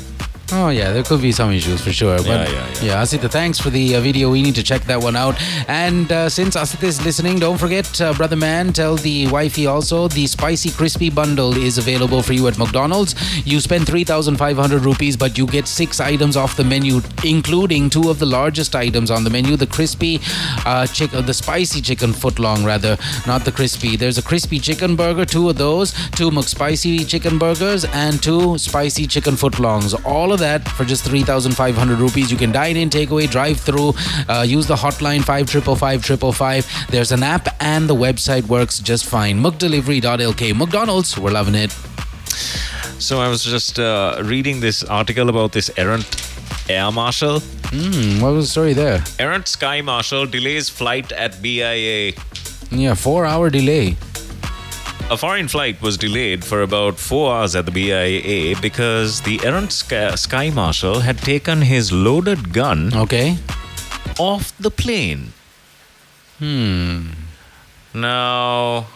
S3: Oh, yeah, there could be some issues for sure. But
S2: Yeah, yeah, yeah.
S3: Asita, thanks for the uh, video. We need to check that one out. And uh, since Asita is listening, don't forget, uh, Brother Man, tell the wifey also the Spicy Crispy Bundle is available for you at McDonald's. You spend 3,500 rupees, but you get six items off the menu, including two of the largest items on the menu the crispy uh, chick, uh, the spicy chicken footlong, rather, not the crispy. There's a crispy chicken burger, two of those, two McSpicy chicken burgers, and two spicy chicken footlongs. All of that for just 3,500 rupees. You can dine in, takeaway, drive through, uh, use the hotline 555 There's an app, and the website works just fine. McDelivery.lk. McDonald's, we're loving it.
S2: So I was just uh, reading this article about this errant air marshal.
S3: Mm, what was the story there?
S2: Errant sky marshal delays flight at BIA.
S3: Yeah, four hour delay.
S2: A foreign flight was delayed for about four hours at the BIA because the errant sky, sky marshal had taken his loaded gun
S3: Okay.
S2: off the plane.
S3: Hmm.
S2: Now,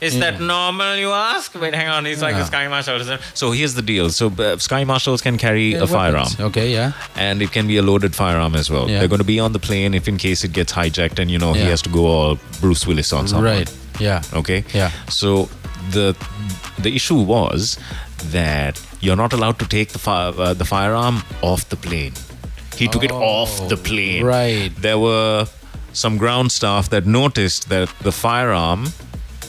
S2: is that normal? You ask. Wait, hang on. He's like
S3: Yeah.
S2: a sky marshal. isn't it? So here's the deal. So uh, sky marshals can carry a
S3: Weapons.
S2: firearm.
S3: Okay, yeah.
S2: and it can be a loaded firearm as well.
S3: Yeah.
S2: They're going to be on the plane if in case it gets hijacked and you know he
S3: Yeah.
S2: has to go all Bruce Willis on someone.
S3: Right. Yeah.
S2: Okay.
S3: Yeah.
S2: So the the issue was that you're not allowed to take the fi- uh, the firearm off the plane. He took it off the plane.
S3: Oh, Right.
S2: There were some ground staff that noticed that the firearm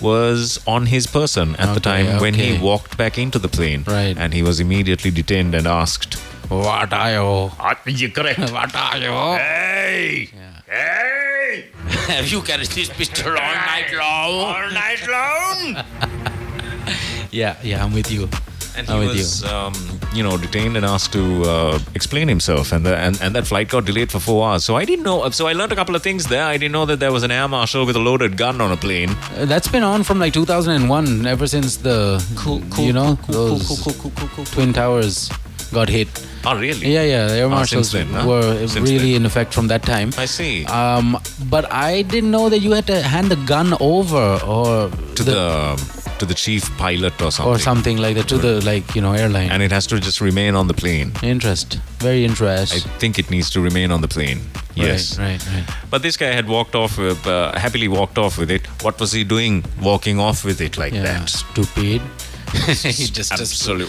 S2: was on his person at the
S3: Okay,
S2: time when he
S3: okay.
S2: walked back into the plane.
S3: Right.
S2: And he was immediately detained and asked,
S3: What are you?
S2: "Are you correct?"
S3: What are you?
S2: Hey! Hey!
S3: Have you carried this pistol all night long?
S2: All night long!
S3: Yeah, yeah, I'm with you.
S2: And
S3: I'm
S2: he
S3: with
S2: was, um, you know, detained and asked to uh, explain himself. And, the, and and that flight got delayed for four hours. So I didn't know. uh, So I learned a couple of things there. I didn't know that there was an air marshal with a loaded gun on a plane.
S3: Uh, That's been on from like 2001, ever since the, you know, those Twin Towers got hit.
S2: Oh, really?
S3: Yeah, yeah. The air
S2: Ah,
S3: marshals
S2: since then, huh?
S3: were
S2: Since
S3: really in effect from that time. I
S2: see.
S3: Um, but I didn't know that you had to hand the gun over or
S2: to the, um, to the chief pilot or something.
S3: or something like that to the like you know airline.
S2: And it has to just remain on the plane.
S3: Interest, very
S2: I
S3: interest.
S2: think it needs to remain on the plane. Yes.
S3: Right, right, right.
S2: But this guy had walked off, with, uh, happily walked off with it. What was he doing walking off with it like that?
S3: Stupid. he just
S2: Absolute.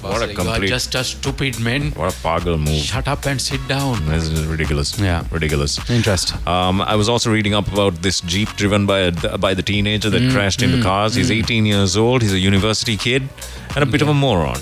S3: Boss,
S2: what a
S3: like, you are
S2: complete.
S3: just a stupid man.
S2: What a pagal move.
S3: Shut up and sit down.
S2: This is ridiculous.
S3: Yeah.
S2: Ridiculous.
S3: Interest.
S2: Um, I was also reading up about this Jeep driven by a, by the teenager that
S3: Mm,
S2: crashed into
S3: mm,
S2: cars. He's
S3: mm.
S2: 18 years old. He's a university kid and a bit of a moron.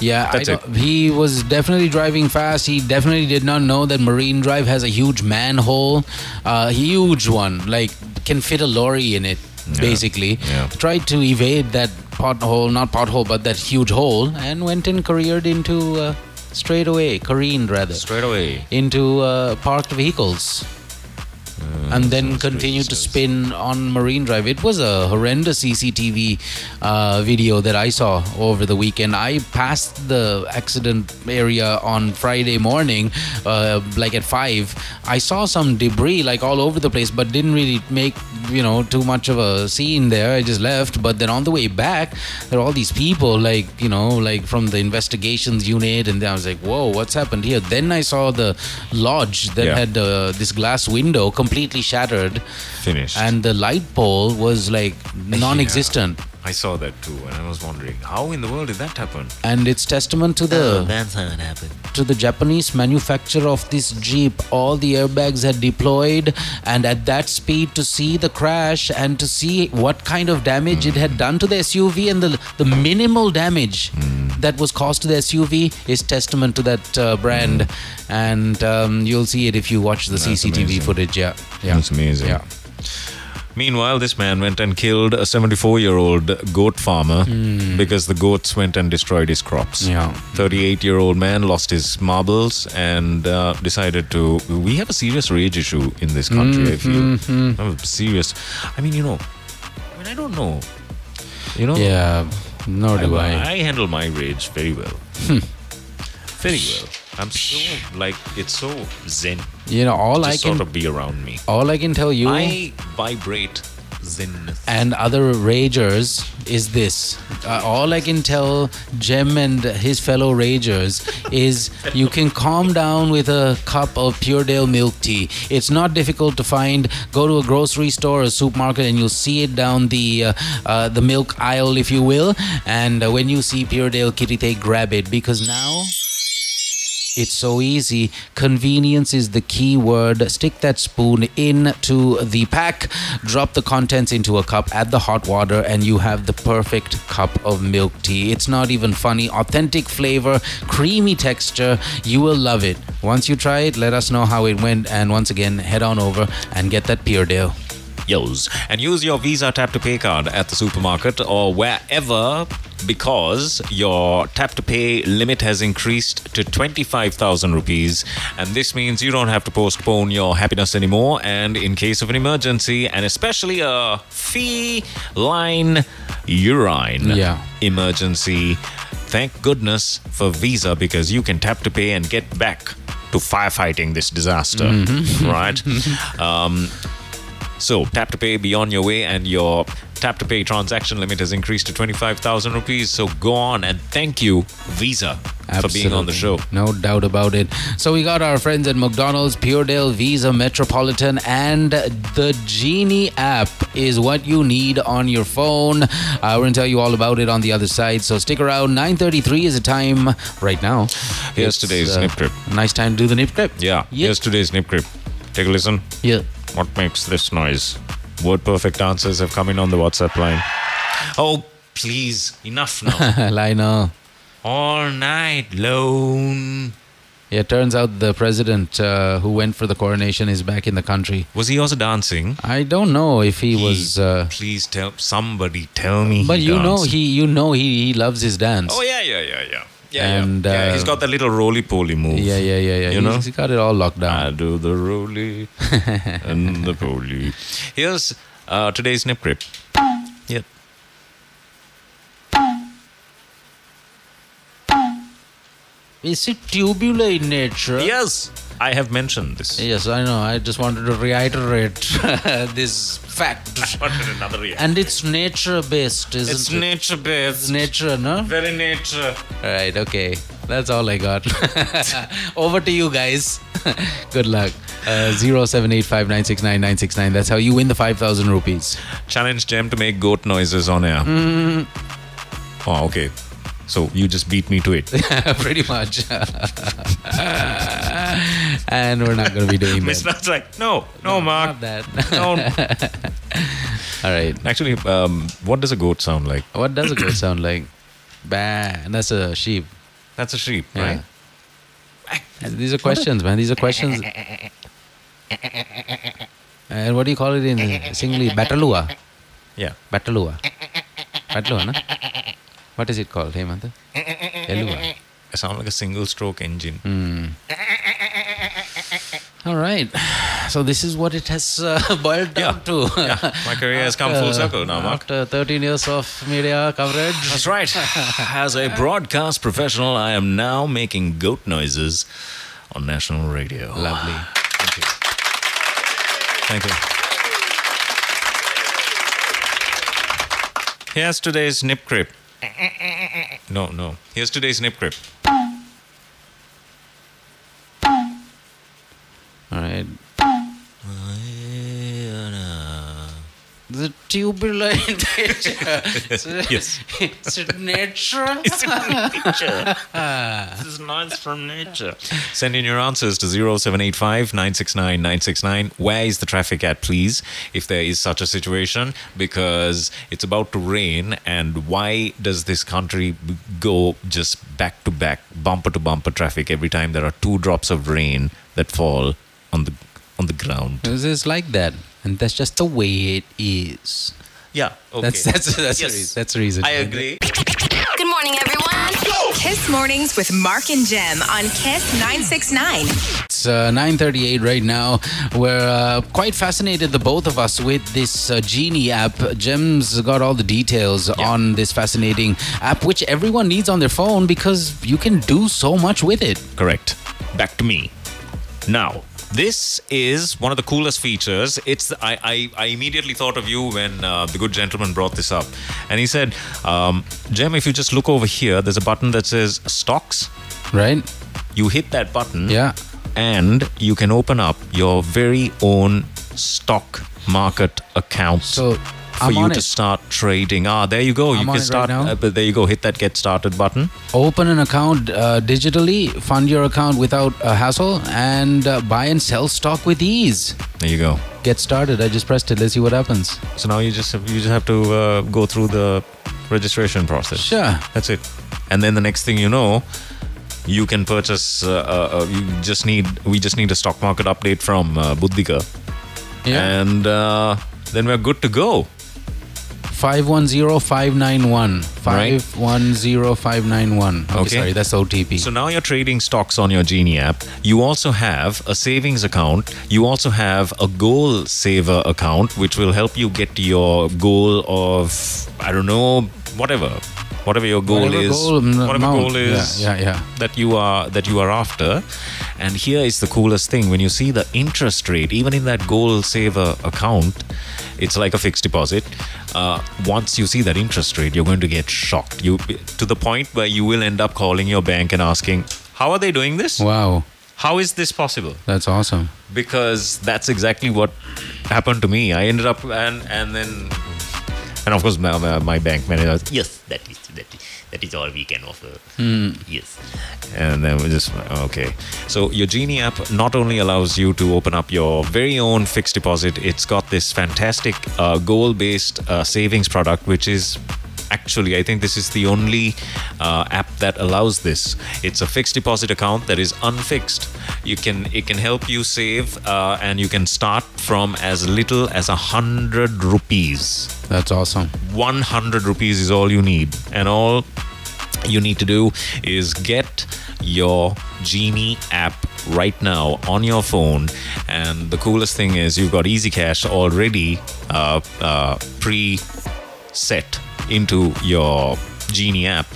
S3: Yeah, I
S2: That's it.
S3: don't- he was definitely driving fast. He definitely did not know that Marine Drive has a huge manhole, uh, huge one, like can fit a lorry in it, basically. Tried to evade that pothole, not pothole, but that huge hole, and went and careered into uh, straight away, careened rather,
S2: Straight away.
S3: into uh, parked vehicles.
S2: Uh,
S3: and then continued to spin on Marine Drive. It was a horrendous CCTV uh, video that I saw over the weekend. I passed the accident area on Friday morning, uh, like at five. I saw some debris like all over the place, but didn't really make you know too much of a scene there. I just left. But then on the way back, there are all these people like you know like from the investigations unit, and then I was like, whoa, what's happened here? Then I saw the lodge that
S2: Yeah.
S3: had had uh, this glass window completely shattered.
S2: Finished.
S3: And the light pole was like non existent.
S2: I saw that too, and I was wondering how in the world did that happen?
S3: And it's testament to the
S2: that's how it happened.
S3: to the Japanese manufacturer of this Jeep. All the airbags had deployed, and at that speed, to see the crash and to see what kind of damage it
S2: Mm.
S3: had done to the SUV and the, the minimal damage
S2: Mm.
S3: that was caused to the SUV is testament to that uh, brand.
S2: Mm.
S3: And um, you'll see it if you watch the CCTV footage. Yeah. yeah.
S2: That's amazing.
S3: Yeah.
S2: Meanwhile, this man went and killed a 74 year old goat farmer because the goats went and destroyed his crops.
S3: Hmm. Yeah.
S2: 38 year old man lost his marbles and uh, decided to. We have a serious rage issue in this country, I feel.
S3: Mm, mm,
S2: I'm serious. I mean, you know, I mean, I don't know. You know?
S3: Yeah, nor do I.
S2: I handle my rage very well.
S3: Hmm.
S2: very well. I'm so, like, it's so zen.
S3: You know, all
S2: to
S3: I
S2: sort
S3: can-
S2: of be around me.
S3: All I can tell you
S2: I vibrate zen.
S3: and other ragers is this. Uh, all I can tell Jem and his fellow ragers is you can calm down with a cup of Pure Dale milk tea. It's not difficult to find. Go to a grocery store or supermarket and you'll see it down the uh, uh, the milk aisle, if you will. And uh, when you see Pure Dale Kitty, grab it because now. It's so easy. Convenience is the key word. Stick that spoon into the pack, drop the contents into a cup, add the hot water, and you have the perfect cup of milk tea. It's not even funny. Authentic flavor, creamy texture. You will love it. Once you try it, let us know how it went. And once again, head on over and get that Pure Dale.
S2: Yos. And use your Visa Tap to Pay card at the supermarket or wherever because your tap to pay limit has increased to 25,000 rupees. And this means you don't have to postpone your happiness anymore. And in case of an emergency, and especially a feline urine
S3: Yeah.
S2: emergency, thank goodness for Visa because you can tap to pay and get back to firefighting this disaster.
S3: Mhm.
S2: Right? um, so tap to pay be on your way and your tap to pay transaction limit has increased to 25,000 rupees. So go on and thank you Visa for being on the show.
S3: Absolutely. No doubt about it. So we got our friends at McDonald's, Puredale, Visa, Metropolitan, and the Genie app is what you need on your phone. Uh, we're gonna tell you all about it on the other side. So stick around. 9:33 is the time right now.
S2: Here's
S3: It's,
S2: today's
S3: uh,
S2: nip trip.
S3: Nice time to do the nip trip.
S2: Yeah. Here's today's nip trip. Take a listen.
S3: Yeah.
S2: What makes this noise? Word perfect answers have come in on the WhatsApp line. Oh, please. Enough now.
S3: Lionel.
S2: All night long.
S3: Yeah, it turns out the president uh, who went for the coronation is back in the country.
S2: Was he also dancing?
S3: I don't know if he, was. Uh,
S2: please tell somebody tell me.
S3: but
S2: he
S3: you know
S2: danced.
S3: he, you know he, he loves his dance.
S2: Oh yeah, yeah, yeah, yeah. Yeah,
S3: And,
S2: yeah. yeah
S3: uh,
S2: he's got that little roly poly move.
S3: Yeah, yeah, yeah, yeah.
S2: You
S3: He's-
S2: know?
S3: he's got it all locked down.
S2: I do the roly and the poly. Here's uh, today's nip grip. Yep.
S3: Is it tubular in nature?
S2: Yes, I have mentioned this.
S3: Yes, I know. I just wanted to reiterate this fact.
S8: another reaction.
S3: And it's nature based, isn't
S8: It's
S3: it?
S8: nature based.
S3: Nature, no?
S8: Very nature.
S3: Right, okay. That's all I got. Over to you guys. Good luck. Uh, 0785969969. That's how you win the 5,000 rupees.
S2: Challenge Jem to make goat noises on air.
S3: Mm-hmm.
S2: Oh, okay. So you just beat me to it.
S3: Pretty much. and we're not going to be doing
S8: Miss
S3: that.
S8: Nut's like, no, no, Mark. no.
S3: All right.
S2: Actually, um, what does a goat sound like?
S3: What does a goat sound like? Bah, and that's a sheep.
S2: That's a sheep, right?
S3: These are questions, man. These are questions. And what do you call it in Singli? Batalua.
S2: Yeah.
S3: Batalua. Batalua, no? What is it called, Hemanta? Elua.
S2: I sound like a single stroke engine.
S3: Mm. All right. So this is what it has uh, boiled down to.
S2: My career has come full
S3: After-
S2: circle now, Mark.
S3: After 13 years of media coverage.
S2: That's right. As a broadcast professional, I am now making goat noises on national radio.
S3: Lovely.
S2: Thank you. Thank you. Here's today's nip crib. No, no. Here's today's nip crib.
S3: All right. The tubular in nature.
S2: Yes.
S3: Is it nature?
S8: Is it nature?
S3: Ah.
S8: this is noise from nature.
S2: Send in your answers to 0785 969 969. Where is the traffic at, please, if there is such a situation? Because it's about to rain, and why does this country b- go just back to back, bumper to bumper traffic every time there are two drops of rain that fall on the on the ground?
S3: This is like that, and that's just the way it is.
S2: Yeah, okay.
S3: That's that's that's
S2: Yes.
S3: the reason. That's the reason.
S2: I agree.
S1: Good morning, everyone. Kiss Mornings with Mark and Jem on Kiss 969.
S3: It's uh, 9:38 right now. We're uh, quite fascinated, the both of us, with this uh, Genie app. Jim's got all the details on this fascinating app, which everyone needs on their phone because you can do so much with it.
S2: Correct. Back to me. Now, this is one of the coolest features. It's I, I, I immediately thought of you when uh, the good gentleman brought this up, and he said, um, "Jem, if you just look over here, there's a button that says stocks.
S3: Right?
S2: You hit that button,
S3: yeah,
S2: and you can open up your very own stock market account."
S3: So.
S2: for
S3: I'm
S2: you
S3: on
S2: to
S3: it.
S2: start trading. Ah, there you go.
S3: I'm
S2: you
S3: on
S2: can
S3: it right
S2: start.
S3: now.
S2: uh, but there you go. Hit that get started button.
S3: Open an account uh, digitally, fund your account without a hassle, and uh, buy and sell stock with ease.
S2: There you go.
S3: Get started. I just pressed it. Let's see what happens.
S2: So now you just have, you just have to uh, go through the registration process.
S3: Sure.
S2: That's it. And then the next thing you know, you can purchase. Uh, uh, uh, you just need we just need a stock market update from uh, Buddhika,
S3: Yeah.
S2: and uh, then we're good to go.
S3: 510591.
S2: Right.
S3: 510591. Okay,
S2: Okay.
S3: sorry, that's the OTP.
S2: So now you're trading stocks on your Genie app. You also have a savings account. You also have a goal saver account, which will help you get to your goal of I don't know whatever, whatever your goal
S3: Whatever
S2: is,
S3: goal, mm,
S2: whatever
S3: amount.
S2: goal is,
S3: Yeah, yeah, yeah.
S2: that you are that you are after. And here is the coolest thing: when you see the interest rate, even in that goal saver account, it's like a fixed deposit. Uh, once you see that interest rate, you're going to get shocked. You to the point where you will end up calling your bank and asking, "How are they doing this?
S3: wow,
S2: How is this possible?"
S3: that's awesome.
S2: Because that's exactly what happened to me. I ended up and and then. And of course, my, my- my bank manager. Yes, that is that is, that is all we can offer. Yes. And then we just, okay. So, your Genie app not only allows you to open up your very own fixed deposit, it's got this fantastic uh, goal based uh, savings product, which is actually, I think this is the only uh, app that allows this. It's a fixed deposit account that is unfixed. You can It can help you save uh, and you can start from as little as a 100 rupees.
S3: That's awesome.
S2: 100 rupees is all you need and all you need to do is get your genie app right now on your phone and the coolest thing is you've got easy cash already uh, uh, pre set into your Genie app.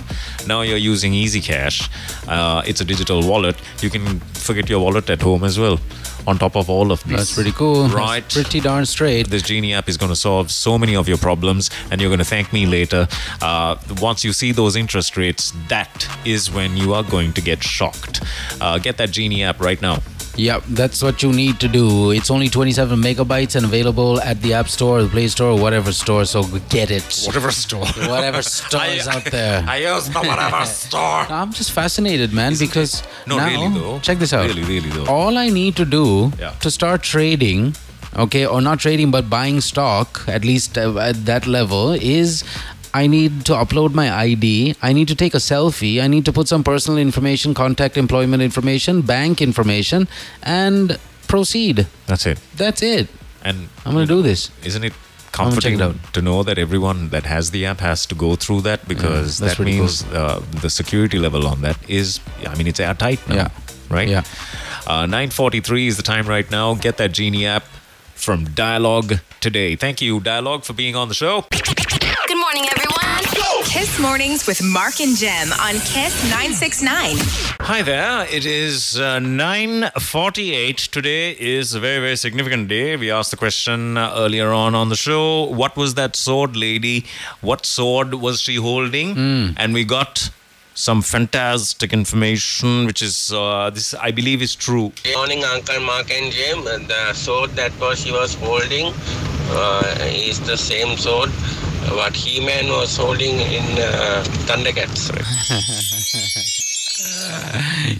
S2: Now you're using Easy Cash. Uh, it's a digital wallet. You can forget your wallet at home as well. On top of all of this,
S3: That's pretty cool.
S2: right?
S3: That's pretty darn straight.
S2: This Genie app is going to solve so many of your problems, and you're going to thank me later. Uh, once you see those interest rates, that is when you are going to get shocked. Uh, get that Genie app right now.
S3: Yep, that's what you need to do. It's only 27 megabytes and available at the App Store, the Play Store, whatever store. So get it.
S2: Whatever store.
S3: Whatever store is out there.
S2: I use the whatever store.
S3: I'm just fascinated, man, because
S2: No,
S3: now,
S2: really though.
S3: check this out.
S2: Really, really though.
S3: All I need to do
S2: Yeah.
S3: to start trading, okay, or not trading but buying stock at least uh, at that level is I need to upload my ID. I need to take a selfie. I need to put some personal information, contact employment information, bank information, and proceed.
S2: That's it.
S3: That's it.
S2: And
S3: I'm going to do this.
S2: isn't it
S3: I'm gonna check it
S2: comforting to know that everyone that has the app has to go through that because
S3: that's
S2: that
S3: pretty
S2: means uh, the security level on that is, I mean, it's airtight now,
S3: Yeah.
S2: right? Yeah. Uh, 9:43 is the time right now. Get that Genie app from Dialogue today. Thank you, Dialogue, for being on the show.
S1: Good morning, everyone. Kiss Mornings with Mark and Jem on Kiss 969.
S2: Hi there. It is uh, 9:48. Today is a very very significant day. We asked the question uh, earlier on on the show, what was that sword lady? What sword was she holding? And we got some fantastic information which is uh, this I believe is true.
S12: Good morning, Uncle Mark and Jim. The sword that was she was holding uh, is the same sword what He-Man was holding in uh, Thundercats.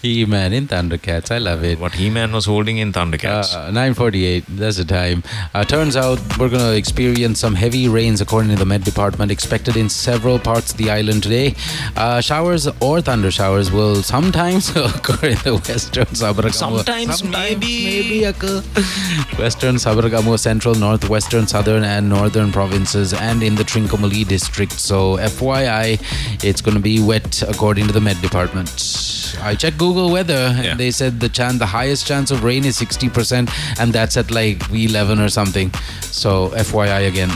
S3: He Man in Thundercats. I love it.
S2: What He Man was holding in Thundercats.
S3: Uh, 948, that's the time. Uh, turns out we're going to experience some heavy rains according to the Met Department, expected in several parts of the island today. Uh, showers or thunder showers will sometimes occur in the western suburbs.
S2: Sometimes, maybe
S3: Western Sabaragamu, Central, Northwestern, Southern, and Northern provinces, and in the Trincomalee district. So, FYI, it's going to be wet according to the Met Department. I checked Google Weather, and they said the chance, the highest chance of rain is 60%, and that's at like 11 or something. So, FYI again.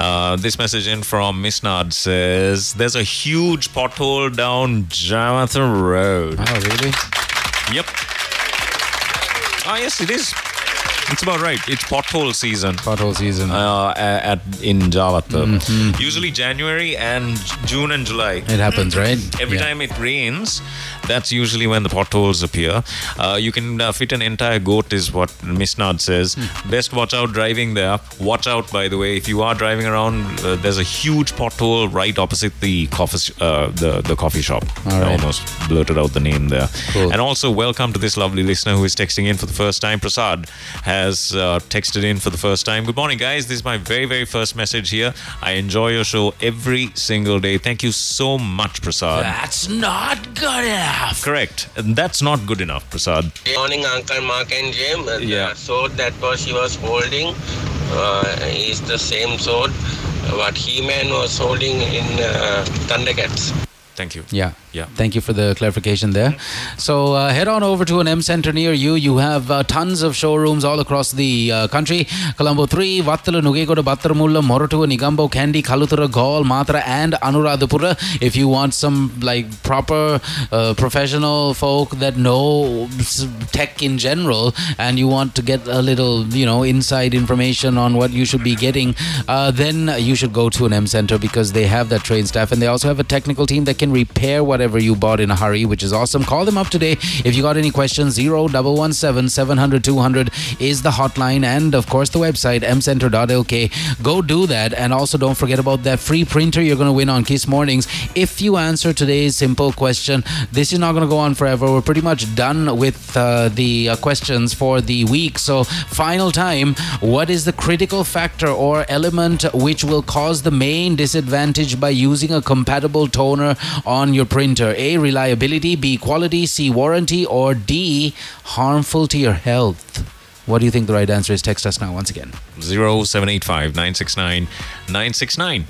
S2: Uh, this message in from Miss Nod says there's a huge pothole down Jonathan Road.
S3: Oh, really?
S2: Yep. Ah, yes, it is. It's about right. It's pothole season.
S3: Pothole season.
S2: Uh, a- at in Javatam. Usually January and J- June and July.
S3: Mm-hmm. It happens, right?
S2: Every
S3: Yeah.
S2: time it rains, that's usually when the potholes appear. Uh, you can uh, fit an entire goat, is what Miss Nod says.
S3: Hmm.
S2: Best watch out driving there. Watch out, by the way, if you are driving around. Uh, there's a huge pothole right opposite the coffee sh- uh, the the coffee shop.
S3: All right.
S2: I almost blurted out the name there. And also, welcome to this lovely listener who is texting in for the first time. Prasad has uh, texted in for the first time. Good morning, guys. This is my very, very first message here. I enjoy your show every single day. Thank you so much, Prasad.
S3: That's not good enough.
S2: Correct. And that's not good enough, Prasad.
S12: Good morning, Uncle Mark and Jim. The
S2: Yeah.
S12: sword that was she was holding uh, is the same sword what He-Man was holding in uh, Thundercats.
S2: Thank you.
S3: Yeah.
S2: Yeah.
S3: Thank you for the clarification there. So uh, head on over to an M Center near you. You have uh, tons of showrooms all across the uh, country. Colombo 3, Vattalu, Nugegoda, Battaramulla, Morotua, Nigambo, Kandy, Kalutura, Gaul, Matra, and Anuradhapura. If you want some like proper uh, professional folk that know s- tech in general and you want to get a little, you know, inside information on what you should be getting, uh, then you should go to an M Center because they have that trained staff and they also have a technical team that can repair whatever you bought in a hurry, which is awesome. Call them up today. If you got any questions, 0117 700 200 is the hotline and, of course, the website mcenter.lk. Go do that. And also, don't forget about that free printer you're going to win on Kiss Mornings. If you answer today's simple question, this is not going to go on forever. We're pretty much done with uh, the uh, questions for the week. So, final time, what is the critical factor or element which will cause the main disadvantage by using a compatible toner on your printer? A. Reliability, B. Quality, C. Warranty, or D. Harmful to your health? What do you think the right answer is? Text us now once again.
S2: 0785 969 969.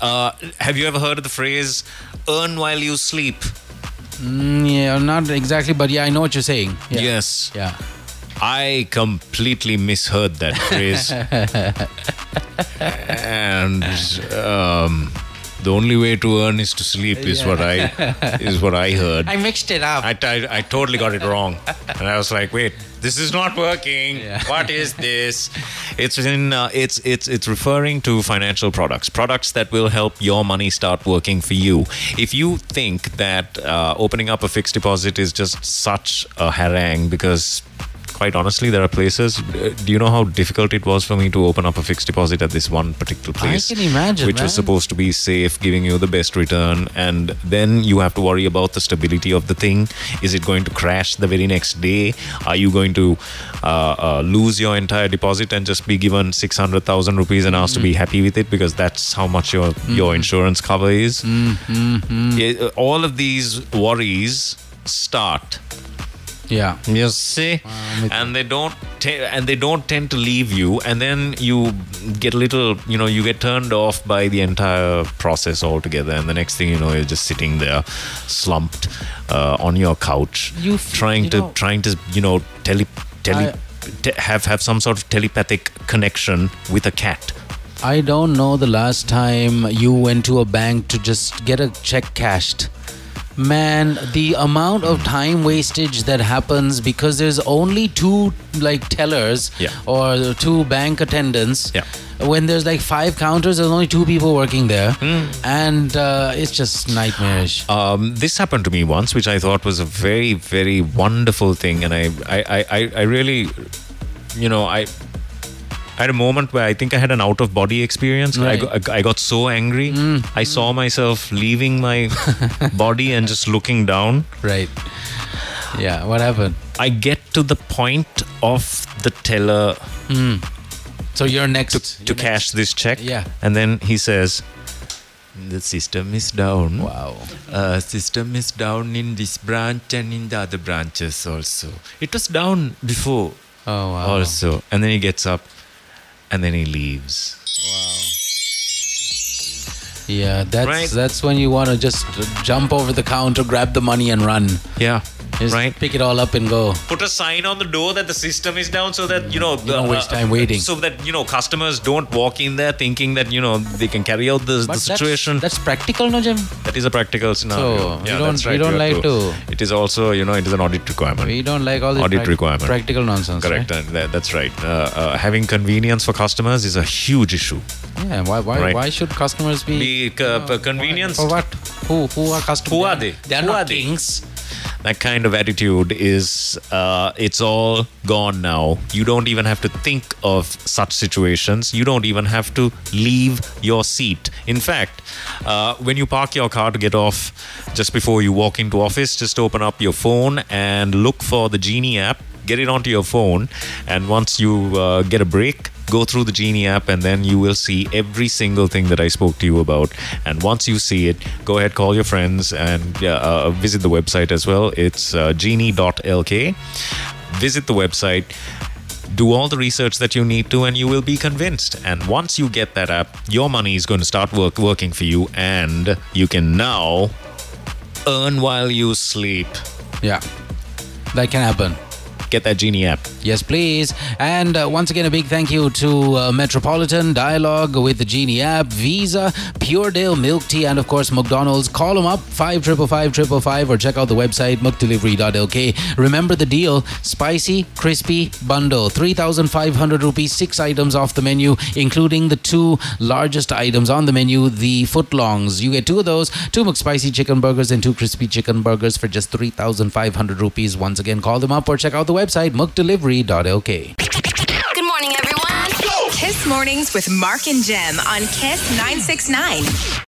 S2: Uh, have you ever heard of the phrase earn while you sleep?
S3: Mm, yeah, not exactly, but yeah, I know what you're saying. Yeah.
S2: Yes.
S3: Yeah.
S2: I completely misheard that phrase. and um, The only way to earn is to sleep is what I is what I heard.
S13: I mixed it up.
S2: I, I, I totally got it wrong. And I was like, wait, this is not working. What is this? It's in uh, it's it's it's referring to financial products, products that will help your money start working for you. If you think that uh, opening up a fixed deposit is just such a harangue because quite honestly there are places uh, do you know how difficult it was for me to open up a fixed deposit at this one particular place
S3: can imagine,
S2: which
S3: man.
S2: was supposed to be safe giving you the best return and then you have to worry about the stability of the thing is it going to crash the very next day are you going to uh, uh, lose your entire deposit and just be given 600000 rupees and asked to be happy with it because that's how much your your insurance cover is Yeah, all of these worries start
S3: yeah.
S2: you see and they don't te- and they don't tend to leave you and then you get a little you know you get turned off by the entire process altogether and the next thing you know you're just sitting there slumped uh, on your couch
S3: You f-
S2: trying
S3: you
S2: to
S3: know-
S2: trying to you know tele, tele te- have have some sort of telepathic connection with a cat
S3: I don't know the last time you went to a bank to just get a check cashed. Man, the amount of time wastage that happens because there's only two like tellers or two bank attendants. Yeah. When there's like five counters, there's only two people working there,
S2: Hmm.
S3: and uh, it's just nightmarish.
S2: Um, this happened to me once, which I thought was a very, very wonderful thing, and I, I, I- I, I really, you know, I. I had a moment where I think I had an out of body experience. I,
S3: Right. Mm.
S2: got, I got so angry. I saw myself leaving my body and just looking down.
S3: Right. Yeah, what happened?
S2: I get to the point of the teller
S3: So you're next
S2: to, to cash this check.
S3: Yeah.
S2: And then he says, The system is down.
S3: Wow.
S2: Uh, system is down in this branch and in the other branches also. It was down before.
S3: Oh, wow.
S2: Also. And then he gets up and then he leaves.
S3: Yeah, that's
S2: Right.
S3: that's when you want to just jump over the counter, grab the money, and run.
S2: Yeah,
S3: just right. Pick it all up and go.
S2: Put a sign on the door that the system is down so that, you know, the,
S3: don't waste time waiting.
S2: So that, you know, customers don't walk in there thinking that, you know, they can carry out the, the
S3: But that's-
S2: situation.
S3: That's, practical, no, Jim.
S2: That is a practical scenario.
S3: So, we
S2: yeah,
S3: don't-
S2: that's right.
S3: we don't
S2: you have
S3: like
S2: It is also, you know, it is an audit requirement.
S3: We don't like all this
S2: audit
S3: prac-
S2: requirement.
S3: practical nonsense.
S2: Correct. and that- that's right. Uh, uh, having convenience for customers is a huge issue.
S3: right? Yeah. Why? Why?
S2: Right.
S3: Why should customers be?
S2: Be uh, convenience.
S3: For what? Who? Who are customers?
S2: Who are they?
S3: They are
S2: Who
S3: not
S2: are they?
S3: kings.
S2: That kind of attitude is, uh, it's all gone now. You don't even have to think of such situations. You don't even have to leave your seat. In fact, uh, when you park your car to get off just before you walk into office, just open up your phone and look for the Genie app. Get it onto your phone, and once you uh, get a break, go through the Genie app, and then you will see every single thing that I spoke to you about. And once you see it, go ahead, call your friends, and uh, uh, visit the website as well. It's uh, genie.lk. Visit the website, do all the research that you need to, and you will be convinced. And once you get that app, your money is going to start work, working for you, and you can now earn while you sleep.
S3: Yeah, that can happen.
S2: Get that Genie app.
S3: Yes, please. And uh, once again, a big thank you to uh, Metropolitan Dialogue with the Genie app, Visa, Pure Dale Milk Tea, and of course McDonald's. Call them up five triple five triple five or check out the website mukdelivery.lk. Remember the deal: spicy, crispy bundle, three thousand five hundred rupees, six items off the menu, including the two largest items on the menu, the footlongs. You get two of those, two McSpicy chicken burgers and two crispy chicken burgers for just three thousand five hundred rupees. Once again, call them up or check out the website mukdelivery.lk.
S1: Good morning, everyone. Kiss Mornings with Mark and Jem on Kiss 969.